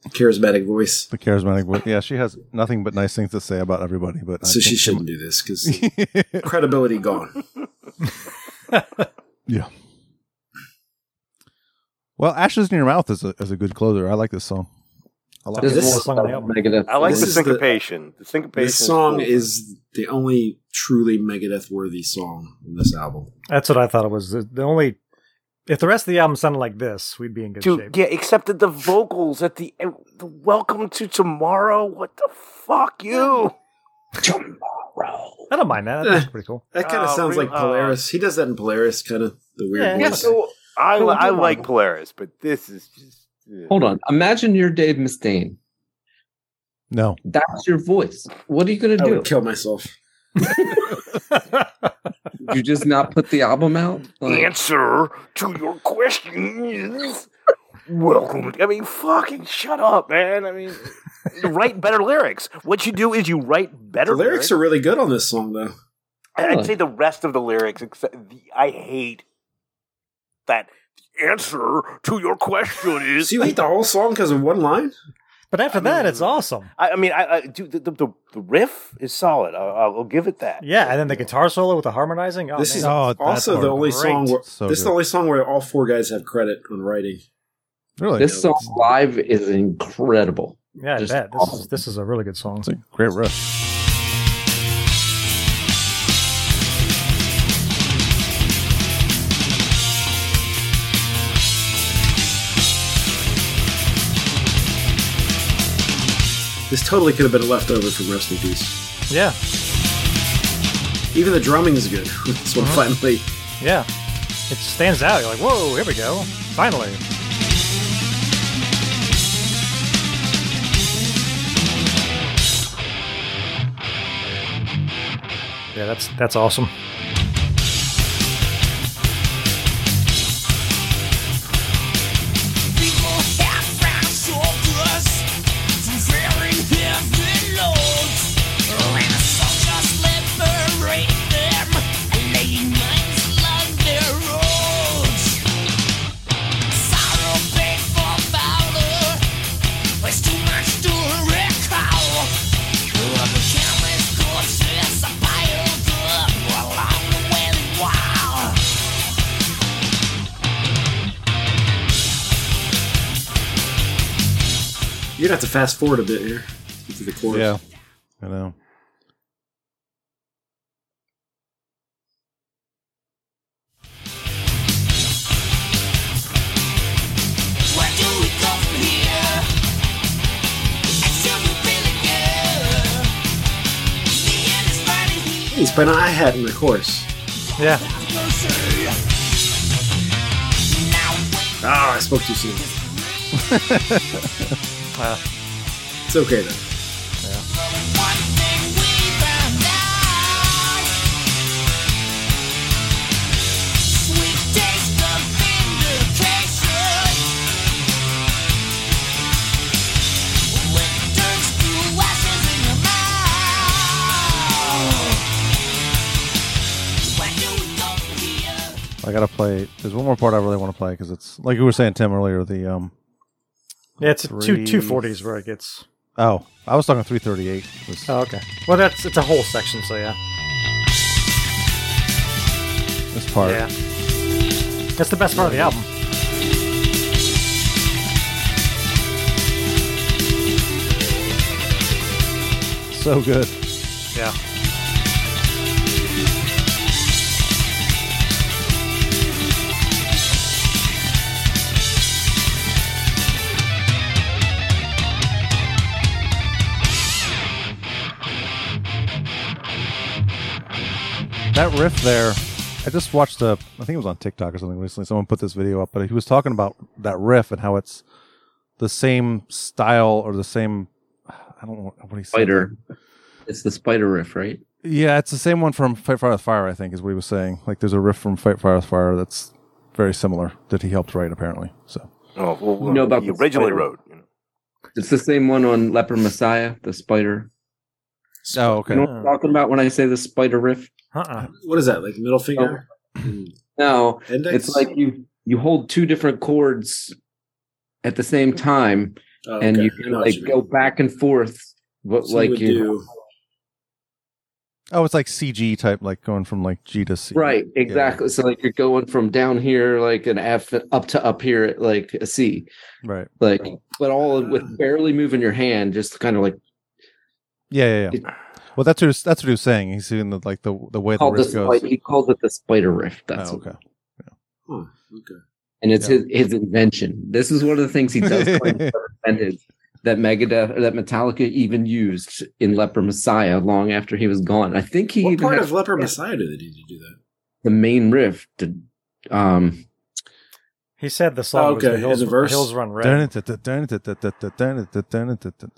charismatic voice.
the charismatic. wo- Yeah, she has nothing but nice things to say about everybody. But I
so she
think
shouldn't do
(laughs)
this because credibility gone.
Yeah. Well, ashes in your mouth is a is a good closer. I like this song. I like
This
it.
This-
is
song on the album.
Megadeth.
I like
This
the
is the-
syncopation. The, syncopation.
This song
cool.
is the only truly Megadeth worthy song in this album.
That's what I thought it was. The the only if the rest of the album sounded like this, we'd be in good shape.
Dude, yeah, except that the vocals at the end, the welcome to tomorrow. What the fuck, you?
I don't mind that. That's pretty cool.
(sighs) That kind of
Oh,
sounds
real-
like Polaris. he does that in Polaris, kind of the weird
Uh, Yeah,
voice.
So I,
Cool,
I
cool.
like Polaris, but this is just. yeah.
Hold on. Imagine you're Dave Mustaine.
no.
That's your voice. What are you gonna
I
do?
would kill myself.
you just not put the album out? Like,
Answer to your questions. Welcome. I mean, fucking shut up, man. I mean, write better lyrics. What you do is you write better
The lyrics are really good on this song, though.
I- I'd say the rest of the lyrics, except the, I hate that answer to your question is.
So you hate the whole song because of one line?
But after that, it's awesome.
I, I mean, I, I dude, the, the, the the riff is solid. I, I'll give it that.
Yeah, and then the guitar solo with the harmonizing. Oh,
this is
man.
also the only
Great.
song. Where,
So
this is the
good.
only song where all four guys have credit on writing.
Really?
this song live is incredible.
Yeah, I
Just
bet. This is, this is a really good song.
Great riff.
This totally could have been a leftover from Rest in Peace.
Yeah,
Even the drumming is good. (laughs) this one
Mhm.
finally.
yeah. It stands out. You're like, whoa, here we go. Finally. Yeah, that's that's awesome.
People have brown shoulders from wearing heavy loads. When the soldiers liberate them, laying mines along their roads. Sorrow paid for valor was too much to recall. The countless corpses are piled up along the wailing wall.
You'd have to fast forward a bit here to get to the chorus.
Yeah, I know.
Where do we go from here? I still feel feeling good. The end is right here.
He's playing an I hat in the chorus.
Yeah.
Mercy.
Ah, I spoke too soon.
Uh,
It's okay though.
One thing we found out. Sweet taste of vindication. When it turns to ashes in your mouth. Where do we go from here?
I gotta play. There's one more part I really want to play because it's like you were saying, Tim earlier. The um,
yeah, it's a two
Three-
two forties where it gets.
oh, I was talking 338. Was,
Oh, okay. Well, that's it's a whole section, so yeah.
This part.
Yeah. That's the best part of the album.
So good.
Yeah.
That riff there, I just watched a, I think it was on TikTok or something recently. Someone put this video up, but he was talking about that riff and how it's the same style or the same, I don't know what he said.
Spider. It's the spider riff, right?
Yeah, it's the same one from Fight Fire with Fire, I think, is what he was saying. Like there's a riff from Fight Fire with Fire that's very similar that he helped write, apparently. So,
Oh, well,
You know about
he
the
originally
spider.
wrote. you know.
It's the same one on Leper Messiah, the spider.
oh, okay.
You know what I'm talking about when I say the spider riff?
Uh-uh.
What is that? Like middle finger?
No,
Index?
Oh, it's like you you hold two different chords at the same time,
Oh,
and
okay.
you
I
can
know what
E, like
you mean.
go back and forth. What
So you
like
would
you,
do-
Oh, it's like CG type, like going from like G to C.
right?
Yeah.
Exactly. So like you're going from down here like an F up to up here at, like a C,
Right.
like but all with barely moving your hand, just kind of like
Yeah, yeah, yeah. Well, that's what he was- that's what he was saying. He's doing the like the the way the
called
riff
this
goes.
like, he calls it the spider riff. That's
oh,
what-
okay.
Hmm, okay.
and it's
Yeah.
his, his invention. This is one of the things he does claim
(laughs)
he invented that Megadeth or that Metallica even used in Leper Messiah long after he was gone. I think he
What
even
part
had
of Leper Messiah did they need to do that?
the main riff. To, um,
He said the song
Okay,
was the hills,
as a verse?
hills run red.
Dun-dun-dun-dun-dun-dun-dun-dun-dun-dun-dun.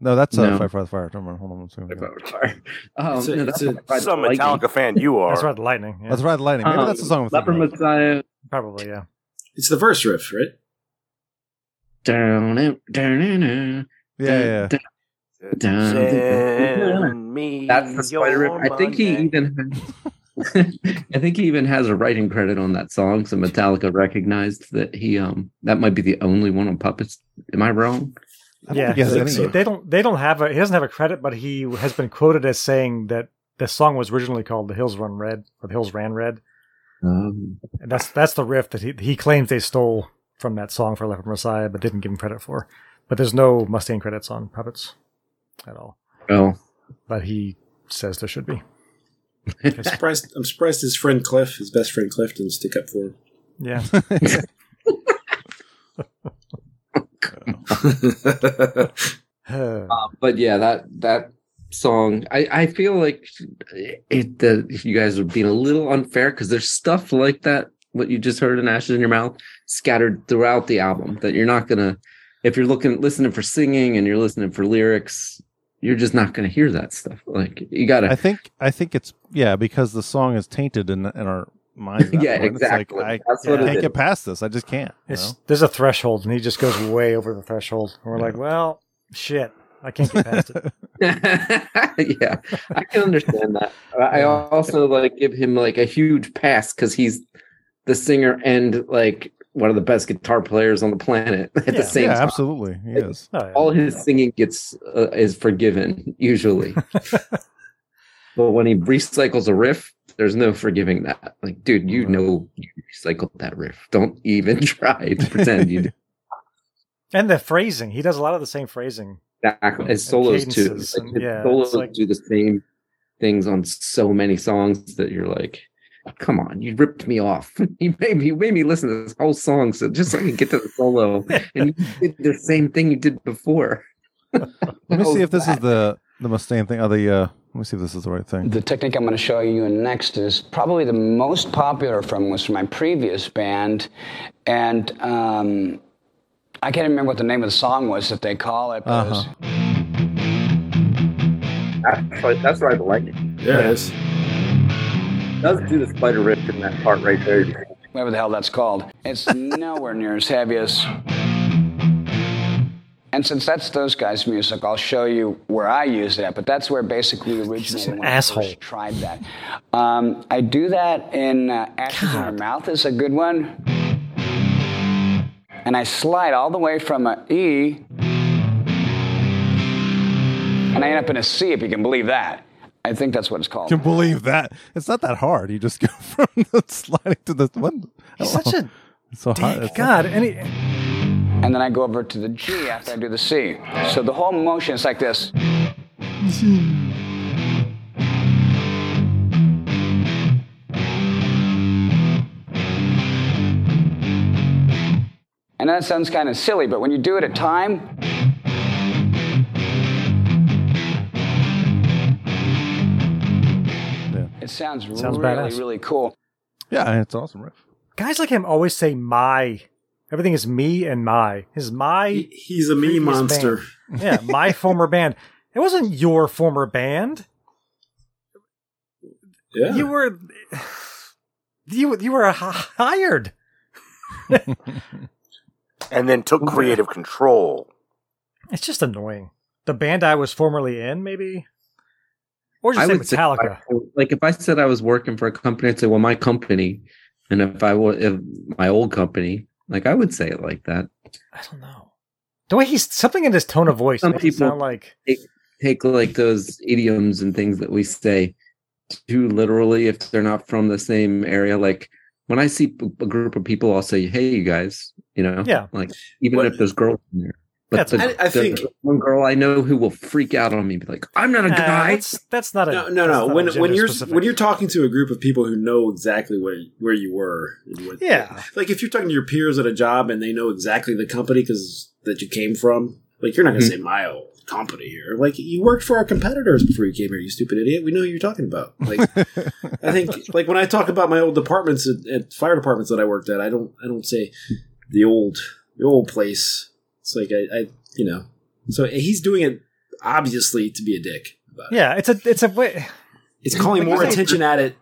No, that's uh,
No.
Fight for the Fire. Don't remember. Hold on one second.
(laughs) Um,
It's a-
no,
it's
that's
a-
Fight for the
some
Lightning.
Metallica fan you are.
That's right, the lightning. Yeah.
That's right, lightning. Maybe
Um,
that's the song. I'm
Leper
thinking of.
Messiah.
Probably, yeah.
It's the verse riff, right?
Down, it, down, it, down,
Yeah, yeah.
down, down, down.
Send me
That's the spider
your
riff. I think he
money.
even. (laughs) I think he even has a writing credit on that song. So Metallica recognized that he um that might be the only one on puppets. Am I wrong?
Yeah,
think he has
they-
any.
they- they don't. They don't have a. He doesn't have a credit, but he has been quoted as saying that the song was originally called "The Hills Run Red" or "The Hills Ran Red,"
Um,
and that's that's the riff that he he claims they stole from that song for "Leopard Messiah," but didn't give him credit for. But there's no Mustang credits on puppets at all.
oh,
But he says there should be.
I'm surprised. I'm surprised his friend Cliff, his best friend Cliff, didn't stick up for him.
(laughs) Yeah. Uh,
but yeah, that that song, I I feel like it. The, you guys are being a little unfair because there's stuff like that. What you just heard in ashes in your mouth, scattered throughout the album. That you're not gonna, if you're looking listening for singing and you're listening for lyrics, you're just not gonna hear that stuff. Like you gotta.
I think. I think it's yeah because the song is tainted in in our minds. at that
Yeah,
point. It's like,
exactly.
I
That's what
it
can't
is.
get past this. I just can't. you
it's,
know?
There's a threshold, and he just goes way over the threshold. And we're like, well, shit, I can't get past it.
(laughs) yeah, I can understand that. I I also like give him like a huge pass because he's the singer and like one of the best guitar players on the planet (laughs) at
Yeah.
the same
yeah,
time.
absolutely. He is.
Oh, yeah.
All his singing gets uh, is forgiven
(laughs)
usually, but when he recycles a riff, there's no forgiving that. Like, dude,
Mm-hmm.
you know you recycled that riff. Don't even (laughs) try to pretend you did.
And the phrasing, he does a lot of the same phrasing.
Exactly. His solos too.
cadences
Like,
and-
his
yeah,
solos
it's like-
do the same things on so many songs that you're like, come on, you ripped me off. (laughs) You made me, you made me listen to this whole song so just so I can get to the
(laughs)
solo. and you did the same thing you did before.
Let me see if this is the the Mustang thing. Or the uh, let me see if this is the right thing.
The technique I'm going to show you next is probably the most popular from was from my previous band, and um, I can't remember what the name of the song was that they call it. But it was-
That's like that's right, the lightning.
Yeah, it is.
Does do the spider riff in that part right there.
whatever the hell that's called. It's nowhere near as heavy as. And since that's those guys' music, I'll show you where I use that. But that's where basically originated when I
asshole.
first tried that. Um, I do that in uh, Ashes in Our Mouth is a good one. And I slide all the way from a E, and I end up in a C, if you can believe that. I think that's what it's called.
Can believe that it's not that hard. You just go from the sliding to the one. I
He's
don't
such
know.
a
It's so hard.
dick.
Oh. (laughs) It's-
God, and he,
And then I go over to the G after I do the C. So the whole motion is like this. I know that sounds kind of silly, but when you do it at time, it sounds,
Sounds
really,
badass.
really cool.
Yeah, it's awesome riff.
guys like him always say my. Everything is me and my. His my.
He's a me
previous
monster.
band. Yeah,
(laughs)
my former band. It wasn't your former band.
Yeah.
You were. (sighs) You you were h- hired.
and then took creative control.
It's just annoying. The band I was formerly in, maybe, or just
I
say
would say
Metallica.
like if I said I was working for a company, I'd say, "Well, my company," and if I were if my old company, like I would say it like that.
I don't know. The way he's something in his tone of voice
Some
makes it
people-
sound
(laughs)
like
Take, take like those idioms and things that we say too literally if they're not from the same area. Like when I see p- a group of people, I'll say, "Hey, you guys," you know,
Yeah.
Like even if there's girls in there, but
That's-
the-
I- I
the
think-
one girl I know who will freak out on me, be like, "I'm not a
"Ah,
guy."
that's that's not a
No, no,
that's
no.
not a
When when
gender
you're
specific.
when you're talking to a group of people who know exactly where where you were, and what-
yeah
Like if you're talking to your peers at a job and they know exactly the company because that you came from, like you're not
Mm-hmm.
going to say my old company here. Like you worked for our competitors before you came here, you stupid idiot. We know who you're talking about.
(laughs)
Like I think like when I talk about my old departments at, at fire departments that I worked at, I don't I don't say the old the old place. It's like I, I you know. So he's doing it obviously to be a dick. About
Yeah, it's a it's a way.
It's calling
Like
more
you say-
attention at it.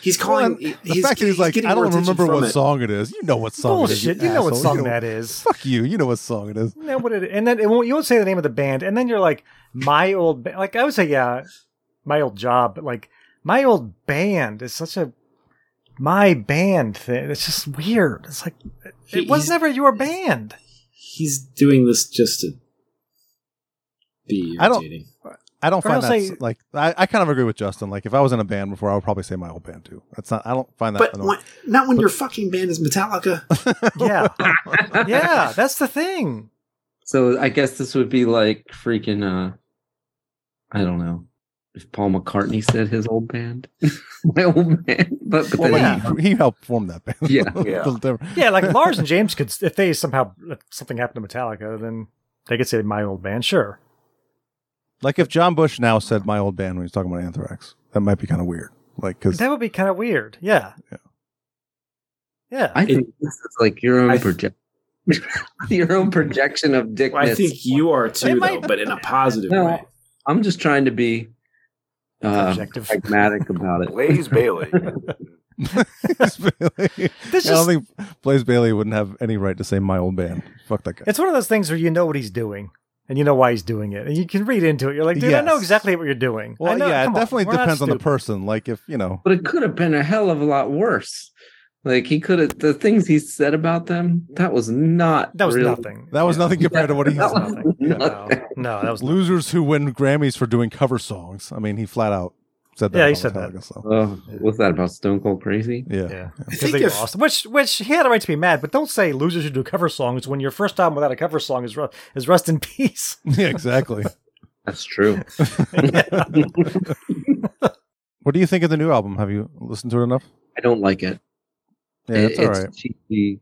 He's calling.
Well, and the
he's,
fact that he's, like,
getting
I
more
don't
attention
remember
from
what
it.
song it is. You know what song it
Bullshit.
is.
You know what
asshole.
song
know-
that is.
Fuck you. You know what song it is.
No, what it and then it won't, you won't say the name of the band, and then you're like my old ba-" like I would say yeah, my old job, but like my old band is such a my band thing. It's just weird. It's like it
He-
was
he's-
never your band.
He's doing this just to be
I don't-
irritating.
I don't
Or I'll
find that
say-
like I, I kind of agree with Justin. Like if I was in a band before, I would probably say my old band too. That's not. I don't find that.
but
annoying.
when, not when your fucking band is Metallica. (laughs)
Yeah, yeah, that's the thing.
So I guess this would be like freaking uh I don't know. If Paul McCartney said his old band. (laughs) My old band. But, but
Well,
then
but he, he helped form that band. (laughs)
Yeah.
It was different.
Yeah, like Lars and James could if they somehow if something happened to Metallica, then they could say my old band. Sure,
Like if John Bush now said my old band when he's talking about Anthrax, that might be kind of weird. Like because
that would be kind of weird. Yeah, yeah.
I think this is like your
I
own
th-
projection. (laughs) your own projection of dickness.
Well, I think you are too,
It might-
though, but in a
(laughs)
positive
No,
way.
I'm just trying to be uh,
Objective.
pragmatic
(laughs)
about it. (laughs)
Blaze Bailey.
(laughs)
(laughs)
Bailey,
This
I don't
just-
think Blaze Bailey wouldn't have any right to say my old band. Fuck that guy.
(laughs) It's one of those things where you know what he's doing and you know why he's doing it, and you can read into it. You're like, dude, I know
Yes.
exactly what you're doing. I
well,
know-
yeah, it
come on,
definitely
we're not
depends on the
stupid.
person. Like if you know,
But it could have been a hell of a lot worse. Like he could have the things he said about them. That was not.
That was
really-
nothing.
that was nothing compared to
(laughs)
what he
That
has.
was
nothing.
nothing.
No, no, that was
Losers who win Grammys for doing cover songs. I mean, he flat out said that.
Yeah, he
about
said that.
Metallica, so,
Oh, what's that about Stone Cold Crazy?
yeah.
yeah, because
think
they
if-
lost. Which, which he had a right to be mad, but don't say losers who do cover songs when your first album without a cover song is ru- is rest in (laughs) peace.
(laughs) yeah, exactly.
That's true.
What do you think of the new album? Have you listened to it enough?
I don't like it.
Yeah, it's
It-
all right.
cheesy.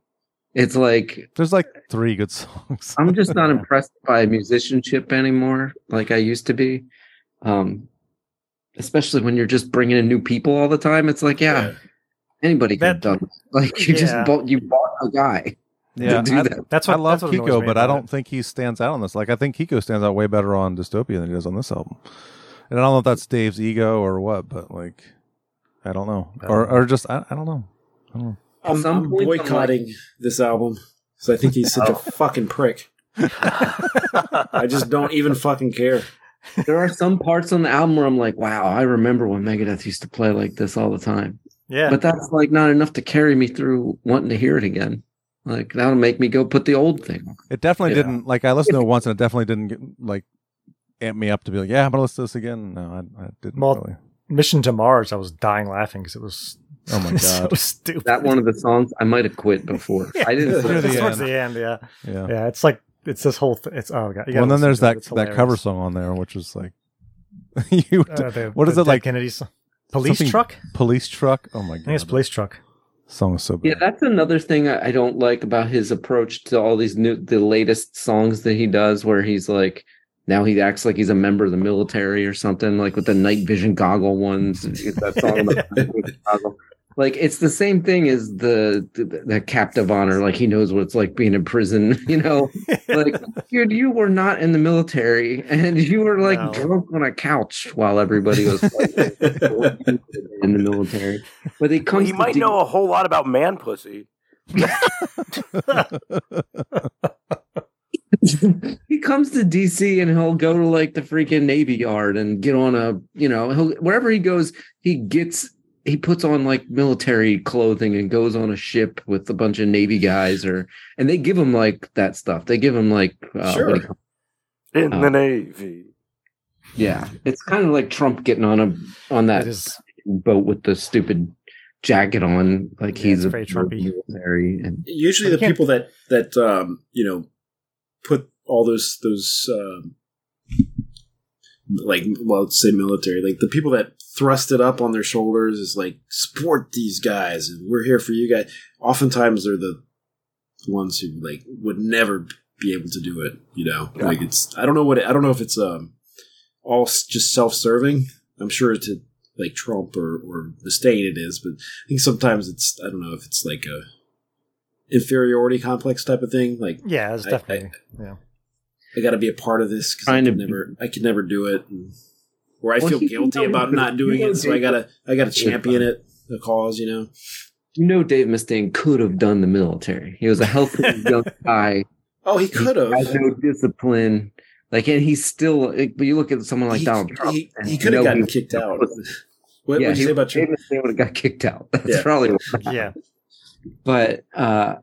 It's like
There's like three good songs.
I'm just not impressed by musicianship anymore, like I used to be. Um, especially when you're just bringing in new people all the time. It's like, yeah, anybody could have
That-
done. it. (laughs) Like you
Yeah.
just bought you bought a guy
(laughs) yeah,
to do
I,
that.
That's what
I love
that's what annoys
Kiko,
me
but I
about
don't think he stands out on this. Like I think Kiko stands out way better on Dystopia than he does on this album. And I don't know if that's Dave's ego or what, but like I don't know,
I don't
or
know.
or just I, I don't know. I don't know.
I'm,
some
I'm
point, I'm like-
boycotting this album because I think he's such
(laughs)
a
Oh.
fucking prick. I just don't even fucking care.
There are some parts on the album where I'm like, wow, I remember when Megadeth used to play like this all the time.
Yeah,
But that's like not enough to carry me through wanting to hear it again. Like that'll make me go put the old thing. on.
It definitely
Yeah.
didn't. Like I listened to it once, and it definitely didn't get, like amp me up to be like, yeah, I'm gonna listen to this again. No, I, I didn't
Well-
really.
Mission to Mars. I was dying laughing because it was
Oh my
(laughs) so
God.
stupid. (laughs)
That one of the songs I might have quit before. I didn't.
Near the
towards
end.
the end. Yeah,
Yeah.
yeah. It's like it's this whole. Th- it's oh god. you
well,
gotta
and then there's
listen to it.
that
It's
that cover
hilarious.
song on there, which is like, (laughs) you
Uh, the-
what is
the
it
Dead
like?
Kennedys police
something-
truck?
Police truck. Oh my
I think
god,
it's police truck.
song is so bad.
Yeah, that's another thing I I don't like about his approach to all these new, the latest songs that he does, where he's like, now he acts like he's a member of the military or something, like with the night vision goggle ones. It's that song about the night vision goggle. Like it's the same thing as the, the the captive honor. Like he knows what it's like being in prison. (laughs) You know, like dude, you were not in the military, and you were like
No.
drunk on a couch while everybody was like, (laughs) in the military. But he comes.
he
to
might
do-
know a whole lot about man pussy.
he comes to DC and he'll go to like the freaking Navy Yard and get on a, you know, he'll, wherever he goes, he gets, he puts on like military clothing and goes on a ship with a bunch of Navy guys or, and they give him like that stuff. They give him like, uh, what do you
Sure.
call-
In
Oh.
the Navy.
yeah, it's kind of like Trump getting on a,
Uh,
on that
It is.
boat with the stupid jacket on, like
Yeah,
he's
it's
a
very Trumpy.
military and
Usually,
But you
the
can't-
people that that um, you know put all those those um, like well, let's say military, like the people that thrust it up on their shoulders is like support these guys, and we're here for you guys. Oftentimes, they're the ones who like would never be able to do it. You know,
Yeah.
like it's I don't know what it, I don't know if it's um all s- just self serving. I'm sure to like Trump or or Mustaine it is, but I think sometimes it's I don't know if it's like a inferiority complex type of thing. Like
Yeah, it's
I-
definitely. yeah.
I got to be a part of this because I could never, I could never do it, and, or I
Well,
feel
you
guilty
know
about
you-
not doing
you know
it. So I
Dave-
gotta, I gotta champion it, the cause, you know.
You know, Dave Mustaine could have done the military. He was
(laughs)
a healthy young guy.
Oh, he could have.
Had no discipline. Like, and he's still. Like, but you look at someone like
He-
Donald Trump.
he-
and
he
you
could have
know
gotten
he-
kicked out. What
yeah,
would you
he-
say about
Dave
Trump?
Mustaine would have got kicked out. (laughs) That's
Yeah.
probably what
(laughs)
happened.
Yeah.
But uh,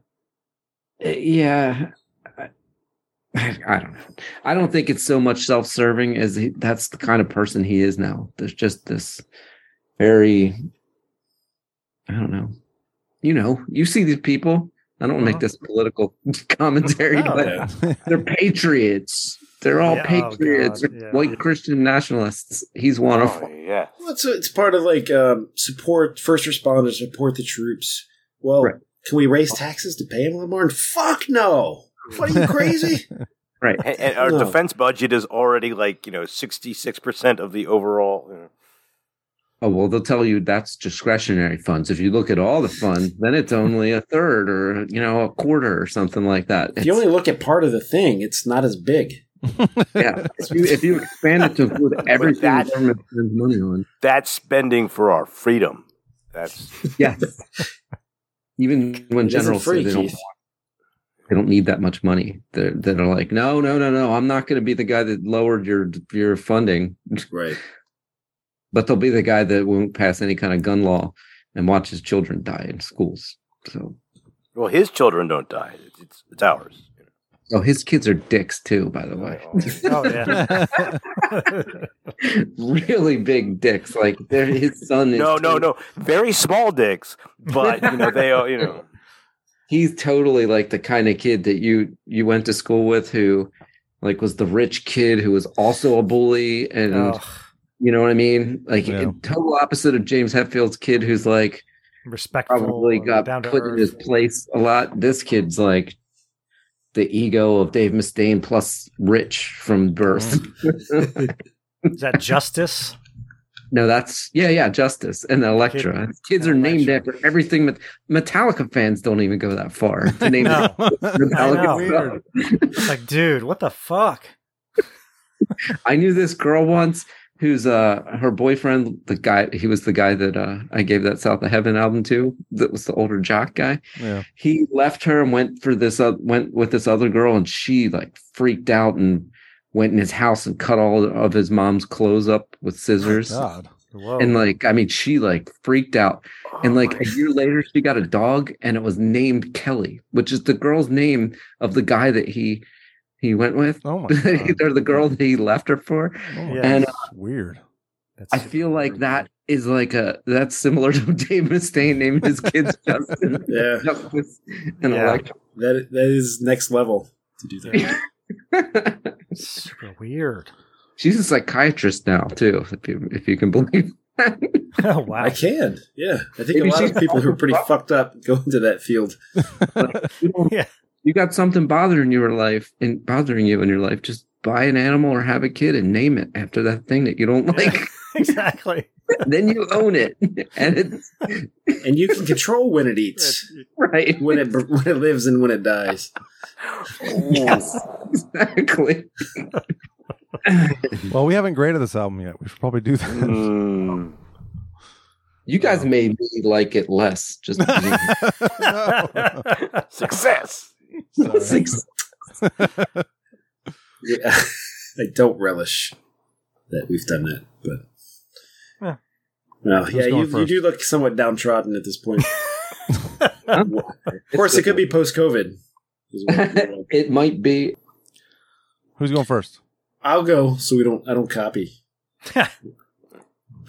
eh, yeah, I, I don't know. I don't think it's so much self-serving as he, that's the kind of person he is now. There's just this very, I don't know. You know, you see these people. I don't want to
Uh-huh.
make this political (laughs) commentary, (laughs)
No,
(laughs)
but they're patriots. They're all
Yeah, oh,
patriots,
God,
They're
yeah.
white Christian nationalists. He's one of
Oh,
them.
yeah.
Well, it's it's part of like um, support first responders, support the troops. Well, can we raise taxes to pay them, Lamar? Fuck no! What are you
(laughs)
crazy?
Right.
And, and our
No.
defense budget is already like, you know, 66% of the overall. You know.
Oh well, they'll tell you that's discretionary funds. If you look at all the funds, then it's only a third or you know a quarter or something
(laughs)
like that.
if you
It's-
only look at part of the thing, it's not as big.
yeah, if you, if you expand it to include everything
that-
the government spends money on,
That's spending for our freedom. That's
yes, even when
It isn't
generals say
free,
they don't,
Keith.
want- they don't need that much money, they're they're like, no, no, no, no, I'm not going to be the guy that lowered your your funding,
right?
But they'll be the guy that won't pass any kind of gun law and watch his children die in schools. So.
well, his children don't die. It's it's, it's ours.
Oh, his kids are dicks too, by
(laughs)
the way.
Oh
(laughs)
(laughs)
yeah. (laughs)
really big dicks. Like they're, his son is
No, no, no. Very small dicks, but you know they are. You (laughs) know,
he's totally like the kind of kid that you you went to school with who like was the rich kid who was also a bully and
Oh.
Ugh.
you know what I mean? Like
Yeah.
total opposite of James Hetfield's kid who's like
Respectful.
probably got
down to
put in his place a lot. This kid's like the ego of Dave Mustaine plus rich from birth.
Mm-hmm. Is that justice?
(laughs) No, that's yeah, yeah, Justice and Electra. Kids are named after everything. Met- Metallica fans don't even go that far
(laughs)
to name
No.
it.
I know.
Metallica. stuff.
Weird. It's like, dude, what the fuck?
I knew this girl once who's uh her boyfriend, the guy he was the guy that uh I gave that South of Heaven album to, that was the older jock guy.
Yeah.
He left her and went for this uh, went with this other girl and she like freaked out and went in his house and cut all of his mom's clothes up with
(laughs)
scissors.
God. Whoa.
And like, I mean, she like freaked out. and like a year later, she got a dog, and it was named Kelly, which is the girl's name of the guy that he he went with.
Oh
(laughs)
my Oh
They're the girl that he left her for.
my
and
God. weird.
I feel like that is like a that's similar to (laughs) Dave Mustaine naming his (laughs) kids Justin.
Yeah.
Justice and
Yeah.
Electra.
That that is next level to do
(laughs)
that.
Super weird. (laughs)
She's a psychiatrist now too, if you if you can (laughs) believe.
oh wow!
I can. Yeah, I think
Maybe
a lot
she's
of people who
(laughs)
are pretty fucked up go into that field.
yeah.
You got something bothering your life and bothering you in your life, just buy an animal or have a kid and name it after that thing that you don't like.
(laughs)
(laughs)
(laughs)
exactly.
then you own it. (laughs) And it's
and you can control when it eats,
right?
(laughs) When it when it lives and when it dies. (laughs)
Yes, exactly.
Well, we haven't graded this album yet. We should probably do that.
Mm.
(laughs)
Hmm.
You guys made me like it less. Just (laughs)
Oh.
(laughs)
success.
Success.
Yeah, I don't relish that we've done that, but
Yeah.
well,
Who's
yeah, you,
going
you
first?
do look somewhat downtrodden at
(laughs)
this point. of course, it could be post COVID.
(laughs)
it might be.
Who's going first?
I'll go, so we don't. I don't copy.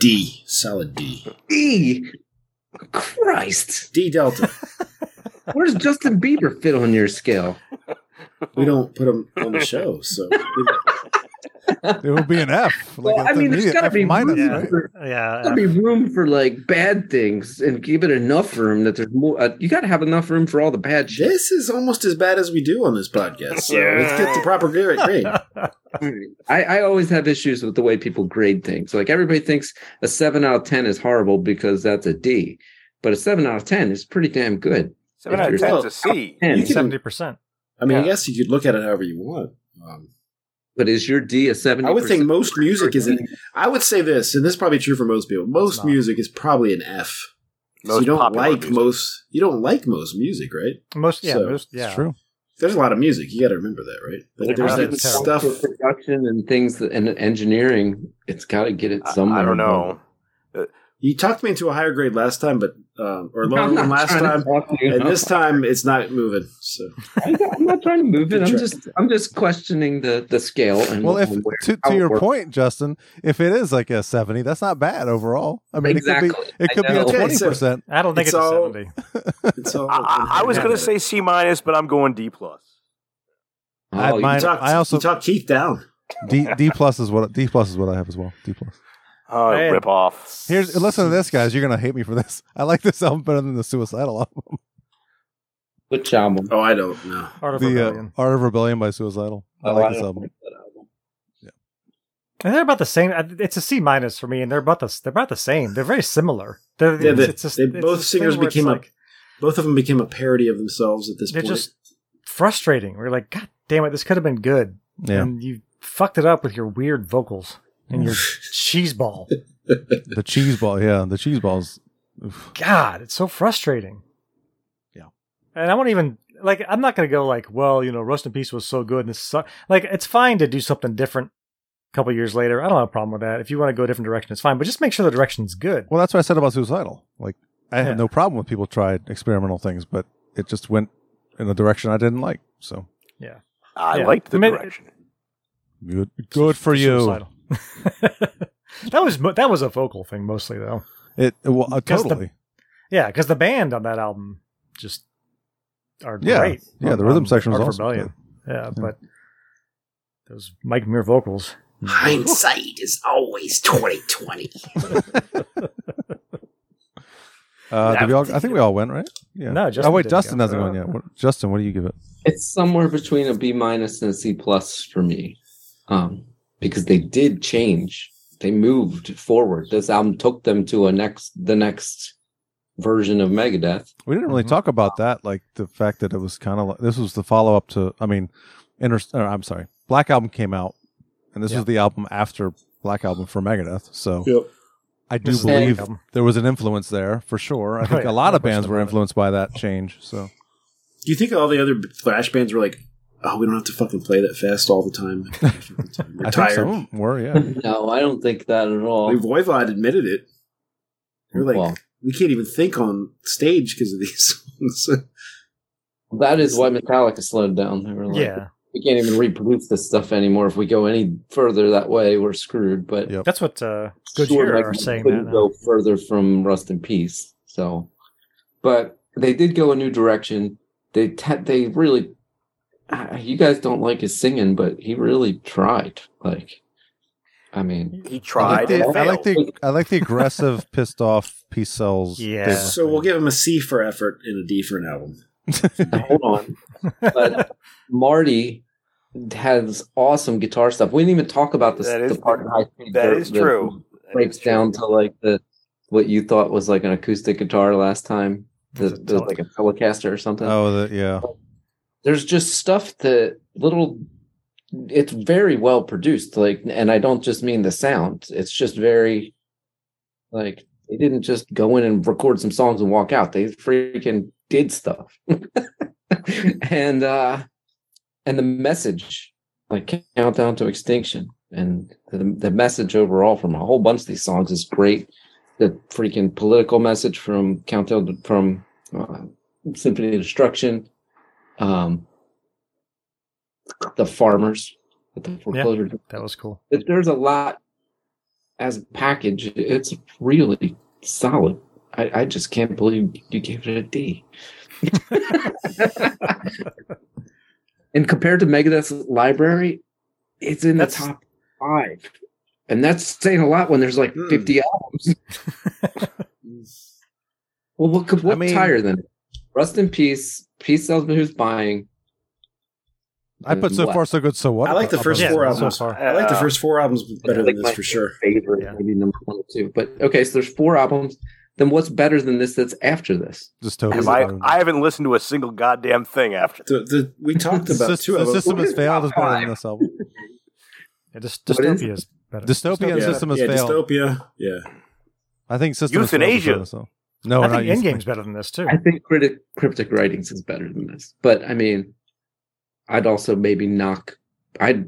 D solid D.
D. Christ.
D Delta.
Where's Justin Bieber fit on your scale?
We don't put them on the show, so
It would be an
(laughs)
F. Like
Well, I
it's
mean, there's
immediate
gotta
F
be
minus,
room
right?
for-
Yeah.
there's gotta be room for like bad things, and give it enough room that there's more. Uh, you gotta have enough room for all the bad shit.
this is almost as bad as we do on this podcast. So let's get the proper grade. grade.
I, I always have issues with the way people grade things. Like everybody thinks a seven out of ten is horrible because that's a D, but a seven out of ten is pretty damn good.
Seven out of
If you're-
ten's a C.
Ten.
You can-
uh, Seventy percent.
I mean, I guess you could look at it however you want. Um,
But is your D a seventy?
I would think most music is. An, I would say this, and this is probably true for most people. Most music is probably an F. So
Most
you don't
popular
like
music.
most. You don't like most music, right?
Most, yeah,
So-
most, yeah.
There's a lot of music. You got to remember that, right? That
But
there's
if
that
it's
stuff.
for production and things that, and engineering. It's got to get it somewhere.
don't know. You talked me into a higher grade last time, but um, or lower
(laughs)
I'm not
than last
trying to
time,
talk you
and
out.
this time it's not moving. So
I'm not trying to move it. I'm
Sure.
just I'm just questioning the the scale. And
Well, if
where-
to,
how
to
it
your
works.
point, Justin, if it is like a seventy, that's not bad overall. I mean,
Exactly.
it
I
could be it could be
know.
a
Okay,
twenty
so-
percent.
I don't think it's, a
It's all-
seventy.
it's all.
I, I was going to say C minus, but I'm going D plus.
Oh,
I,
you
mine-
talked-
I also
you talked Keith down.
(laughs)
D D plus is what D plus is what I have as well. D plus.
Oh,
Man.
rip off.
Here's listen to this, guys. You're gonna hate me for this. (laughs) I like this album better than the Suicidal album.
Which album?
Oh, I don't know.
Art of
the
Rebellion.
Uh, Art of Rebellion by Suicidal. I
Oh,
like
I
this
don't
album.
and they're about the same. I- It's a C minus for me, and they're about the they're about the same. They're very similar. They're,
Yeah, they,
it's just,
they
it's
both
this thing
singers
where it's
became
like,
a. Both of them became a parody of themselves at this
they're
point. (laughs)
just frustrating. We're like, God damn it, this could have been good,
Yeah.
and you fucked it up with your weird vocals and
(laughs)
your cheese ball.
The cheese ball, yeah. The cheese balls.
God, it's so frustrating.
Yeah.
And I won't even like I'm not gonna go like, well, you know, Rust in Peace was so good and this suck. Like it's fine to do something different a couple years later. I don't have a problem with that. If you want to go a different direction, it's fine, but just make sure the direction's good.
Well, that's what I said about Suicidal. Like, I
Yeah.
have no problem with people try experimental things, but it just went in a direction I didn't like. So
Yeah.
I
Yeah.
liked the
I mean,
direction.
good, good for you.
Suicidal. (laughs) that was mo- that was a vocal thing mostly though.
It well uh,
Because the-
totally.
Yeah, because the band on that album just are
Yeah.
great. Um,
Yeah, the
on-
rhythm
on
section was
Art of
awesome,
Rebellion. Yeah, but those Mike Muir vocals.
Hindsight is always twenty twenty.
Uh, did we all, I think we all went right. Yeah.
No,
oh
Justin
wait,
didn't
Justin
go.
hasn't gone yet. What, Justin, what do you give it?
It's somewhere between a B minus and a C plus for me, um, because they did change. They moved forward. This album took them to a next the next version of Megadeth.
We didn't really
Mm-hmm.
talk about that, like the fact that it was kind of like, this was the follow up to. I mean, Inter- or, I'm sorry, Black Album came out, and this was the album after Black Album for Megadeth. So
Yep.
I do
This is the
believe
album. Oh,
there was an influence there for sure. I think a
yeah,
lot
no
of bands
question
were
about it.
influenced by that change. So
Do you think all the other thrash bands were like, "Oh, we don't have to fucking play that fast all the time.
(laughs)
We're
I think
tired."
some of them were,
(laughs)
yeah.
No, I don't think that at all.
I mean, Voivod admitted it. We're like,
Well.
we can't even think on stage because of these songs. (laughs)
That is why Metallica slowed down. They were like,
Yeah.
we can't even reproduce this stuff anymore. If we go any further that way, we're screwed. But
Yep.
That's what uh,
sure,
Gojira
like,
are
we
saying. That
couldn't
now.
go further from Rust in Peace. So, but they did go a new direction. They te- they really. ah, You guys don't like his singing, but he really tried. Like, I mean,
(laughs) He
I like
tried.
the,
and
I like
failed.
the I like the aggressive, pissed off peace cells.
Yeah.
thing.
So we'll give them a C for effort and a D for an album.
hold on. But Marty has awesome guitar stuff. We didn't even talk about this.
That is
the part in High Speed
That
Dirt
is true. That
breaks
is true.
down to like the what you thought was like an acoustic guitar last time. The,
It's a
the
tele-
like a Telecaster or something.
Oh, the, yeah.
There's just stuff that little. It's very well produced, like, and I don't just mean the sound. It's just very, like, they didn't just go in and record some songs and walk out. They freaking did stuff, (laughs) and uh, and the message like countdown to extinction and the, the message overall from a whole bunch of these songs is great the freaking political message from countdown to, from uh, symphony of destruction um the farmers with the foreclosure
That was cool.
If there's a lot as a package it's really solid I, I just can't believe you gave it
(laughs)
a d and compared to Megadeth's library, it's in
That's-
the top five, and that's saying a lot when there's like
Hmm.
50
(laughs)
albums. well, what could what's
mean-
higher than it? Rust in Peace, Peace Sells Who's Buying?
I put so
What?
far so good. So what?
I like the
up- up
first
on
yeah,
four
this.
so
albums.
far.
I like the
Uh,
first four albums better
like
than
my
this for sure.
favorite,
Yeah.
maybe number one or two. But okay, so there's four albums. Then what's better than this? That's after this.
Dystopian.
Have I, I haven't listened to a single goddamn thing after.
(laughs)
The, the, we talked
the,
about
sys-
two
the
of them.
system has failed is better than this album.
Yeah, dys-
What is it?
dystopia is better.
Dystopia and system has
yeah,
failed.
Dystopia. Yeah.
I think system has failed us
Euthanasia.
all, so. No, we're
I
not
think
euthanasia.
Endgame's better than
(laughs)
this too.
I think cryptic cryptic writings is better than this, but I mean, I'd also maybe knock. I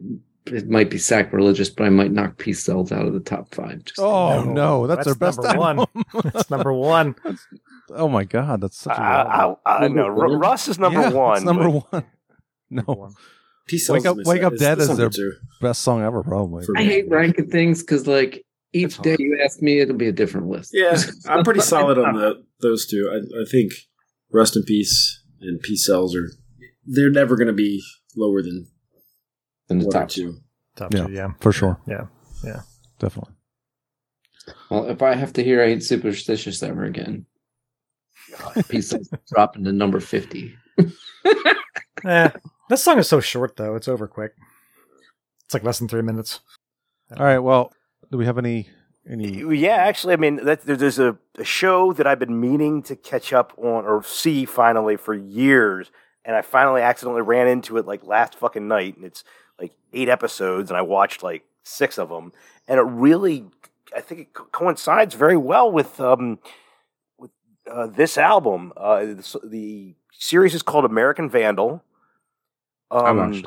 it might be sacrilegious, but I might knock Peace Cells out of the top five. Just
Oh no, that's, our best
number one. (laughs) that's number one.
(laughs) Oh my god, that's such a.
I, I, I, no,
Number
Ru-
one.
Russ is number
Yeah,
one.
It's number
but-
one. No,
Peace
wake up,
Cells is-
wake up,
is-
dead
is
is their
number two.
best song ever, probably.
I hate ranking things because like each day you ask me, it'll be a different list.
Yeah, I'm pretty solid on the, those two. I, I think Rest in Peace and Peace Cells are they're never going to be lower than
than
the top two.
Top
yeah,
two, yeah.
for sure,
Yeah. Yeah.
definitely.
Well, if I have to hear "I Ain't Superstitious" ever
(laughs)
again, Peace Cells dropping to number fifty.
Eh, this song is so short though; it's over quick. It's like less than three minutes.
All right, well, do we have any
(laughs)
any?
Yeah, actually, I mean, that, there- there's a, a show that I've been meaning to catch up on or see finally for years, and I finally accidentally ran into it like last fucking night, and it's like eight episodes, and I watched like six of them, and it really, I think it co- coincides very well with um with uh, this album. Uh, the, the series is called American Vandal.
watched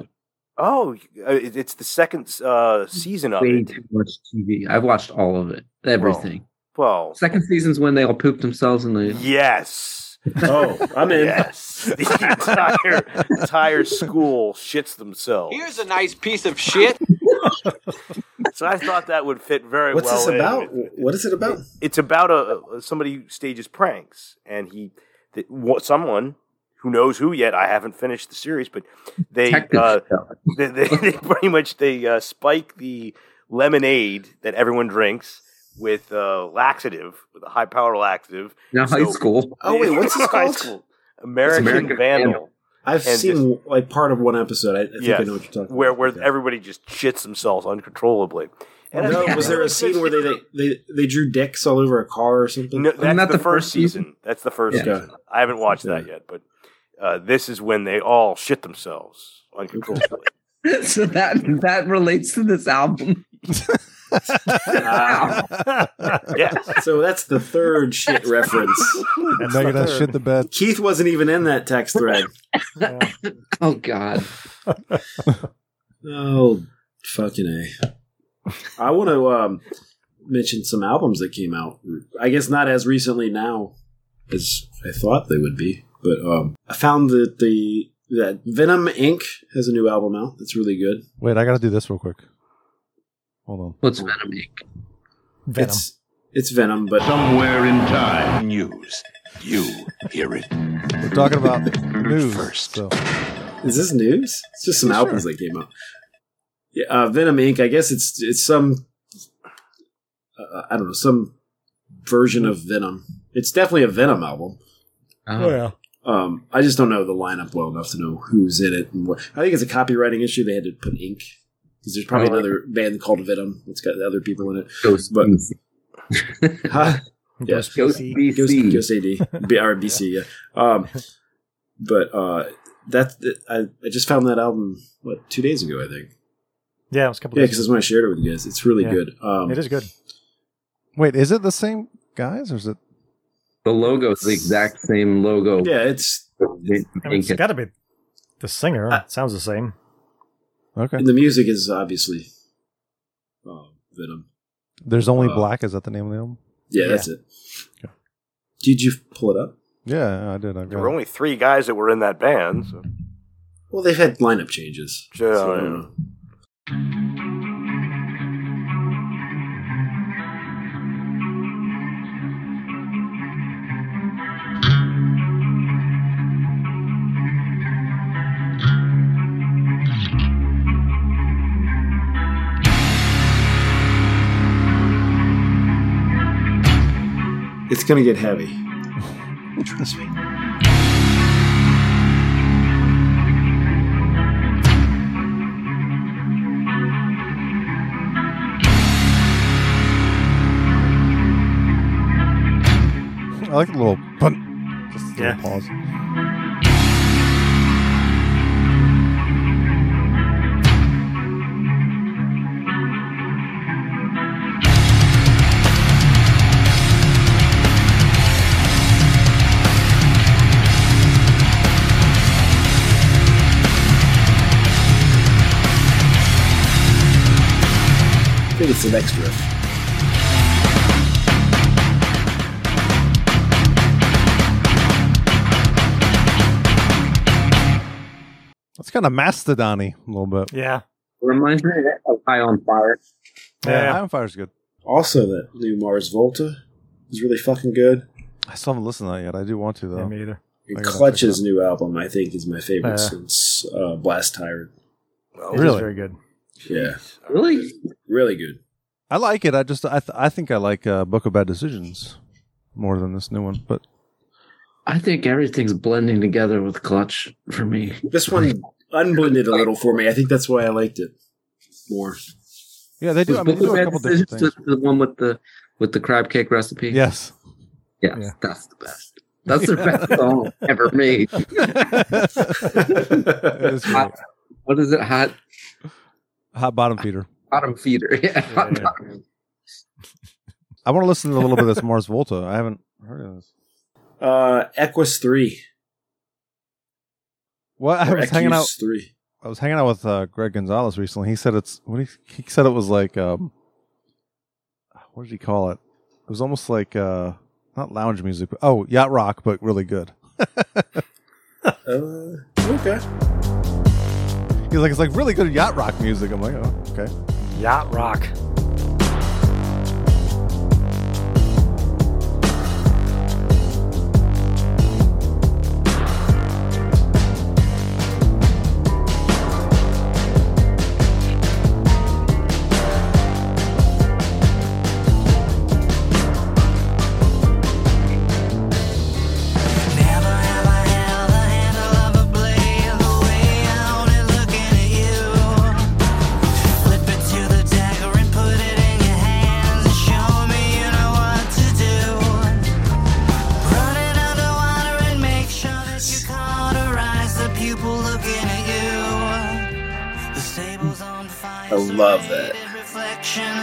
Oh, uh, it- it's the second uh, season of
Way
it.
too much TV. I've watched all of it, everything.
Well,
Second season's when they all poop themselves in the
Yes.
Oh, I'm in.
Yes. (laughs) The entire entire school shits themselves.
Here's a nice piece of shit.
So I thought that would fit very
What's
well.
this
in.
about? What is it about?
It's about a a- somebody who stages pranks, and he, the, wha- someone who knows who yet. I haven't finished the series, but they,
Detective
uh, they, they, (laughs) they pretty much they uh, spike the lemonade that everyone drinks with uh, laxative, with a high power laxative.
Now high
So-
school.
Oh, wait, what's this
(laughs) High
called?
school. American,
American
Vandal.
Vandal.
I've
And
seen like part of one episode. I, I think
Yes.
I know what you're talking.
where where everybody just shits themselves uncontrollably.
about. No, was there a scene where they, they they they drew dicks all over a car or something?
No, that's the, first season. That's the first
Yeah.
season. I haven't watched that yet, but uh, this is when they all shit themselves uncontrollably.
(laughs) so that that relates to this album. (laughs)
(laughs)
yes.
So that's the third shit
(laughs)
reference.
I'm not gonna shit the bed.
Keith wasn't even in that text thread.
Oh God.
Oh, fucking a! I want to um, mention some albums that came out. I guess not as recently now as I thought they would be, but um, I found that the that Venom Inc. has a new album out. That's really good.
Wait, I gotta do this real quick. Hold on.
What's Venom Inc?
Venom.
It's it's Venom, but
Somewhere in time, news. You hear it.
We're talking about news first. So.
Is this news? It's just some
Yeah,
albums
sure.
that came out. Yeah, uh, Venom Inc. I guess it's it's some uh, I don't know some version of Venom. It's definitely a Venom album.
Oh,
yeah.
Um, I just don't know the lineup well enough to know who's in it and what. I think it's a copywriting issue. They had to put Inc. because there's probably
Oh.
another band called Venom that's got other people in it.
Ghost
But-
BC.
Huh?
(laughs)
(laughs)
Ghost
Ghost
PC.
BC.
Ghost, Ghost AD, B- or BC, yeah. Um, but uh, that I, I just found that album what two days ago, I think.
Yeah, it was a couple
Yeah, because
days.
that's when I shared it with you guys. It's really
Yeah.
good. Um,
It is good.
Wait, is it the same guys or is it?
The logo's the exact same logo.
Yeah, it's
I mean, it's
Inc.
got to be the singer. it sounds the same.
Okay.
and the music is obviously um, Venom.
There's only
Uh,
black. Is that the name of the album?
Yeah,
Yeah.
that's it.
Okay.
Did you pull it up?
Yeah, I did. I
There
got
were
it.
only three guys that were in that band. So.
Well, they've had lineup changes.
Yeah, oh,
so,
yeah.
uh, It's gonna get heavy. (laughs) Trust me.
I like the little bun. Just a little
Yeah.
pause.
think it's the next riff.
That's kind of mastodon a little bit.
Yeah.
Reminds me of that- of High on Fire.
Yeah,
Yeah.
High on Fire's good.
Also, that new Mars Volta is really fucking good.
I still haven't listened to that yet. I do want to, though.
Yeah, me either.
And
I gotta
Clutch's new album, I think, is my favorite
Yeah.
since uh, Blast Tyrant.
It is Really?
very good.
Yeah.
Really?
Really good.
I like it. I just I th- I think I like uh, Book of Bad Decisions more than this new one. But
I think everything's blending together with Clutch for me.
This one unblended a little for me. I think that's why I liked it more.
yeah, they do. I mean, they do a couple different things.
The one with the with the crab cake recipe.
(laughs) Yes.
Yes, that's the best. That's
(laughs)
the best song ever made.
is great.
Hot- what is it? Hot
Hot Bottom Feeder.
bottom feeder. (laughs) Yeah. hot
yeah.
bottom.
I want to listen to a little bit of this Mars Volta. I haven't heard of this.
Uh, Equus 3.
Well, (laughs) I
Or
was hanging out.
Equus 3.
I was hanging out with uh, Greg Gonzalez recently. He said it's what he, he said it was like. Um, what did he call it? It was almost like uh, not lounge music. But, oh, yacht rock, but really good.
Uh, okay.
He's like, it's like really good yacht rock music. I'm like, oh, okay.
Yacht rock.
I love that.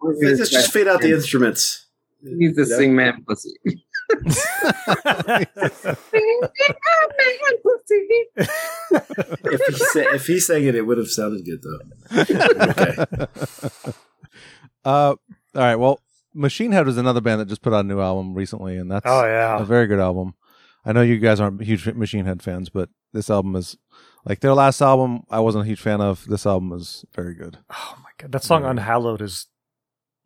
Let's just fade out the instruments.
He needs to sing man
(laughs)
pussy.
(laughs)
If he, sa- if he sang it, it would have sounded good,
(laughs)
though. Okay.
Uh, all right. Well, Machine Head was another band that just put out a new album recently, and that's
Oh, yeah.
a very good album. I know you guys aren't huge Machine Head fans, but this album is like their last album. I wasn't a huge fan of. This album is very good.
Oh, God, that song Unhallowed is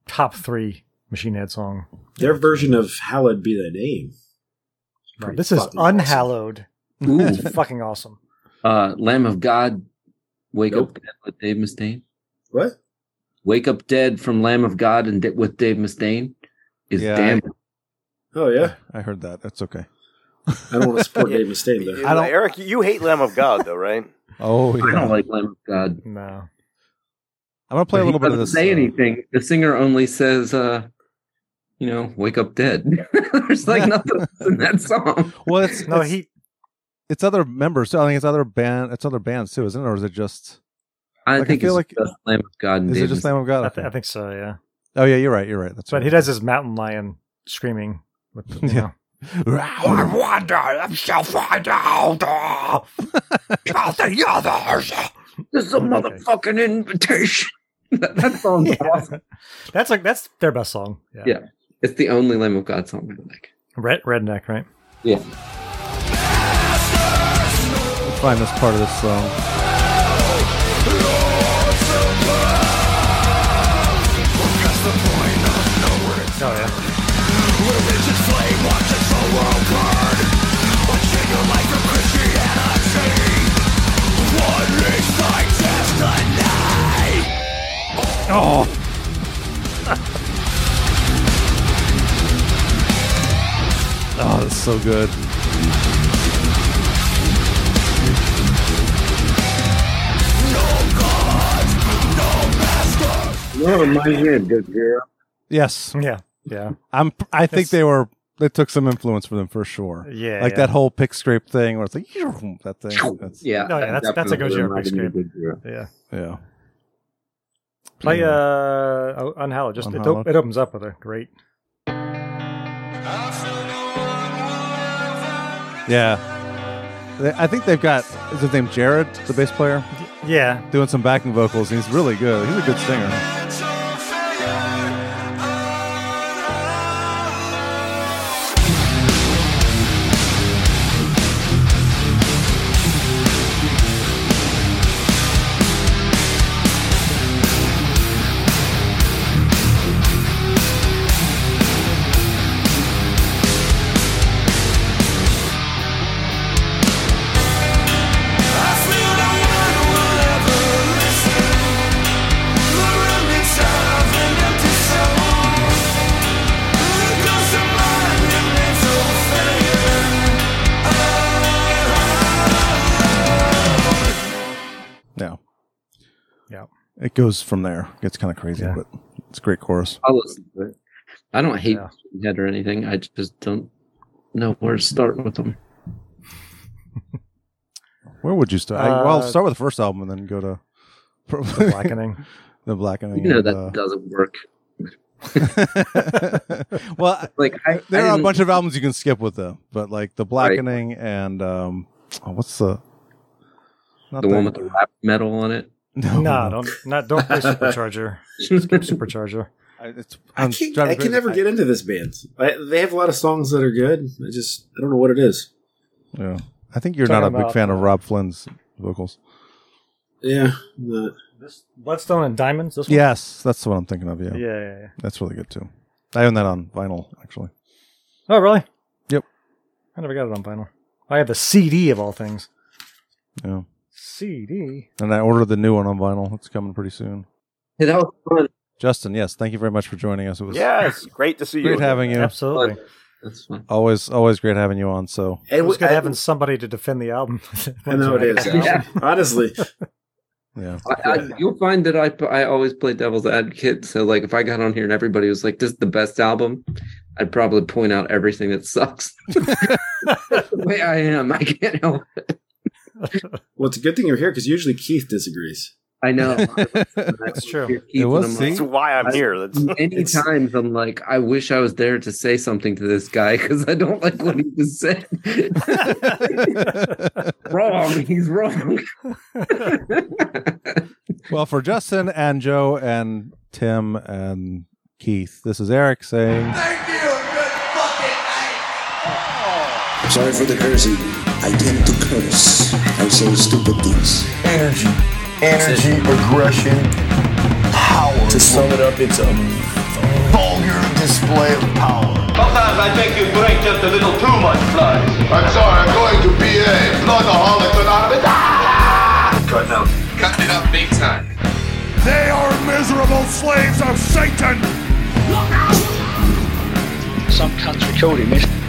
top three Machine Head song.
Their version of Hallowed Be Thy Name. Pretty
This is
fucking awesome.
Unhallowed.
Ooh,
It's fucking awesome.
uh, Lamb of God, Wake Up Dead with Dave Mustaine.
What?
Wake Up Dead from Lamb of God and De- with Dave Mustaine is
Yeah,
damn.
Oh, yeah.
I heard that. That's okay.
I don't want
(laughs)
to support Dave Mustaine, though.
I don't-
Eric, you hate Lamb of God, though, right?
Oh,
(laughs) I
yeah.
don't like Lamb of God.
No.
I'm gonna play a
But he
little bit of this.
doesn't Say
uh,
anything. The singer only says, uh, "You know, wake up dead." (laughs)
(laughs)
There's like nothing else in that song.
well, it's
No,
it's,
(laughs)
he
it's other members. too. I think it's other band. It's other bands too, isn't it? Or is it just?
I
Like, I
think
feel
it's
like-
just Lamb of God. And
Is it
Dave
just Lamb of God?
I, th-
Okay.
I think so, yeah.
Oh yeah, you're right. You're right. That's
But he
right.
does his mountain lion screaming with the, you
Yeah.
(laughs) know.
I
wonder if she'll find out about the others.
This is a motherfucking invitation. that, that song's awesome.
(laughs) That's like that's their best song. Yeah.
Yeah, it's the only Lamb of God song I like.
Red redneck, right?
Yeah,
find this part of this song.
Oh yeah.
Oh, that's so good.
that reminds me of Good Girl.
Yes,
Yeah. Yeah.
I'm. I think
That's-
they were. They took some influence from them for sure.
Yeah.
like
yeah.
that whole pick scrape thing, where it's like (laughs) that thing. That's,
Yeah,
No, yeah,
that
that's- that's a
definitely
Gojira
reminded me of Good Girl.
Yeah.
yeah.
Play
Yeah.
uh oh, Unhallowed. Just It, op-
Unhallowed.
it opens up with a great
I feel no
Yeah. They- I think they've got is his name Jared, the bass player.
Yeah.
doing some backing vocals. and He's really good. He's a good singer. Yeah.
Yeah.
It goes from there. Gets kind of crazy, but it's a great chorus.
I'll listen to it. I don't hate head or anything. I just don't know where to start with them.
Where would you start? I- well,
Uh,
start with the first album and then go to (laughs)
The Blackening.
the blackening.
You know
and,
that
uh,
doesn't work.
(laughs)
(laughs)
well,
like I,
there
I
are a
didn't-
bunch of albums you can skip with them, but like the blackening and um, oh, what's the not
the one
that-
with the rap metal on
(laughs)
it.
No,
don't not don't play Supercharger. Skip
(laughs)
Supercharger.
It's,
I, can't, I can never get into this band. I, they have a lot of songs that are good. I just I don't know what it is.
Yeah, I think you're not a
Talking
big
about-
fan of Rob Flynn's vocals.
Yeah.
This Bloodstone and Diamonds. This one.
Yes, that's what I'm thinking of. Yeah,
Yeah, yeah, yeah.
that's really good too. I own that on vinyl actually.
Oh, really?
Yep.
I never got it on vinyl. I have the CD of all things.
Yeah,
CD.
and I ordered the new one on vinyl. It's coming pretty soon.
(laughs) Hey, that was fun.
Justin, yes, thank you very much for joining us. It was
Yes, great to see you.
great having you.
Absolutely.
That's fun.
Always, always great having you on. So
It was good having somebody to defend the album. (laughs)
I know it is.
Yeah.
Honestly,
yeah.
I, I, you'll find that I I always play devil's advocate. So like if I got on here and everybody was like, "This is the best album," I'd probably point out everything that sucks. (laughs) the way I am, I can't help. It.
well, it's a good thing you're here because usually Keith disagrees.
I know.
That's
true.
Keith, and I'm like-
That's why I'm here. That's
Many times I'm like, I wish I was there to say something to this guy because I don't like what he just said. (laughs) wrong. He's wrong.
Well, for Justin and Joe and Tim and Keith, this is Eric saying.
Sorry for the cursing. I tend to curse. I say stupid things.
Energy, energy, aggression, power. To sum it up, it's a vulgar display of power.
Sometimes I think you drink just a little too much blood. I'm sorry, I'm going to be a bloodaholic anonymous. Cut out. Cut it up big time.
They are miserable slaves of Satan!
Some country told him.